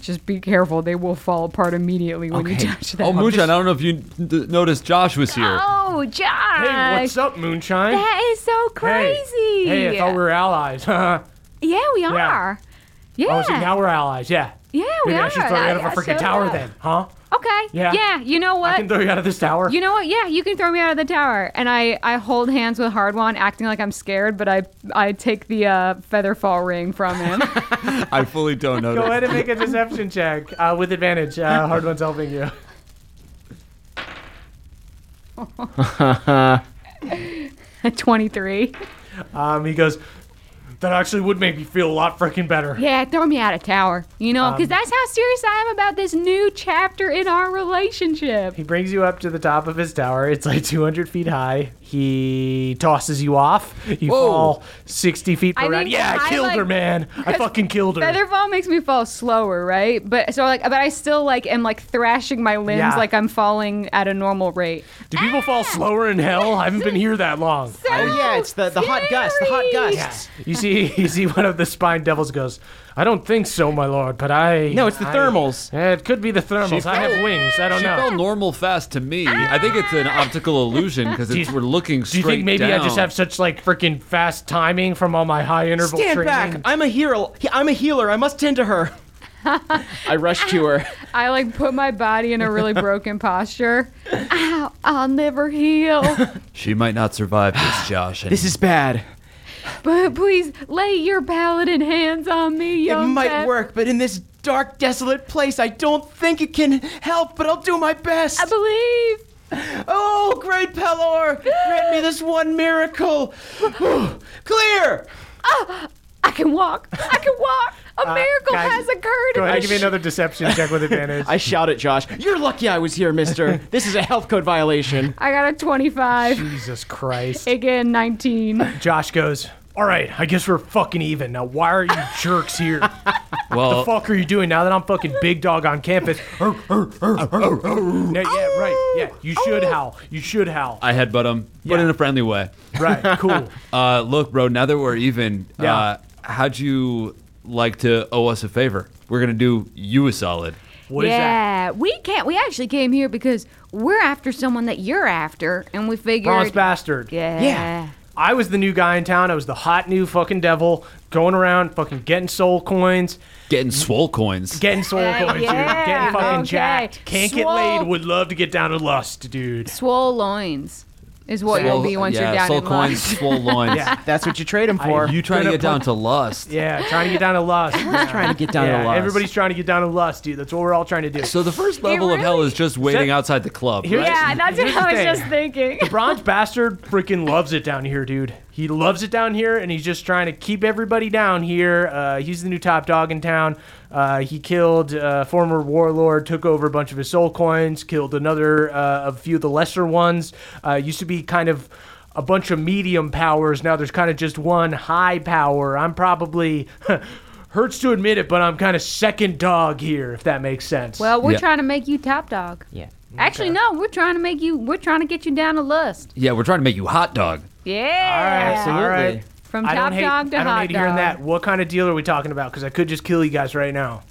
[SPEAKER 14] Just be careful. They will fall apart immediately when you touch them.
[SPEAKER 8] Oh, Moonshine, I don't know if you d- noticed Josh was here.
[SPEAKER 14] Oh, Josh.
[SPEAKER 1] Hey, what's up, Moonshine?
[SPEAKER 14] That is so
[SPEAKER 1] Hey.
[SPEAKER 14] Uh, crazy.
[SPEAKER 1] Hey, I thought we were allies. [LAUGHS] Uh-huh. yeah.
[SPEAKER 14] Yeah, we
[SPEAKER 1] Yeah.
[SPEAKER 14] are. Yeah.
[SPEAKER 1] Oh, so now we're allies. Yeah.
[SPEAKER 14] Yeah, we
[SPEAKER 1] Maybe I
[SPEAKER 14] are.
[SPEAKER 1] should throw you out of a
[SPEAKER 14] Yeah,
[SPEAKER 1] freaking
[SPEAKER 14] so
[SPEAKER 1] tower
[SPEAKER 14] yeah.
[SPEAKER 1] then, huh?
[SPEAKER 14] Okay.
[SPEAKER 1] Yeah.
[SPEAKER 14] You know what?
[SPEAKER 1] I can throw you out of this tower.
[SPEAKER 14] You know what? Yeah, you can throw me out of the tower. And I, I hold hands with Hardwan, acting like I'm scared, but I I take the uh, featherfall ring
[SPEAKER 1] [LAUGHS]
[SPEAKER 14] from him. [LAUGHS]
[SPEAKER 8] I fully don't know.
[SPEAKER 1] Go ahead and make a deception check uh, with advantage. Uh,
[SPEAKER 14] [LAUGHS]
[SPEAKER 1] hard one's helping you.
[SPEAKER 14] Twenty three.
[SPEAKER 1] Um, he goes, that actually would make me feel a lot freaking better.
[SPEAKER 14] Yeah, throw me out of tower. You know, because
[SPEAKER 1] Um,
[SPEAKER 14] that's how serious I am about this new chapter in our relationship.
[SPEAKER 1] He brings you up to the top of his tower. It's like 200 feet high. He tosses you off. You fall 60 feet per
[SPEAKER 14] I
[SPEAKER 1] round.
[SPEAKER 14] think
[SPEAKER 1] Yeah, I
[SPEAKER 14] I
[SPEAKER 1] killed her,
[SPEAKER 14] like-
[SPEAKER 1] man. I fucking killed her.
[SPEAKER 14] Featherfall makes me fall slower, right? But so like, but I still like am like thrashing my limbs
[SPEAKER 1] Yeah.
[SPEAKER 14] like I'm falling at a normal rate.
[SPEAKER 1] Do people
[SPEAKER 14] Ah!
[SPEAKER 1] fall slower in hell? I haven't been here that
[SPEAKER 14] [LAUGHS]
[SPEAKER 1] long.
[SPEAKER 12] oh, yeah, it's the, the hot gust, the hot gust.
[SPEAKER 1] You see, [LAUGHS] you see, one of the spine devils goes, "I don't think so, my lord, but I."
[SPEAKER 12] No, it's the
[SPEAKER 1] I-
[SPEAKER 12] thermals.
[SPEAKER 1] Yeah, it could be the thermals. I have
[SPEAKER 8] fell-
[SPEAKER 1] wings. I don't
[SPEAKER 8] she
[SPEAKER 1] know.
[SPEAKER 8] fell normal fast to me. I think it's an optical illusion because
[SPEAKER 1] Do
[SPEAKER 8] we're looking
[SPEAKER 1] Do
[SPEAKER 8] straight
[SPEAKER 1] you think maybe I just
[SPEAKER 8] down.
[SPEAKER 1] have such like freaking fast timing from all my high interval
[SPEAKER 12] Stand
[SPEAKER 1] training?
[SPEAKER 12] back. I'm a hero. he- I'm a healer. I must tend to her. I rush to her.
[SPEAKER 14] I like put my body in
[SPEAKER 12] [LAUGHS]
[SPEAKER 14] a really broken posture. Ow, I'll never heal.
[SPEAKER 8] She might not survive
[SPEAKER 1] [GASPS]
[SPEAKER 8] this, Josh.
[SPEAKER 12] This is bad.
[SPEAKER 14] But please lay your paladin hands on me,
[SPEAKER 12] It
[SPEAKER 14] young
[SPEAKER 12] might
[SPEAKER 14] man.
[SPEAKER 12] work, but in this dark, desolate place, I don't think it can help, but I'll do my best. I
[SPEAKER 14] believe.
[SPEAKER 12] Oh, great Pelor, grant me this one miracle. Clear!
[SPEAKER 14] Ah, I can walk. I can
[SPEAKER 12] [LAUGHS]
[SPEAKER 14] walk. A
[SPEAKER 12] Uh,
[SPEAKER 14] miracle
[SPEAKER 12] guys,
[SPEAKER 14] has occurred.
[SPEAKER 12] go ahead and
[SPEAKER 14] I
[SPEAKER 12] give me
[SPEAKER 14] sh-
[SPEAKER 12] another
[SPEAKER 1] deception check with advantage.
[SPEAKER 12] I shout at Josh, You're lucky I was here, [LAUGHS] mister. This is a health code violation.
[SPEAKER 14] I got a
[SPEAKER 12] [LAUGHS]
[SPEAKER 14] 25.
[SPEAKER 1] Jesus Christ.
[SPEAKER 14] Again, 19.
[SPEAKER 1] Josh goes, "All right, I guess we're fucking even. Now, why are you jerks here?
[SPEAKER 8] Well-
[SPEAKER 1] the fuck are you doing now that I'm fucking big dog on campus? yeah, yeah, right. Yeah, you should
[SPEAKER 12] Oh.
[SPEAKER 1] howl. You should howl.
[SPEAKER 8] I headbutt him, but in a friendly way.
[SPEAKER 1] Right. Cool.
[SPEAKER 8] [LAUGHS] Uh, look, bro. Now that we're even,
[SPEAKER 1] Yeah.
[SPEAKER 8] uh, how'd you like to owe us a favor? We're gonna do you a solid.
[SPEAKER 5] yeah, we can't. We actually came here because we're after someone that you're after, and we figured.
[SPEAKER 1] Bronze bastard.
[SPEAKER 5] Yeah. Yeah.
[SPEAKER 1] I was the new guy in town. I was the hot new fucking devil going around fucking getting soul coins.
[SPEAKER 8] Getting swole coins.
[SPEAKER 1] Getting soul
[SPEAKER 5] Yeah,
[SPEAKER 1] coins, dude. Getting fucking
[SPEAKER 5] okay.
[SPEAKER 1] jacked. Can't
[SPEAKER 5] Swole-
[SPEAKER 1] get laid. Would love to get down to lust, dude.
[SPEAKER 5] Swole loins is what
[SPEAKER 1] Swole-
[SPEAKER 5] you'll be once
[SPEAKER 1] yeah,
[SPEAKER 5] you're down
[SPEAKER 1] swole
[SPEAKER 5] in [LAUGHS]
[SPEAKER 1] coins,
[SPEAKER 5] lust.
[SPEAKER 8] swole loins.
[SPEAKER 1] Yeah.
[SPEAKER 12] That's what you trade him for.
[SPEAKER 8] you trying to get down to lust?
[SPEAKER 1] Yeah, trying to get down to lust.
[SPEAKER 12] trying to get [LAUGHS] down to
[SPEAKER 1] Yeah,
[SPEAKER 8] lust.
[SPEAKER 1] Everybody's trying to get down to lust, dude. That's what we're all trying to do.
[SPEAKER 8] So the first level of hell is just waiting outside the club.
[SPEAKER 1] Here's-
[SPEAKER 8] right?
[SPEAKER 14] Yeah, that's what
[SPEAKER 1] here's the
[SPEAKER 14] I was
[SPEAKER 1] thing.
[SPEAKER 14] just
[SPEAKER 1] [LAUGHS]
[SPEAKER 14] thinking.
[SPEAKER 1] The bronze bastard freaking loves it down here, dude. He loves it down here, and he's just trying to keep everybody down here. Uh, he's the new top dog in town. Uh, he killed uh, former warlord, took over a bunch of his soul coins, killed another uh, a few of the lesser ones. Uh, used to be kind of a bunch of medium powers. Now there's kind of just one high power. I'm probably. [LAUGHS] Hurts to admit it, but I'm kind of second dog here, if that makes sense.
[SPEAKER 5] Well, Uh, we're trying to make you top dog.
[SPEAKER 12] Yeah.
[SPEAKER 5] Actually, no, we're trying to make you. We're trying to get you down to lust.
[SPEAKER 8] Yeah, we're trying to make you hot dog.
[SPEAKER 5] Yeah. From
[SPEAKER 1] I don't
[SPEAKER 5] top
[SPEAKER 1] hate-
[SPEAKER 5] dog to
[SPEAKER 1] I don't
[SPEAKER 5] hot
[SPEAKER 1] hate hearing
[SPEAKER 5] dog.
[SPEAKER 1] that. What kind of deal are we talking about? Because I could just kill you guys right now,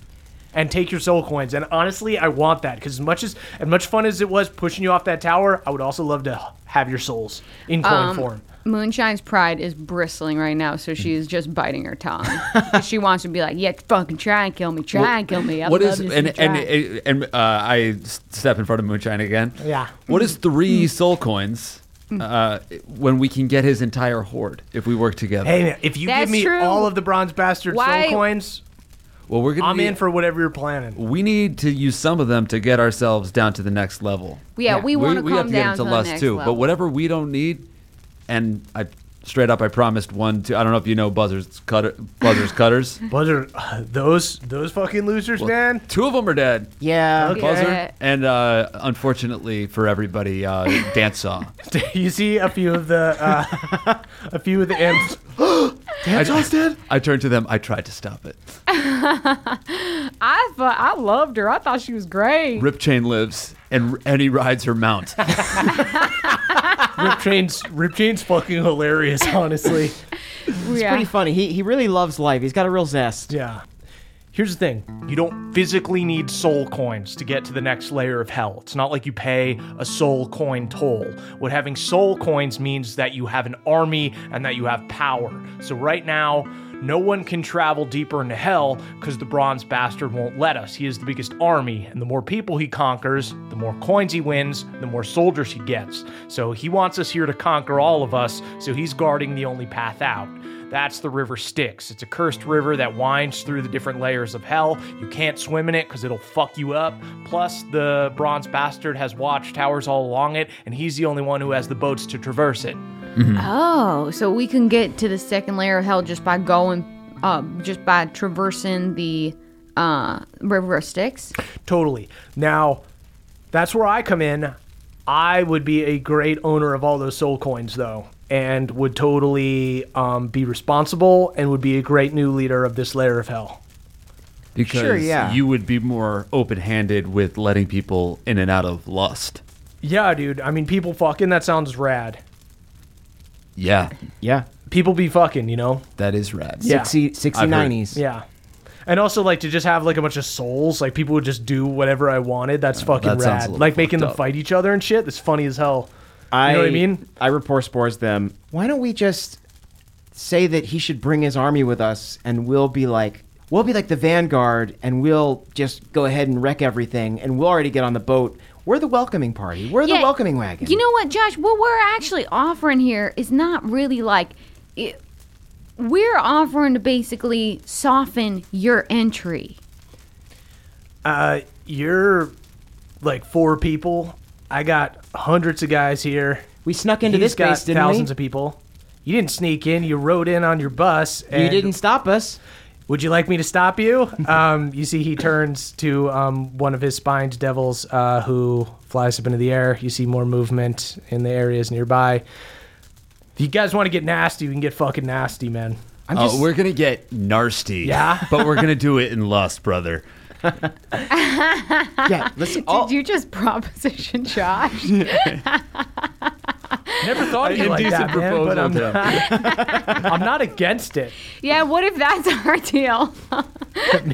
[SPEAKER 1] and take your soul coins. And honestly, I want that because as much as as much fun as it was pushing you off that tower, I would also love to have your souls in coin
[SPEAKER 14] Um,
[SPEAKER 1] form.
[SPEAKER 14] Moonshine's pride is bristling right now, so she is just biting her tongue. [LAUGHS] 'Cause she wants to be like, "Yeah, fucking try and kill me, try
[SPEAKER 8] What-
[SPEAKER 14] and kill me." I
[SPEAKER 8] what
[SPEAKER 14] love
[SPEAKER 8] is
[SPEAKER 14] to see you
[SPEAKER 8] and
[SPEAKER 14] try.
[SPEAKER 8] and and, uh, I s- step in front of Moonshine again.
[SPEAKER 14] Yeah.
[SPEAKER 8] What
[SPEAKER 5] Mm-hmm.
[SPEAKER 8] is three soul coins
[SPEAKER 5] Mm.
[SPEAKER 8] uh, when we can get his entire hoard if we work together?
[SPEAKER 1] Hey, man, if you give
[SPEAKER 14] That's
[SPEAKER 1] me
[SPEAKER 14] true.
[SPEAKER 1] all of the bronze bastard
[SPEAKER 14] Why-
[SPEAKER 1] soul coins,
[SPEAKER 8] Well, we're gonna.
[SPEAKER 1] I'm
[SPEAKER 8] need-
[SPEAKER 1] in for whatever you're planning.
[SPEAKER 8] We need to use some of them to get ourselves down to the next level.
[SPEAKER 5] Yeah, we wanna
[SPEAKER 8] we have
[SPEAKER 5] calm
[SPEAKER 8] to get
[SPEAKER 5] down to
[SPEAKER 8] into
[SPEAKER 5] the
[SPEAKER 8] lust
[SPEAKER 5] next
[SPEAKER 8] too.
[SPEAKER 5] level.
[SPEAKER 8] But whatever we don't need, and I straight up, I promised one. Two, I don't know if you know buzzers cutter, buzzers cutters.
[SPEAKER 1] Buzzer, those those fucking losers, [LAUGHS] man. [LAUGHS]
[SPEAKER 8] Two of them are dead.
[SPEAKER 6] Yeah,
[SPEAKER 8] Buzzer and uh, unfortunately for everybody, uh, [LAUGHS] dance saw.
[SPEAKER 1] you see a few of the uh, [LAUGHS] a few of the imps.
[SPEAKER 14] Dance
[SPEAKER 8] I-
[SPEAKER 14] Saw's dead?
[SPEAKER 8] I turned to them. I tried to stop it.
[SPEAKER 14] I thought I loved her. I thought she
[SPEAKER 1] [LAUGHS]
[SPEAKER 14] was great.
[SPEAKER 8] Rip Chain lives, and and he rides her
[SPEAKER 14] [LAUGHS]
[SPEAKER 8] mount.
[SPEAKER 5] [LAUGHS]
[SPEAKER 1] Rip Chain's Rip Chain's fucking hilarious, honestly.
[SPEAKER 6] It's
[SPEAKER 14] Yeah.
[SPEAKER 6] pretty funny. He he really loves life. He's got a real zest.
[SPEAKER 1] Yeah. Here's the thing you don't physically need soul coins to get to the next layer of hell. It's not like you pay a soul coin toll. What having soul coins means that you have an army and that you have power. So, right now, no one can travel deeper into hell because the bronze bastard won't let us. He is the biggest army, and the more people he conquers, the more coins he wins, the more soldiers he gets. So, he wants us here to conquer all of us, so he's guarding the only path out. That's the River Styx. It's a cursed river that winds through the different layers of hell. You can't swim in it because it'll fuck you up. Plus, the bronze bastard has watchtowers all along it, and he's the only one who has the boats to traverse it.
[SPEAKER 5] Oh, so we can get to the second layer of hell just by going, uh, just by traversing the uh, river of sticks.
[SPEAKER 1] Totally. Now, that's where I come in. I would be a great owner of all those soul coins, though, and would totally um, be responsible and would be a great new leader of this layer of hell.
[SPEAKER 8] Because
[SPEAKER 1] Sure, yeah.
[SPEAKER 8] you would be more open handed with letting people in and out of lust.
[SPEAKER 1] Yeah, dude. I mean, people fucking, that sounds rad.
[SPEAKER 8] Yeah.
[SPEAKER 6] Yeah.
[SPEAKER 1] People be fucking, you know?
[SPEAKER 8] That is rad.
[SPEAKER 1] Yeah.
[SPEAKER 8] I've heard-
[SPEAKER 1] Yeah. And also, like, to just have, like, a bunch of souls, like, people would just do whatever I wanted. That's fucking
[SPEAKER 16] that sounds a
[SPEAKER 1] rad.
[SPEAKER 16] little
[SPEAKER 1] Like, making them
[SPEAKER 16] fucked up.
[SPEAKER 1] fight each other and shit. That's funny as hell.
[SPEAKER 6] I
[SPEAKER 1] you know what I mean?
[SPEAKER 6] I report spores them. Why don't we just say that he should bring his army with us, and we'll be like we'll be like the vanguard, and we'll just go ahead and wreck everything, and we'll already get on the boat. We're the welcoming party. We're the
[SPEAKER 5] Yeah,
[SPEAKER 6] welcoming wagon.
[SPEAKER 5] You know what, Josh? What we're actually offering here is not really like. It, we're offering to basically soften your entry.
[SPEAKER 1] Uh, you're, like, four people. I got hundreds of guys here.
[SPEAKER 6] We snuck into this
[SPEAKER 1] got
[SPEAKER 6] base, didn't we?
[SPEAKER 1] thousands of people. You didn't sneak in. You rode in on your bus. And
[SPEAKER 6] didn't stop us.
[SPEAKER 1] Would you like me to stop you? Um, you see, he turns to um, one of his spined devils uh, who flies up into the air. You see more movement in the areas nearby. If you guys want to get nasty, we can get fucking nasty, man.
[SPEAKER 8] Oh, we're going to get nasty.
[SPEAKER 1] Yeah?
[SPEAKER 8] but we're
[SPEAKER 14] [LAUGHS]
[SPEAKER 8] going to do it in lust, brother.
[SPEAKER 5] [LAUGHS]
[SPEAKER 6] yeah,
[SPEAKER 14] Did you just proposition Josh?
[SPEAKER 1] Never thought
[SPEAKER 14] of you like
[SPEAKER 1] Indecent
[SPEAKER 14] that, man,
[SPEAKER 1] proposal,
[SPEAKER 14] but I'm
[SPEAKER 1] Tim. I'm not against
[SPEAKER 14] [LAUGHS]
[SPEAKER 1] it.
[SPEAKER 14] yeah, what if that's
[SPEAKER 5] [LAUGHS]
[SPEAKER 14] our deal?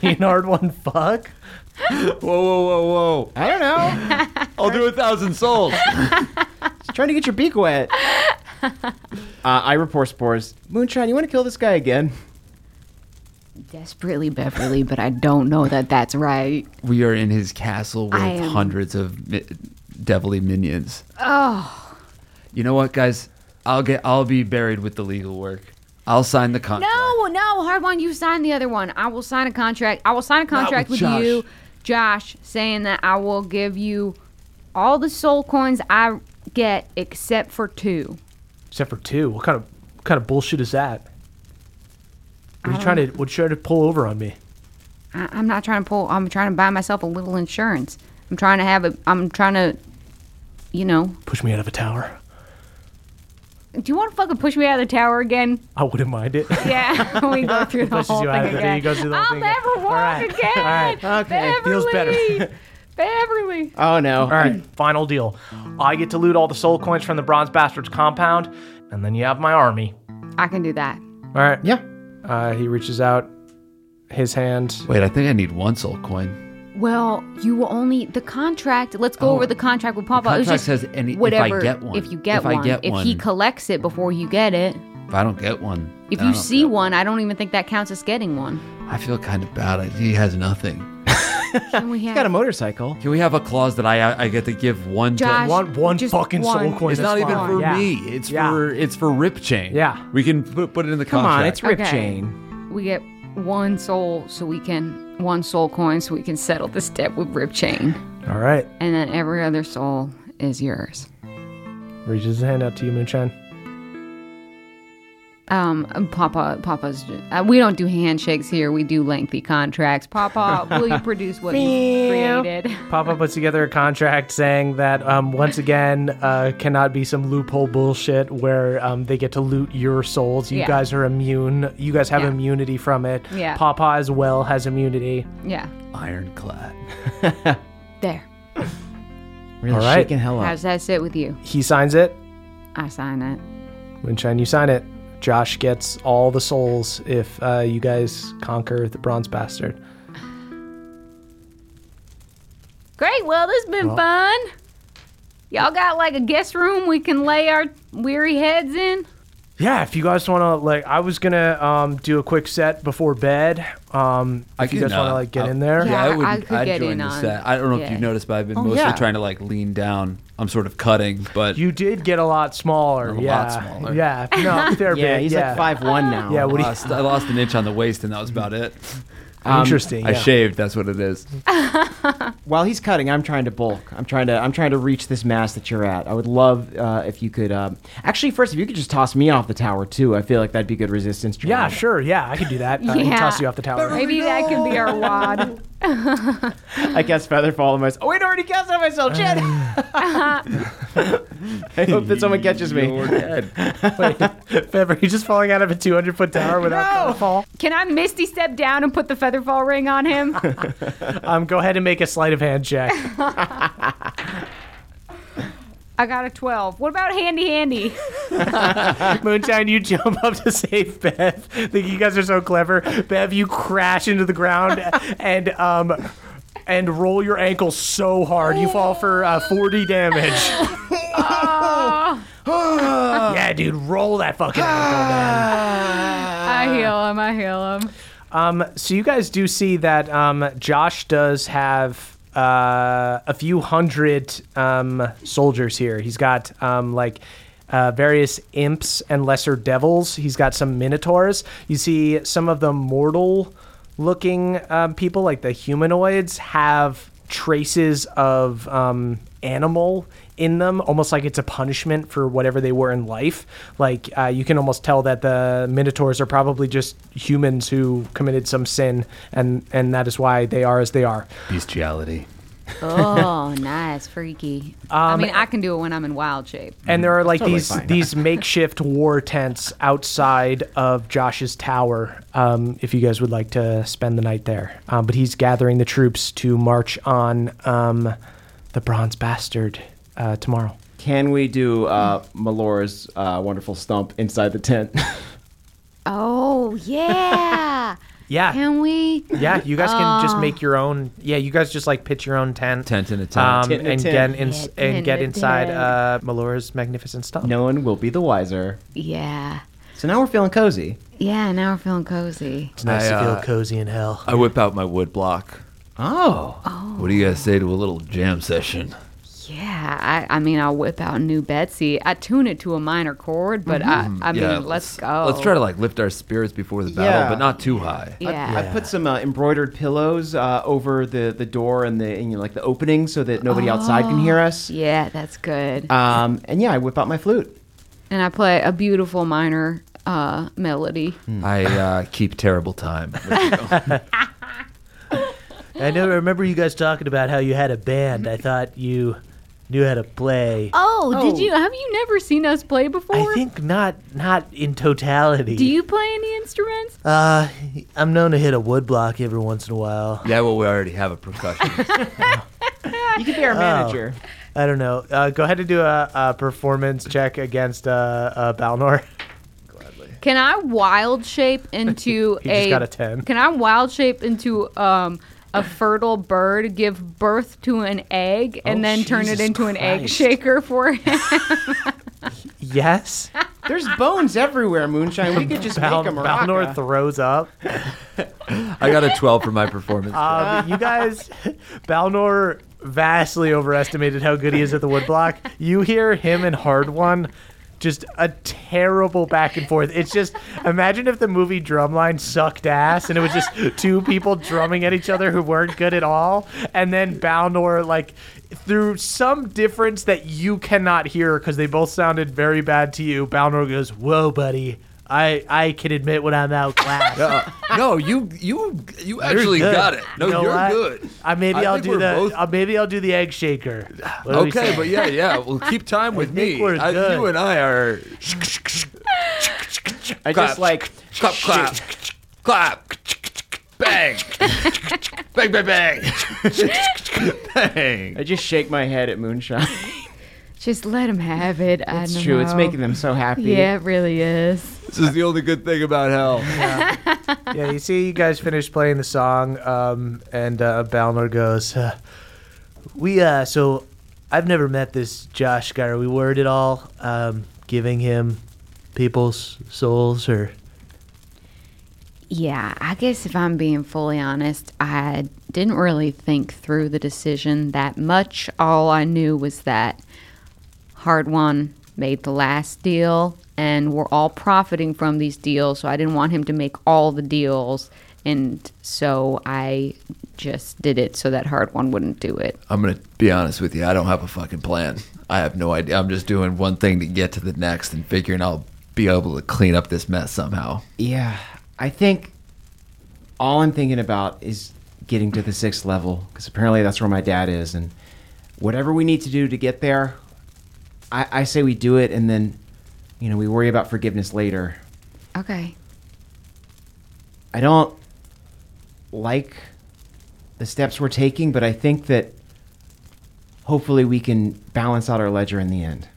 [SPEAKER 1] Meanard one fuck.
[SPEAKER 8] Whoa, whoa, whoa, whoa.
[SPEAKER 6] I don't know.
[SPEAKER 5] [LAUGHS]
[SPEAKER 8] I'll do a
[SPEAKER 6] [LAUGHS]
[SPEAKER 8] thousand souls.
[SPEAKER 6] trying to get your beak wet. Uh, I report spores. Moonshine, you want to kill this guy again?
[SPEAKER 5] Desperately, Beverly, but I don't know that that's right.
[SPEAKER 8] We are in his castle with
[SPEAKER 5] I am-
[SPEAKER 8] hundreds of mi- devilly minions.
[SPEAKER 5] Oh
[SPEAKER 8] You know what, guys? I'll get. I'll be buried with the legal work. I'll sign the contract.
[SPEAKER 5] no, no, hard one. You signed the other one. I will sign a contract. I will sign a contract
[SPEAKER 8] with
[SPEAKER 5] with, you, Josh, saying that I will give you all the soul coins I get except for two.
[SPEAKER 1] Except for two. What kind of what kind of bullshit is that? What are
[SPEAKER 5] I
[SPEAKER 1] you trying to what you trying to pull over on me?
[SPEAKER 5] I, I'm not trying to pull. I'm trying to buy myself a little insurance. I'm trying to have a. I'm trying to, you know.
[SPEAKER 1] Push me out of a tower.
[SPEAKER 5] Do you want to fucking push me out of the tower again?
[SPEAKER 1] I wouldn't mind it. [LAUGHS]
[SPEAKER 5] Yeah, [LAUGHS] we go through the
[SPEAKER 1] Pushes
[SPEAKER 5] whole
[SPEAKER 1] you
[SPEAKER 5] thing
[SPEAKER 1] out of the thing,
[SPEAKER 5] again.
[SPEAKER 1] you go through the whole
[SPEAKER 5] I'll
[SPEAKER 1] thing again.
[SPEAKER 5] never walk again.
[SPEAKER 1] Okay. Feels better.
[SPEAKER 5] Beverly.
[SPEAKER 6] Oh no. All
[SPEAKER 1] right, final deal. I get to loot all the soul coins from the Bronze Bastards compound, and then you have my army.
[SPEAKER 5] I can do that.
[SPEAKER 1] All right.
[SPEAKER 6] Yeah.
[SPEAKER 1] Uh, he reaches out his hand.
[SPEAKER 8] Wait, I think I need one soul coin.
[SPEAKER 5] Well, you will only the contract. Let's go
[SPEAKER 8] Oh.
[SPEAKER 5] over the contract with Papa. It was just
[SPEAKER 8] contract says any- if I
[SPEAKER 5] whatever
[SPEAKER 8] get one.
[SPEAKER 5] if you get
[SPEAKER 8] If I
[SPEAKER 5] one.
[SPEAKER 8] get
[SPEAKER 5] if
[SPEAKER 8] one.
[SPEAKER 5] he collects it before you get it.
[SPEAKER 8] If I don't get one,
[SPEAKER 5] If
[SPEAKER 8] then I
[SPEAKER 5] you
[SPEAKER 8] don't-
[SPEAKER 5] see one, I don't even think that counts as getting one.
[SPEAKER 8] I feel kind of bad. He has nothing.
[SPEAKER 5] Can we have
[SPEAKER 6] got a motorcycle.
[SPEAKER 8] Can we have a clause that I I get to give one?
[SPEAKER 5] Josh,
[SPEAKER 8] to,
[SPEAKER 5] One- one just fucking soul one. coin
[SPEAKER 8] It's
[SPEAKER 5] is
[SPEAKER 8] not even
[SPEAKER 5] fine.
[SPEAKER 8] for
[SPEAKER 5] Yeah.
[SPEAKER 8] me. It's for it's for Rip Chain. Yeah, we can put, put it in the
[SPEAKER 6] Come on,
[SPEAKER 8] contract.
[SPEAKER 6] it's Rip
[SPEAKER 5] Okay.
[SPEAKER 6] Chain.
[SPEAKER 5] we get one soul so we can one soul coin so we can settle this debt with rib chain.
[SPEAKER 1] All right.
[SPEAKER 5] And then every other soul is yours.
[SPEAKER 1] Reaches his hand out to you, Moonshine.
[SPEAKER 5] Um, and Papa, Papa's. Uh, we don't do handshakes here. We do lengthy contracts. Papa, will you produce what [LAUGHS] you created?
[SPEAKER 1] Papa puts together a contract saying that um, once again uh, cannot be some loophole bullshit where um, they get to loot your souls. You
[SPEAKER 5] Yeah.
[SPEAKER 1] guys are immune. You guys have
[SPEAKER 5] Yeah.
[SPEAKER 1] immunity from it.
[SPEAKER 5] Yeah.
[SPEAKER 1] Papa as well has immunity.
[SPEAKER 5] Yeah.
[SPEAKER 1] Ironclad.
[SPEAKER 5] There.
[SPEAKER 1] Really All right. shaking hell
[SPEAKER 5] How does that sit with you?
[SPEAKER 1] He signs it.
[SPEAKER 5] I sign it.
[SPEAKER 1] Moonshine, you sign it. Josh gets all the souls if uh, you guys conquer the Bronze Bastard.
[SPEAKER 5] Great. Well, this has been
[SPEAKER 1] Well-
[SPEAKER 5] fun. Y'all got like a guest room we can lay our weary heads in.
[SPEAKER 1] Yeah, if you guys want to, like, I was gonna um, do a quick set before bed. Um, if you
[SPEAKER 8] can,
[SPEAKER 1] guys want to
[SPEAKER 8] uh,
[SPEAKER 1] like get
[SPEAKER 8] I'll-
[SPEAKER 1] in there,
[SPEAKER 8] Yeah, I would.
[SPEAKER 5] I could
[SPEAKER 8] I'd
[SPEAKER 5] get
[SPEAKER 8] join
[SPEAKER 5] in
[SPEAKER 8] the
[SPEAKER 5] on-
[SPEAKER 8] set. I don't know if
[SPEAKER 5] yeah.
[SPEAKER 8] you've noticed, but I've been
[SPEAKER 1] Oh,
[SPEAKER 8] mostly
[SPEAKER 1] yeah.
[SPEAKER 8] trying to like lean down. I'm sort of cutting, but
[SPEAKER 1] you did get a lot smaller.
[SPEAKER 8] A
[SPEAKER 1] yeah,
[SPEAKER 8] lot smaller.
[SPEAKER 1] Yeah, no,
[SPEAKER 8] [LAUGHS]
[SPEAKER 1] fair
[SPEAKER 8] Yeah,
[SPEAKER 1] bit,
[SPEAKER 8] he's like
[SPEAKER 1] yeah.
[SPEAKER 8] one
[SPEAKER 1] Yeah, what do
[SPEAKER 8] I
[SPEAKER 1] you-
[SPEAKER 8] lost, I lost an inch on the waist, and that was about it.
[SPEAKER 1] Um,
[SPEAKER 6] Interesting,
[SPEAKER 8] I
[SPEAKER 6] yeah.
[SPEAKER 8] shaved. That's what it is.
[SPEAKER 6] While he's cutting, I'm trying to bulk. I'm trying to I'm trying to reach this mass that you're at. I would love uh, if you could um, actually first if you could just toss me off the tower too. I feel like that'd be good resistance.
[SPEAKER 1] Yeah, sure. Yeah, I could do that.
[SPEAKER 5] I can Yeah.
[SPEAKER 1] toss you off the tower.
[SPEAKER 5] Maybe that could be our
[SPEAKER 1] [LAUGHS]
[SPEAKER 5] wad.
[SPEAKER 6] I guess Featherfall and my. Oh, wait, I already cast on
[SPEAKER 1] Uh,
[SPEAKER 6] myself, Jed. [LAUGHS] I hope that someone catches me.
[SPEAKER 1] Fever, you just falling out of a 200 foot
[SPEAKER 8] [LAUGHS]
[SPEAKER 1] tower without
[SPEAKER 5] No.
[SPEAKER 1] fall.
[SPEAKER 5] Can I misty step down and put the feather fall ring on
[SPEAKER 1] [LAUGHS]
[SPEAKER 5] him?
[SPEAKER 1] Um, go ahead and make a sleight of hand check.
[SPEAKER 5] I got a 12. What about handy handy?
[SPEAKER 1] Moonshine, you jump up to save Bev. Think you guys are so clever. Bev, you crash into the ground and um and roll your ankle so hard you fall for uh, 40 damage. yeah, dude, roll that fucking ankle, man.
[SPEAKER 14] I heal him. I heal him.
[SPEAKER 1] Um, so you guys do see that um, Josh does have uh, a few hundred um, soldiers here. He's got um, like uh, various imps and lesser devils. He's got some minotaurs. You see some of the mortal looking um, people, like the humanoids, have traces of um, animal in them, almost like it's a punishment for whatever they were in life. Like uh, you can almost tell that the minotaurs are probably just humans who committed some sin, and and that is why they are as they are.
[SPEAKER 8] Bestiality. [LAUGHS]
[SPEAKER 5] oh, nice. Freaky. I mean, I can do it when I'm in wild shape.
[SPEAKER 1] And there are like
[SPEAKER 5] Totally
[SPEAKER 1] these
[SPEAKER 5] fine.
[SPEAKER 1] these makeshift war tents outside of Josh's tower. Um, if you guys would like to spend the night there, um, but he's gathering the troops to march on um, the Bronze Bastard uh, tomorrow.
[SPEAKER 6] Can we do uh, Malora's uh, wonderful stump inside the tent? [LAUGHS]
[SPEAKER 5] Oh, yeah.
[SPEAKER 1] Yeah.
[SPEAKER 5] Can we?
[SPEAKER 1] Yeah, you guys can just
[SPEAKER 5] Oh.
[SPEAKER 1] make your own. Yeah, you guys just like pitch your own tent,
[SPEAKER 8] tent in a
[SPEAKER 6] tent.
[SPEAKER 1] um,
[SPEAKER 6] Tent in a
[SPEAKER 1] and
[SPEAKER 6] tent.
[SPEAKER 1] get in,
[SPEAKER 6] Yeah,
[SPEAKER 1] and
[SPEAKER 6] tent
[SPEAKER 1] get
[SPEAKER 6] in a
[SPEAKER 1] inside
[SPEAKER 6] tent.
[SPEAKER 1] uh, Malora's magnificent stuff.
[SPEAKER 6] no one will be the wiser.
[SPEAKER 5] Yeah.
[SPEAKER 6] So now we're feeling cozy.
[SPEAKER 5] Yeah, now we're feeling cozy.
[SPEAKER 1] It's nice
[SPEAKER 8] I,
[SPEAKER 1] to feel
[SPEAKER 8] uh,
[SPEAKER 1] cozy in hell.
[SPEAKER 8] I whip out my wood block.
[SPEAKER 6] Oh.
[SPEAKER 8] What do you guys say to a little jam session?
[SPEAKER 5] Yeah, I, I mean, I'll whip out new Betsy. I tune it to a minor chord, but
[SPEAKER 12] Mm-hmm.
[SPEAKER 5] I, I mean,
[SPEAKER 8] Yeah,
[SPEAKER 5] let's, go.
[SPEAKER 8] Let's try to like lift our spirits before the battle,
[SPEAKER 6] Yeah.
[SPEAKER 8] but not too high.
[SPEAKER 5] Yeah.
[SPEAKER 6] I, I put some uh, embroidered pillows uh, over the, the door and the and, you know, like the opening so that nobody outside can hear us.
[SPEAKER 5] Yeah, that's good.
[SPEAKER 6] Um, and yeah, I whip out my flute.
[SPEAKER 5] and I play a beautiful minor uh, melody.
[SPEAKER 12] Hmm.
[SPEAKER 8] I uh, keep terrible time.
[SPEAKER 1] I know. I remember you guys talking about how you had a band. I thought you knew how to play.
[SPEAKER 5] Oh, did you? Have you never seen us play before?
[SPEAKER 1] I think not not in totality.
[SPEAKER 5] Do you play any instruments?
[SPEAKER 1] Uh, I'm known to hit a wood block every once in a while.
[SPEAKER 8] Yeah, well, we already have a percussion.
[SPEAKER 6] You could be our
[SPEAKER 1] Oh.
[SPEAKER 6] manager.
[SPEAKER 1] I don't know. Uh, go ahead and do a, a performance check against uh, uh, Balnor.
[SPEAKER 5] Can I wild
[SPEAKER 1] [LAUGHS]
[SPEAKER 5] shape into
[SPEAKER 1] He just
[SPEAKER 5] a?
[SPEAKER 1] got a 10.
[SPEAKER 5] Can I wild shape into um a fertile bird, give birth to an egg, and
[SPEAKER 1] Oh,
[SPEAKER 5] then turn it
[SPEAKER 1] Jesus
[SPEAKER 5] into an egg
[SPEAKER 1] Christ.
[SPEAKER 5] shaker for him?
[SPEAKER 1] Yes.
[SPEAKER 6] There's bones everywhere, Moonshine. We could
[SPEAKER 1] [LAUGHS]
[SPEAKER 6] just make 'em uh, make
[SPEAKER 1] Bal-
[SPEAKER 6] them
[SPEAKER 1] Balnor throws up.
[SPEAKER 8] I got a 12 for my performance.
[SPEAKER 1] Um, you guys, Balnor vastly overestimated how good he is at the woodblock. You hear him and Hard One just a terrible back and forth. It's just imagine if the movie Drumline sucked ass and it was just two people drumming at each other who weren't good at all, and then Balnor like through some difference that you cannot hear because they both sounded very bad to you. Balnor goes, "Whoa, buddy." I, I can admit when I'm outclassed.
[SPEAKER 8] Uh, no, you you you
[SPEAKER 1] You're
[SPEAKER 8] actually
[SPEAKER 1] good.
[SPEAKER 8] got it. No,
[SPEAKER 1] You know
[SPEAKER 8] you're
[SPEAKER 1] what?
[SPEAKER 8] good.
[SPEAKER 1] I maybe
[SPEAKER 8] I
[SPEAKER 1] I will
[SPEAKER 8] think
[SPEAKER 1] do
[SPEAKER 8] we're
[SPEAKER 1] the
[SPEAKER 8] both-
[SPEAKER 1] uh, maybe I'll do the egg shaker. What do we
[SPEAKER 8] okay,
[SPEAKER 1] say?
[SPEAKER 8] but yeah, yeah. Well, keep time with me.
[SPEAKER 1] we're
[SPEAKER 8] I-
[SPEAKER 1] good.
[SPEAKER 8] you and I are.
[SPEAKER 12] I
[SPEAKER 8] Clap.
[SPEAKER 12] just like
[SPEAKER 8] clap, clap, clap, bang, bang, bang, bang, bang.
[SPEAKER 12] I just shake my head at
[SPEAKER 6] [LAUGHS]
[SPEAKER 12] moonshine.
[SPEAKER 5] Just let him have it. I
[SPEAKER 12] It's
[SPEAKER 5] don't
[SPEAKER 12] true. It's
[SPEAKER 5] know.
[SPEAKER 12] making them so happy.
[SPEAKER 5] Yeah, it really is.
[SPEAKER 8] This is the only good thing about hell.
[SPEAKER 1] yeah, you see, you guys finish playing the song, um, and uh, Balnor goes, uh, "We uh, so I've never met this Josh guy. Are we worried at all? Um, giving him people's souls or
[SPEAKER 5] Yeah, I guess if I'm being fully honest, I didn't really think through the decision that much. All I knew was that Hard One made the last deal, and we're all profiting from these deals, so I didn't want him to make all the deals. And so I just did it so that Hard One wouldn't do it.
[SPEAKER 8] I'm gonna be honest with you. I don't have a fucking plan. I have no idea. I'm just doing one thing to get to the next and figuring I'll be able to clean up this mess somehow.
[SPEAKER 6] Yeah,
[SPEAKER 12] I think
[SPEAKER 6] all I'm thinking about is getting to the sixth level because apparently that's where my dad is, and whatever we need to do to get there, I, I say we do it, and then, you know, we worry about forgiveness later.
[SPEAKER 5] Okay.
[SPEAKER 6] I don't like the steps we're taking, but I think that hopefully we can balance out our ledger in the end.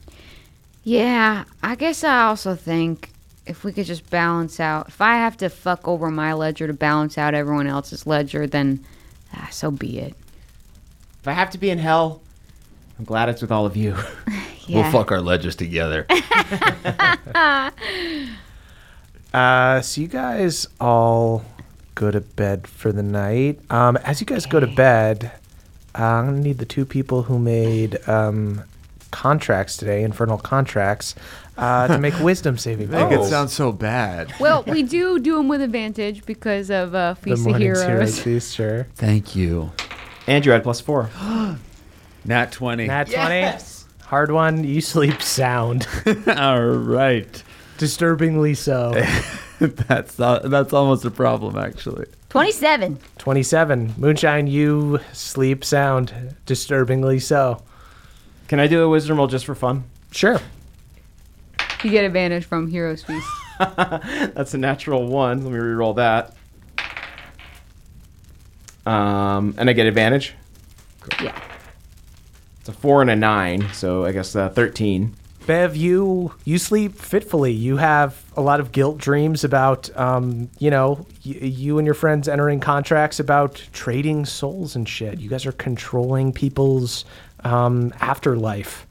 [SPEAKER 5] Yeah, I guess I also think if we could just balance out, if I have to fuck over my ledger to balance out everyone else's ledger, then ah, so be it.
[SPEAKER 6] If I have to be in hell, I'm glad it's with all of you.
[SPEAKER 8] We'll fuck our ledgers together.
[SPEAKER 1] Uh, so you guys all go to bed for the night. Um, as you guys go to bed, uh, I'm gonna need the two people who made um, contracts today, infernal contracts, uh, to make wisdom saving.
[SPEAKER 8] Make it
[SPEAKER 1] throws.
[SPEAKER 8] sound so bad.
[SPEAKER 14] Well, we do do them with advantage because of uh, Feast of
[SPEAKER 1] morning's
[SPEAKER 14] Heroes.
[SPEAKER 1] Feast, sure.
[SPEAKER 8] Thank you.
[SPEAKER 12] Andrew had plus four.
[SPEAKER 8] Nat 20.
[SPEAKER 1] Nat 20. Hard one. You sleep sound. [LAUGHS]
[SPEAKER 8] All right.
[SPEAKER 1] Disturbingly so.
[SPEAKER 8] [LAUGHS] that's not, that's almost a problem, actually.
[SPEAKER 5] 27.
[SPEAKER 1] 27. Moonshine, you sleep sound. Disturbingly so.
[SPEAKER 12] [GASPS] Can I do a wisdom roll just for fun?
[SPEAKER 1] Sure.
[SPEAKER 5] You get advantage from Heroes Feast.
[SPEAKER 12] That's a natural one. Let me re-roll that. Um, and I get advantage.
[SPEAKER 5] Yeah.
[SPEAKER 12] It's a four and a nine, so I guess uh, thirteen.
[SPEAKER 1] Bev, you you sleep fitfully. You have a lot of guilt dreams about, um, you know, y- you and your friends entering contracts about trading souls and shit. You guys are controlling people's um, afterlife.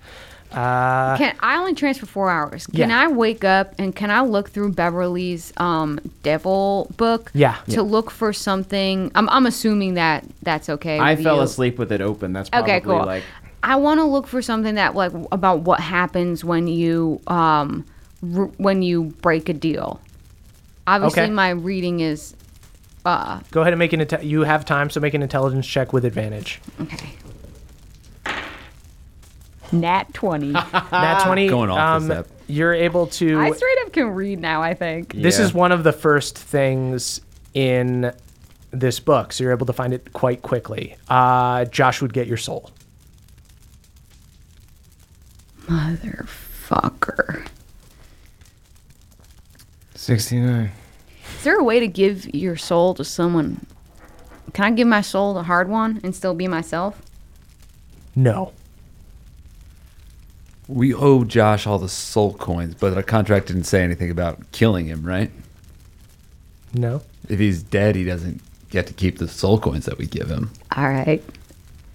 [SPEAKER 1] Uh,
[SPEAKER 5] Can I only transfer four hours? Can
[SPEAKER 1] Yeah.
[SPEAKER 5] I wake up and can I look through Beverly's um, devil book?
[SPEAKER 12] Yeah.
[SPEAKER 5] To
[SPEAKER 12] Yeah.
[SPEAKER 5] look for something. I'm, I'm assuming that that's okay.
[SPEAKER 12] I
[SPEAKER 5] with
[SPEAKER 12] fell
[SPEAKER 5] you.
[SPEAKER 12] asleep with it open. That's probably
[SPEAKER 5] Okay, cool.
[SPEAKER 12] like
[SPEAKER 5] I want to look for something that like about what happens when you um r- when you break a deal. Obviously,
[SPEAKER 1] Okay.
[SPEAKER 5] my reading is uh
[SPEAKER 1] go ahead and make an. Inte- you have time, so make an intelligence check with advantage.
[SPEAKER 5] okay.
[SPEAKER 12] [LAUGHS]
[SPEAKER 5] Nat twenty.
[SPEAKER 1] Nat twenty.
[SPEAKER 8] Going off
[SPEAKER 1] um,
[SPEAKER 8] this app.
[SPEAKER 1] You're able to.
[SPEAKER 5] I straight up can read now. I think.
[SPEAKER 1] This is one of the first things in this book, so you're able to find it quite quickly. Uh, Josh would get your soul.
[SPEAKER 5] Motherfucker.
[SPEAKER 6] Sixty-nine.
[SPEAKER 5] Is there a way to give your soul to someone? Can I give my soul the hard one and still be myself?
[SPEAKER 1] No.
[SPEAKER 8] We owe Josh all the soul coins, but our contract didn't say anything about killing him, right?
[SPEAKER 1] No.
[SPEAKER 8] If he's dead, he doesn't get to keep the soul coins that we give him.
[SPEAKER 5] All right.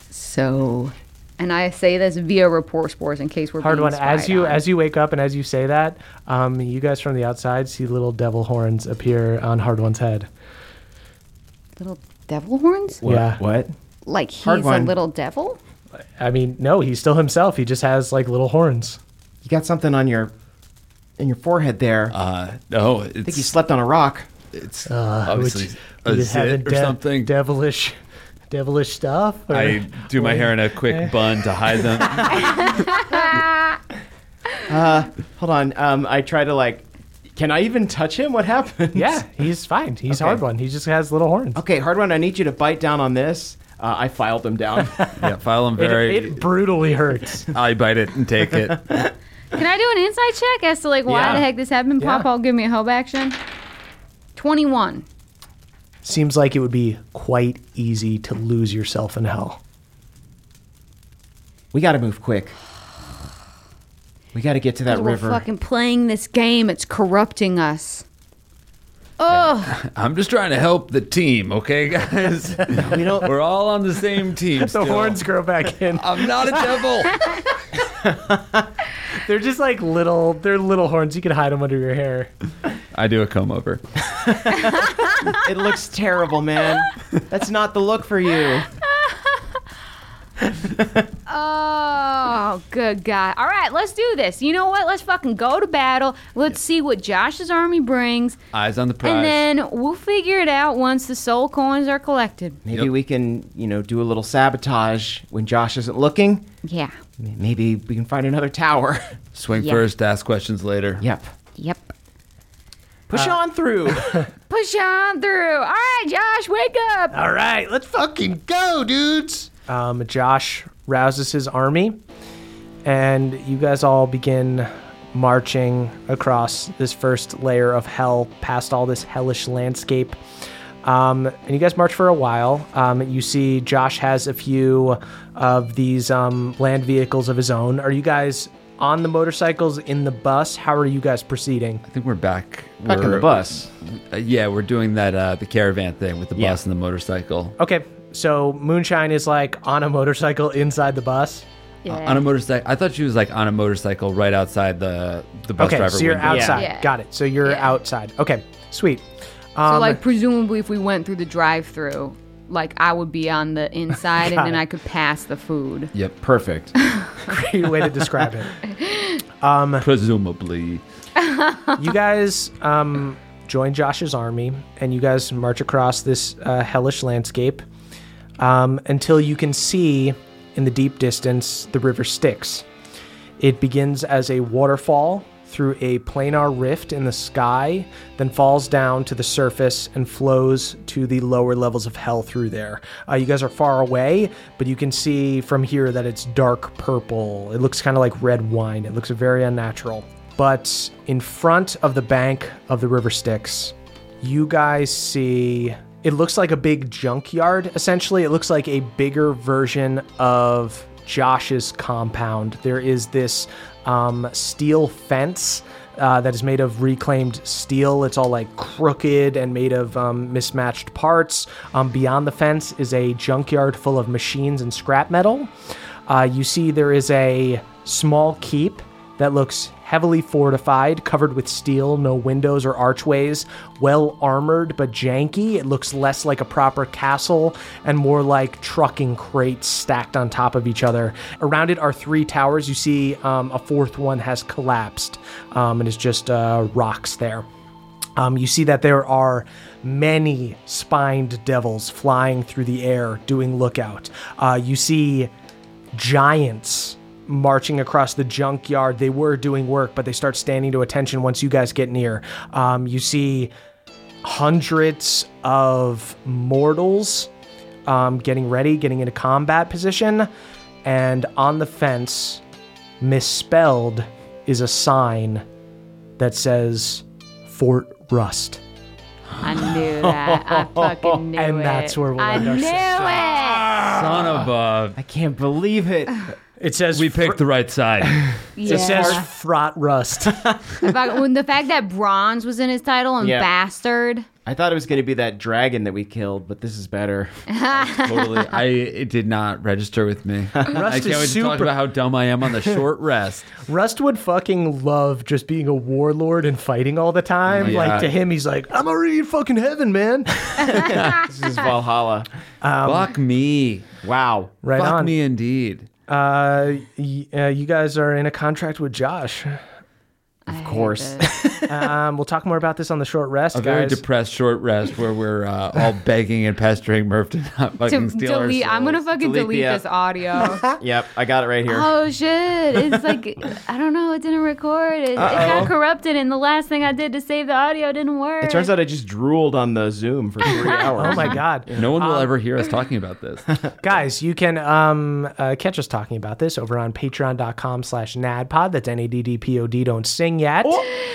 [SPEAKER 5] So, and I say this via rapport spores in case we're
[SPEAKER 1] Hard
[SPEAKER 5] being
[SPEAKER 1] one. As
[SPEAKER 5] spied
[SPEAKER 1] you
[SPEAKER 5] on.
[SPEAKER 1] as you wake up and as you say that, um, you guys from the outside see little devil horns appear on Hard One's head.
[SPEAKER 5] little devil horns.
[SPEAKER 1] Yeah.
[SPEAKER 12] What?
[SPEAKER 5] Like he's
[SPEAKER 1] Hard
[SPEAKER 5] a
[SPEAKER 1] one.
[SPEAKER 5] little devil?
[SPEAKER 1] I mean, no, he's still himself. He just has like little horns.
[SPEAKER 12] You got something on your
[SPEAKER 6] in your forehead there.
[SPEAKER 8] Uh, no,
[SPEAKER 6] I think you slept on a rock.
[SPEAKER 8] It's
[SPEAKER 6] uh,
[SPEAKER 8] obviously a zit or something.
[SPEAKER 1] Devilish, devilish stuff. or-
[SPEAKER 8] I do my hair in a
[SPEAKER 1] Eh.
[SPEAKER 8] quick bun to hide them. [LAUGHS]
[SPEAKER 6] Uh, hold on. Um, I try to like. Can I even touch him? What happened?
[SPEAKER 2] Yeah, he's fine. He's hard one. He just has little horns.
[SPEAKER 6] Okay, hard one. I need you to bite down on this. Uh, I filed him
[SPEAKER 1] [LAUGHS]
[SPEAKER 6] down.
[SPEAKER 8] yeah, file them very.
[SPEAKER 1] It, brutally hurts.
[SPEAKER 8] I bite it and take it.
[SPEAKER 5] Can I do an inside check as to like why
[SPEAKER 2] Yeah.
[SPEAKER 5] the heck this happened?
[SPEAKER 2] Yeah.
[SPEAKER 5] Pop, I'll give me a help action. Twenty-one.
[SPEAKER 1] Seems like it would be quite easy to lose yourself in hell.
[SPEAKER 6] We got to move quick. We got to get to that
[SPEAKER 5] 'Cause we're
[SPEAKER 6] river.
[SPEAKER 5] fucking playing this game. It's corrupting us. Oh,
[SPEAKER 8] I'm just trying to help the team, okay, [LAUGHS] guys? we don't, We're all on the same [LAUGHS] team.
[SPEAKER 1] The horns grow
[SPEAKER 8] [LAUGHS]
[SPEAKER 1] back in.
[SPEAKER 8] I'm not a devil.
[SPEAKER 1] they're just like little. They're little horns. You can hide them under your hair.
[SPEAKER 8] I do a comb over.
[SPEAKER 6] it looks terrible, man. That's not the look for you.
[SPEAKER 5] oh, good God! All right, let's do this. You know what? Let's fucking go to battle. Let's see what Josh's army brings,
[SPEAKER 8] Eyes on the prize.
[SPEAKER 5] and then we'll figure it out once the soul coins are collected.
[SPEAKER 6] Maybe we can, you know, do a little sabotage when Josh isn't looking.
[SPEAKER 5] Yeah.
[SPEAKER 6] M- Maybe we can find another tower. [LAUGHS]
[SPEAKER 8] Swing
[SPEAKER 6] Yeah.
[SPEAKER 8] first, ask questions later.
[SPEAKER 6] Yep.
[SPEAKER 5] Yep.
[SPEAKER 6] Push
[SPEAKER 8] Uh,
[SPEAKER 6] on
[SPEAKER 8] [LAUGHS]
[SPEAKER 6] through.
[SPEAKER 5] Push on through. All right, Josh, wake up.
[SPEAKER 2] All right, let's
[SPEAKER 17] fucking go, dudes.
[SPEAKER 2] Um, Josh rouses his army, and you guys all begin marching across this first layer of hell, past all this hellish landscape. Um, and you guys march for a while. Um, you see Josh has a few of these um, land vehicles of his own. Are you guys on the motorcycles in the bus? How are you guys proceeding? I
[SPEAKER 8] think we're back.
[SPEAKER 2] Back in the bus.
[SPEAKER 8] Uh, yeah, we're doing that uh, the caravan thing with the
[SPEAKER 2] Yeah.
[SPEAKER 8] bus and the motorcycle.
[SPEAKER 2] Okay, so Moonshine is like on a motorcycle inside the bus.
[SPEAKER 8] Uh, on a motorcycle, I thought she was like on a motorcycle right outside the the bus
[SPEAKER 2] okay,
[SPEAKER 8] driver.
[SPEAKER 2] so you're
[SPEAKER 8] window.
[SPEAKER 2] outside. Got it. So you're outside. Okay, sweet. [LAUGHS] Um,
[SPEAKER 5] so like presumably if we went through the drive-through, like I would be on the inside and
[SPEAKER 2] Got
[SPEAKER 5] then
[SPEAKER 2] it.
[SPEAKER 5] I could pass the food.
[SPEAKER 2] [LAUGHS]
[SPEAKER 8] Yep.
[SPEAKER 6] Perfect.
[SPEAKER 2] great way to describe it. Um,
[SPEAKER 8] Presumably,
[SPEAKER 2] you guys um, join Josh's army, and you guys march across this uh, hellish landscape um, until you can see in the deep distance the river Styx. It begins as a waterfall through a planar rift in the sky, then falls down to the surface and flows to the lower levels of hell through there. Uh, you guys are far away, but you can see from here that it's dark purple. It looks kind of like red wine, it looks very unnatural. But in front of the bank of the River Styx, you guys see it looks like a big junkyard essentially it looks like a bigger version of josh's compound there is this um, steel fence uh, that is made of reclaimed steel it's all like crooked and made of um, mismatched parts um, beyond the fence is a junkyard full of machines and scrap metal uh, you see there is a small keep that looks heavily fortified, covered with steel, no windows or archways, well armored but janky. It looks less like a proper castle and more like trucking crates stacked on top of each other. Around it are three towers. You see um, a fourth one has collapsed um, and is just uh, rocks there. Um, you see that there are many spined devils flying through the air doing lookout. Uh, you see giants marching across the junkyard. They were doing work, but they start standing to attention once you guys get near. Um, you see hundreds of mortals um, getting ready, getting into combat position, and on the fence, misspelled, is a sign that says Fort Rust.
[SPEAKER 5] I knew that.
[SPEAKER 2] [LAUGHS]
[SPEAKER 5] I fucking knew
[SPEAKER 2] And
[SPEAKER 5] it.
[SPEAKER 2] that's where we'll
[SPEAKER 5] I
[SPEAKER 2] end our
[SPEAKER 5] knew
[SPEAKER 2] session.
[SPEAKER 5] it.
[SPEAKER 8] son of a.
[SPEAKER 6] I can't believe it.
[SPEAKER 2] It says
[SPEAKER 8] we picked the right side.
[SPEAKER 2] [LAUGHS]
[SPEAKER 5] Yeah.
[SPEAKER 2] It says Frot Rust. [LAUGHS]
[SPEAKER 5] The fact- when the fact that bronze was in his title and
[SPEAKER 6] Yeah.
[SPEAKER 5] bastard.
[SPEAKER 6] I thought it was going to be that dragon that we killed, but this is better.
[SPEAKER 8] totally. I it did not register
[SPEAKER 2] [LAUGHS]
[SPEAKER 8] with me. I
[SPEAKER 2] Rust
[SPEAKER 8] can't wait
[SPEAKER 2] is
[SPEAKER 8] to talk
[SPEAKER 2] super-
[SPEAKER 8] about how dumb I am on the
[SPEAKER 2] [LAUGHS]
[SPEAKER 8] short rest.
[SPEAKER 2] Rust would fucking love just being a warlord and fighting all the time.
[SPEAKER 8] Oh my
[SPEAKER 2] like
[SPEAKER 8] God.
[SPEAKER 2] to him, he's like, I'm already in fucking heaven, man. [LAUGHS]
[SPEAKER 6] this
[SPEAKER 14] [LAUGHS]
[SPEAKER 6] is Valhalla.
[SPEAKER 8] Fuck me.
[SPEAKER 6] Wow.
[SPEAKER 2] Um, Right
[SPEAKER 8] Fuck
[SPEAKER 2] on.
[SPEAKER 8] me indeed.
[SPEAKER 2] Uh, y- uh, you guys are in a contract with Josh. Of course. um, we'll talk more about this on the short rest,
[SPEAKER 8] A very
[SPEAKER 2] guys.
[SPEAKER 8] depressed short rest where we're uh,
[SPEAKER 2] [LAUGHS]
[SPEAKER 8] all begging and pestering Murph to not fucking
[SPEAKER 14] to
[SPEAKER 8] steal our
[SPEAKER 14] delete, I'm gonna fucking delete,
[SPEAKER 8] Delete the
[SPEAKER 14] this audio.
[SPEAKER 6] [LAUGHS]
[SPEAKER 12] Yep, I got it right here.
[SPEAKER 14] Oh
[SPEAKER 5] [LAUGHS]
[SPEAKER 14] shit! It's like I don't know. It didn't record. It, it
[SPEAKER 12] Uh-oh.
[SPEAKER 14] got corrupted, and the last thing I did to save the audio didn't work.
[SPEAKER 12] It turns out I just drooled on the Zoom for three
[SPEAKER 14] [LAUGHS]
[SPEAKER 12] hours.
[SPEAKER 2] Oh my God.
[SPEAKER 8] No one will
[SPEAKER 2] Um,
[SPEAKER 8] ever hear us talking about this.
[SPEAKER 2] [LAUGHS] Guys, you can um, uh, catch us talking about this over on patreon.com slash nadpod. That's N-A-D-D-P-O-D. Don't sing yet.
[SPEAKER 8] Oh.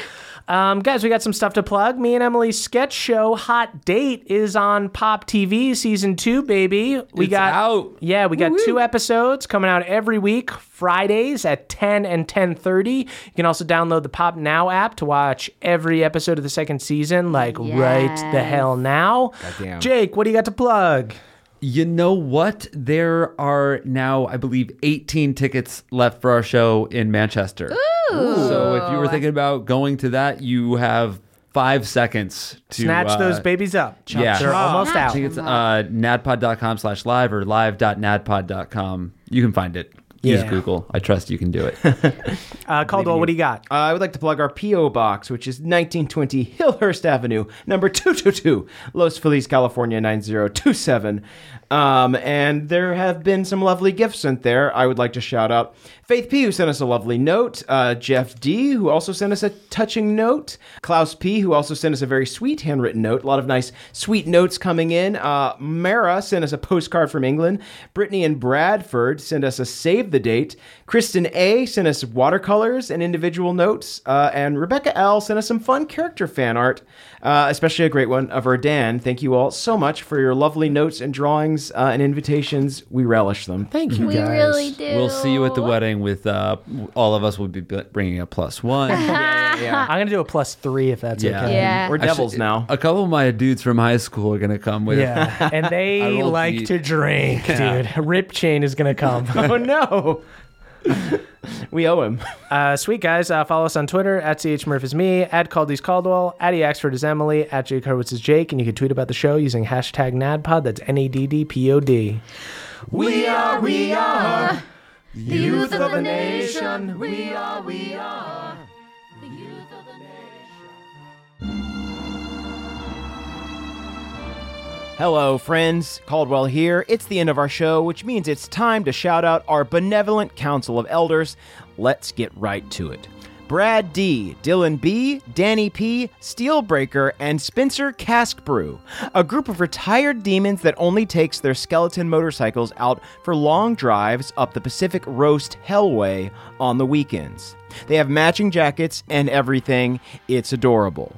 [SPEAKER 2] Um, guys, we got some stuff to plug. Me and Emily's sketch show, Hot Date, is on Pop TV season two, baby. We
[SPEAKER 8] It's
[SPEAKER 2] got
[SPEAKER 8] out.
[SPEAKER 2] Yeah, we got two episodes coming out every week, Fridays at 10 and 10:30. You can also download the Pop Now app to watch every episode of the second season, like right the
[SPEAKER 8] Yes.
[SPEAKER 2] hell now.
[SPEAKER 8] Goddamn.
[SPEAKER 2] Jake, what do you got to plug?
[SPEAKER 8] You know what? There are now, I believe, 18 tickets left for our show in Manchester. So if you were thinking about going to that, you have five seconds to
[SPEAKER 2] Snatch
[SPEAKER 8] uh,
[SPEAKER 2] those babies up.
[SPEAKER 8] Yeah,
[SPEAKER 2] They're almost
[SPEAKER 8] I
[SPEAKER 2] out.
[SPEAKER 8] think it's uh, nadpod.com slash live or live.nadpod.com. You can find it.
[SPEAKER 12] Yeah.
[SPEAKER 8] Use Google. I trust you can do it.
[SPEAKER 2] Uh, Caldwell, what do you got?
[SPEAKER 12] Uh, I would like to plug our P.O. Box, which is 1920 Hillhurst Avenue, number 222, Los Feliz, California, 9027. Um, and there have been some lovely gifts sent there. I would like to shout out Faith P., who sent us a lovely note, uh, Jeff D., who also sent us a touching note, Klaus P., who also sent us a very sweet handwritten note, a lot of nice, sweet notes coming in. Uh, Mara sent us a postcard from England, Brittany and Bradford sent us a save the date. Kristen A sent us watercolors and individual notes, uh, and Rebecca L sent us some fun character fan art, uh, especially a great one of Erdan. Thank you all so much for your lovely notes and drawings uh, and invitations. We relish them. Thank
[SPEAKER 14] you, We guys. really do.
[SPEAKER 8] We'll see you at the wedding with uh, all of us will be b- bringing a plus [LAUGHS] one.
[SPEAKER 2] I'm gonna do a plus three
[SPEAKER 8] [LAUGHS]
[SPEAKER 2] if that's okay.
[SPEAKER 8] We're devils now. A couple of my dudes from high school are going to come with.
[SPEAKER 2] Yeah, and
[SPEAKER 8] I
[SPEAKER 2] they
[SPEAKER 8] rolled
[SPEAKER 2] like
[SPEAKER 8] the-
[SPEAKER 2] to drink,
[SPEAKER 8] Yeah.
[SPEAKER 2] dude. Rip Chain is gonna come.
[SPEAKER 12] oh no. we owe him.
[SPEAKER 2] [LAUGHS] Uh, sweet guys, uh, follow us on Twitter at chmurph is me, at Caldy's Caldwell, at eaxford is Emily, at Jake Hurwitz is Jake, and you can tweet about the show using hashtag NADPod. That's N A D D P O D.
[SPEAKER 15] We are, we are
[SPEAKER 2] the
[SPEAKER 15] youth of the nation. We are, we are.
[SPEAKER 3] Hello,
[SPEAKER 12] friends. Caldwell here. It's the end of our show, which means it's time to shout out our benevolent council of elders. Let's get right to it.
[SPEAKER 3] Brad D, Dylan B, Danny P, Steelbreaker, and Spencer Cask Brew, a group of retired demons that only takes their skeleton motorcycles out for long drives up the Pacific Roast Hellway on the weekends. They have matching jackets and everything. It's adorable.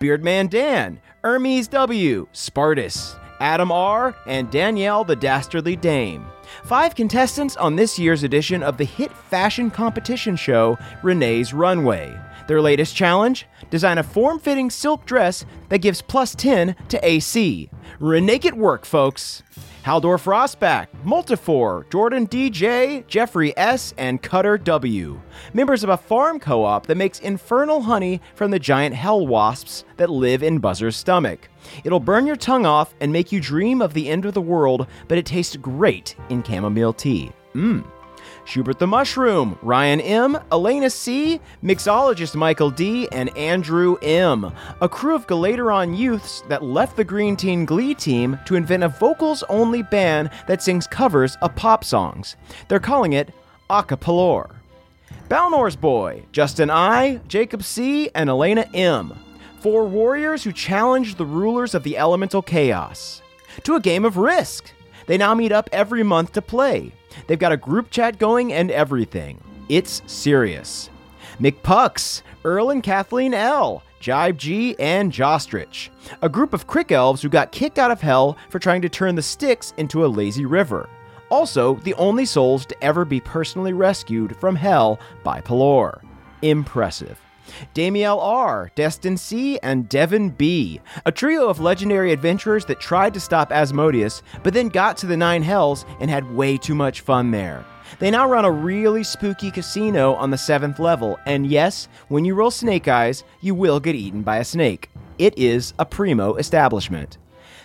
[SPEAKER 3] Beardman Dan, Hermes W, Spartus, Adam R, and Danielle the Dastardly Dame. Five contestants on this year's edition of the hit fashion competition show Renee's Runway. Their latest challenge? Design a form fitting silk dress that gives plus 10 to AC. Renake it work, folks! Haldor Frostback, Multifor, Jordan DJ, Jeffrey S., and Cutter W. Members of a farm co op that makes infernal honey from the giant hell wasps that live in Buzzer's stomach. It'll burn your tongue off and make you dream of the end of the world, but it tastes great in chamomile tea. Mmm. Schubert the Mushroom, Ryan M., Elena C., mixologist Michael D., and Andrew M., a crew of Galateron youths that left the Green Teen Glee team to invent a vocals only band that sings covers of pop songs. They're calling it Acapalor. Balnor's Boy, Justin I, Jacob C, and Elena M. Four warriors who challenge the rulers of the elemental chaos. To a game of risk. They now meet up every month to play. They've got a group chat going and everything. It's serious. McPucks, Earl and Kathleen L., Jibe G, and Jostrich, a group of crick elves who got kicked out of hell for trying to turn the Styx into a lazy river. Also, the only souls to ever be personally rescued from hell by Pelor. Impressive. Damiel R., Destin C., and Devin B., a trio of legendary adventurers that tried to stop Asmodeus, but then got to the Nine Hells and had way too much fun there. They now run a really spooky casino on the seventh level, and yes, when you roll snake eyes, you will get eaten by a snake. It is a primo establishment.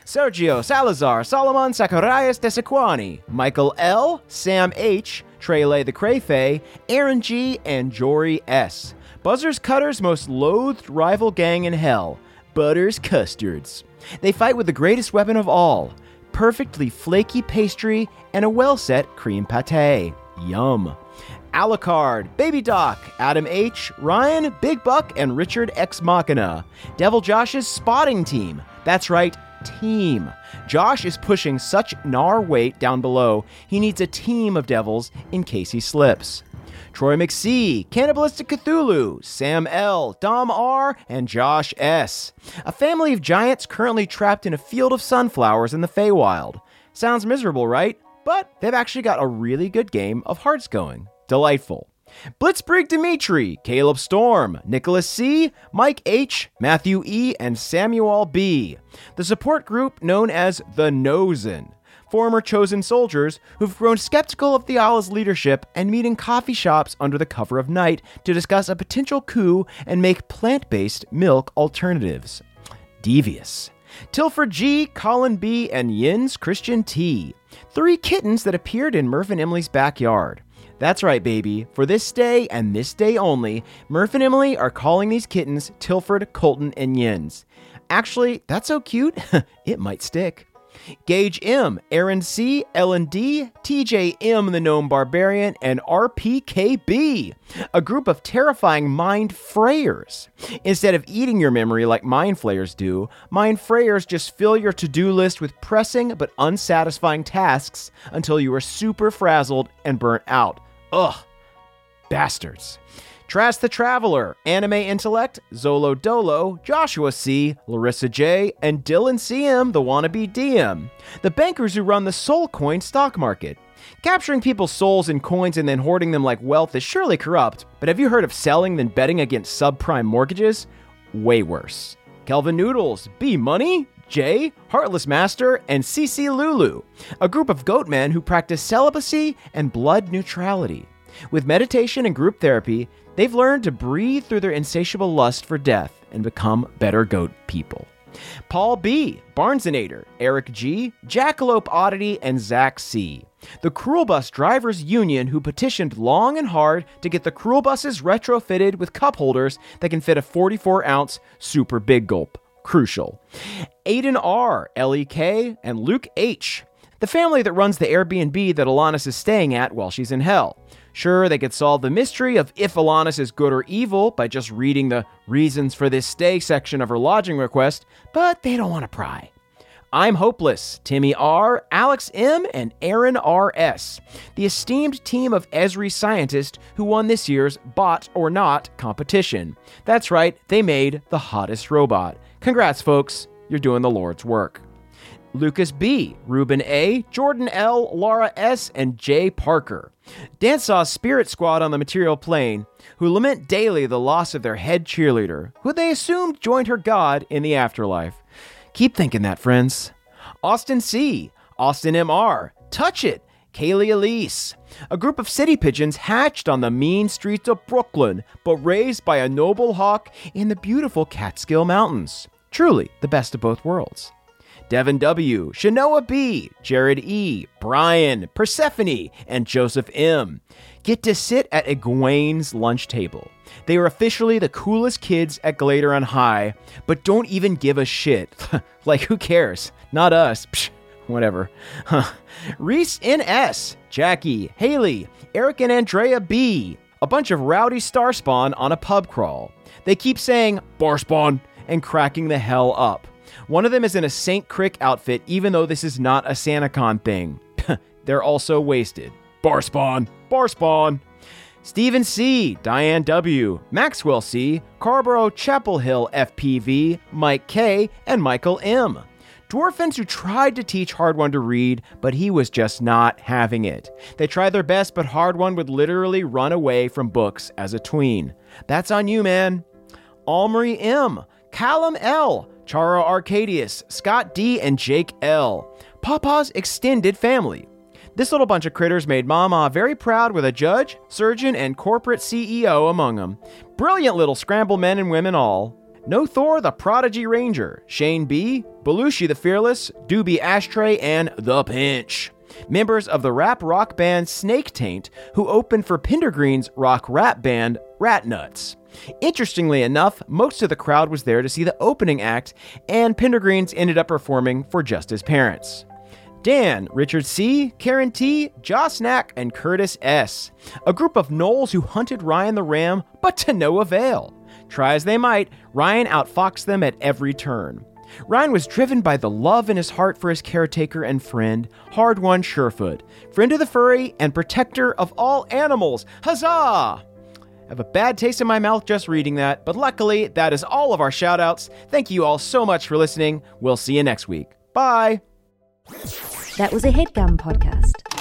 [SPEAKER 3] Sergio Salazar, Solomon Zacharias Desequani, Michael L., Sam H., Trele the Crayfay, Aaron G., and Jory S. Buzzers Cutter's most loathed rival gang in hell, Butters Custards. They fight with the greatest weapon of all perfectly flaky pastry and a well set cream pate. Yum. Alucard, Baby Doc, Adam H., Ryan, Big Buck, and Richard Ex Machina. Devil Josh's spotting team. That's right, team. Josh is pushing such gnar weight down below, he needs a team of devils in case he slips. Troy McSee, Cannibalistic Cthulhu, Sam L., Dom R., and Josh S. A family of giants currently trapped in a field of sunflowers in the Feywild. Sounds miserable, right? But they've actually got a really good game of hearts going. Delightful. Blitzbrig Dimitri, Caleb Storm, Nicholas C., Mike H., Matthew E., and Samuel B. The support group known as the Nosen former chosen soldiers who've grown skeptical of Theala's leadership and meet in coffee shops under the cover of night to discuss a potential coup and make plant based milk alternatives. Devious. Tilford G, Colin B, and Yin's Christian T. Three kittens that appeared in Murph and Emily's backyard. That's right, baby. For this day and this day only, Murph and Emily are calling these kittens Tilford, Colton, and Yin's. Actually, that's so cute, [LAUGHS] it might stick. Gage M, Aaron C, Ellen D, TJ M the Gnome Barbarian, and RPKB, a group of terrifying mind frayers. Instead of eating your memory like mind flayers do, mind frayers just fill your to do list with pressing but unsatisfying tasks until you are super frazzled and burnt out. Ugh, bastards. Trask the Traveler, Anime Intellect, Zolo Dolo, Joshua C., Larissa J., and Dylan CM, the wannabe DM, the bankers who run the Soulcoin stock market. Capturing people's souls in coins and then hoarding them like wealth is surely corrupt, but have you heard of selling then betting against subprime mortgages? Way worse. Kelvin Noodles, B Money, Jay, Heartless Master, and CC Lulu, a group of goatmen who practice celibacy and blood neutrality. With meditation and group therapy, they've learned to breathe through their insatiable lust for death and become better goat people. Paul B., Barnesonator, Eric G., Jackalope Oddity, and Zach C., the Cruel Bus Drivers Union who petitioned long and hard to get the Cruel Buses retrofitted with cup holders that can fit a 44 ounce super big gulp. Crucial. Aiden R., L.E.K., and Luke H., the family that runs the Airbnb that Alanis is staying at while she's in hell. Sure, they could solve the mystery of if Alanis is good or evil by just reading the reasons for this stay section of her lodging request, but they don't want to pry. I'm Hopeless, Timmy R, Alex M, and Aaron RS, the esteemed team of Esri scientists who won this year's Bot or Not competition. That's right, they made the hottest robot. Congrats, folks, you're doing the Lord's work. Lucas B, Ruben A, Jordan L, Laura S, and Jay Parker. Danceaw's spirit squad on the material plane, who lament daily the loss of their head cheerleader, who they assumed joined her god in the afterlife. Keep thinking that, friends. Austin C, Austin MR, Touch It, Kaylee Elise. A group of city pigeons hatched on the mean streets of Brooklyn, but raised by a noble hawk in the beautiful Catskill Mountains. Truly the best of both worlds. Devin W., Shanoa B., Jared E., Brian, Persephone, and Joseph M. Get to sit at Egwene's lunch table. They are officially the coolest kids at Glader on High, but don't even give a shit. [LAUGHS] like, who cares? Not us. Psh, whatever. [LAUGHS] Reese N.S., Jackie, Haley, Eric and Andrea B., a bunch of rowdy star spawn on a pub crawl. They keep saying, bar spawn, and cracking the hell up. One of them is in a St. Crick outfit, even though this is not a SantaCon thing. [LAUGHS] They're also wasted. Bar spawn. Bar spawn. Stephen C., Diane W., Maxwell C., Carborough Chapel Hill FPV, Mike K., and Michael M. Dwarfins who tried to teach Hard One to read, but he was just not having it. They tried their best, but Hard One would literally run away from books as a tween. That's on you, man. Almery M., Callum L., Charo Arcadius, Scott D, and Jake L. Papa's extended family. This little bunch of critters made Mama very proud with a E judge, surgeon, and corporate CEO among them. Brilliant little scramble men and women all. No Thor the Prodigy Ranger, Shane B., Belushi the Fearless, Doobie Ashtray, and The Pinch. Members of the rap rock band Snake Taint, who opened for Pindergreen's rock rap band Rat Nuts. Interestingly enough, most of the crowd was there to see the opening act, and Pindergreens ended up performing for just his parents. Dan, Richard C., Karen T., Joss Knack, and Curtis S., a group of gnolls who hunted Ryan the Ram, but to no avail. Try as they might, Ryan outfoxed them at every turn. Ryan was driven by the love in his heart for his caretaker and friend, Hard One Surefoot, friend of the furry and protector of all animals. Huzzah! I have a bad taste in my mouth just reading that, but luckily, that is all of our shoutouts. Thank you all so much for listening. We'll see you next week. Bye!
[SPEAKER 18] That was a headgum podcast.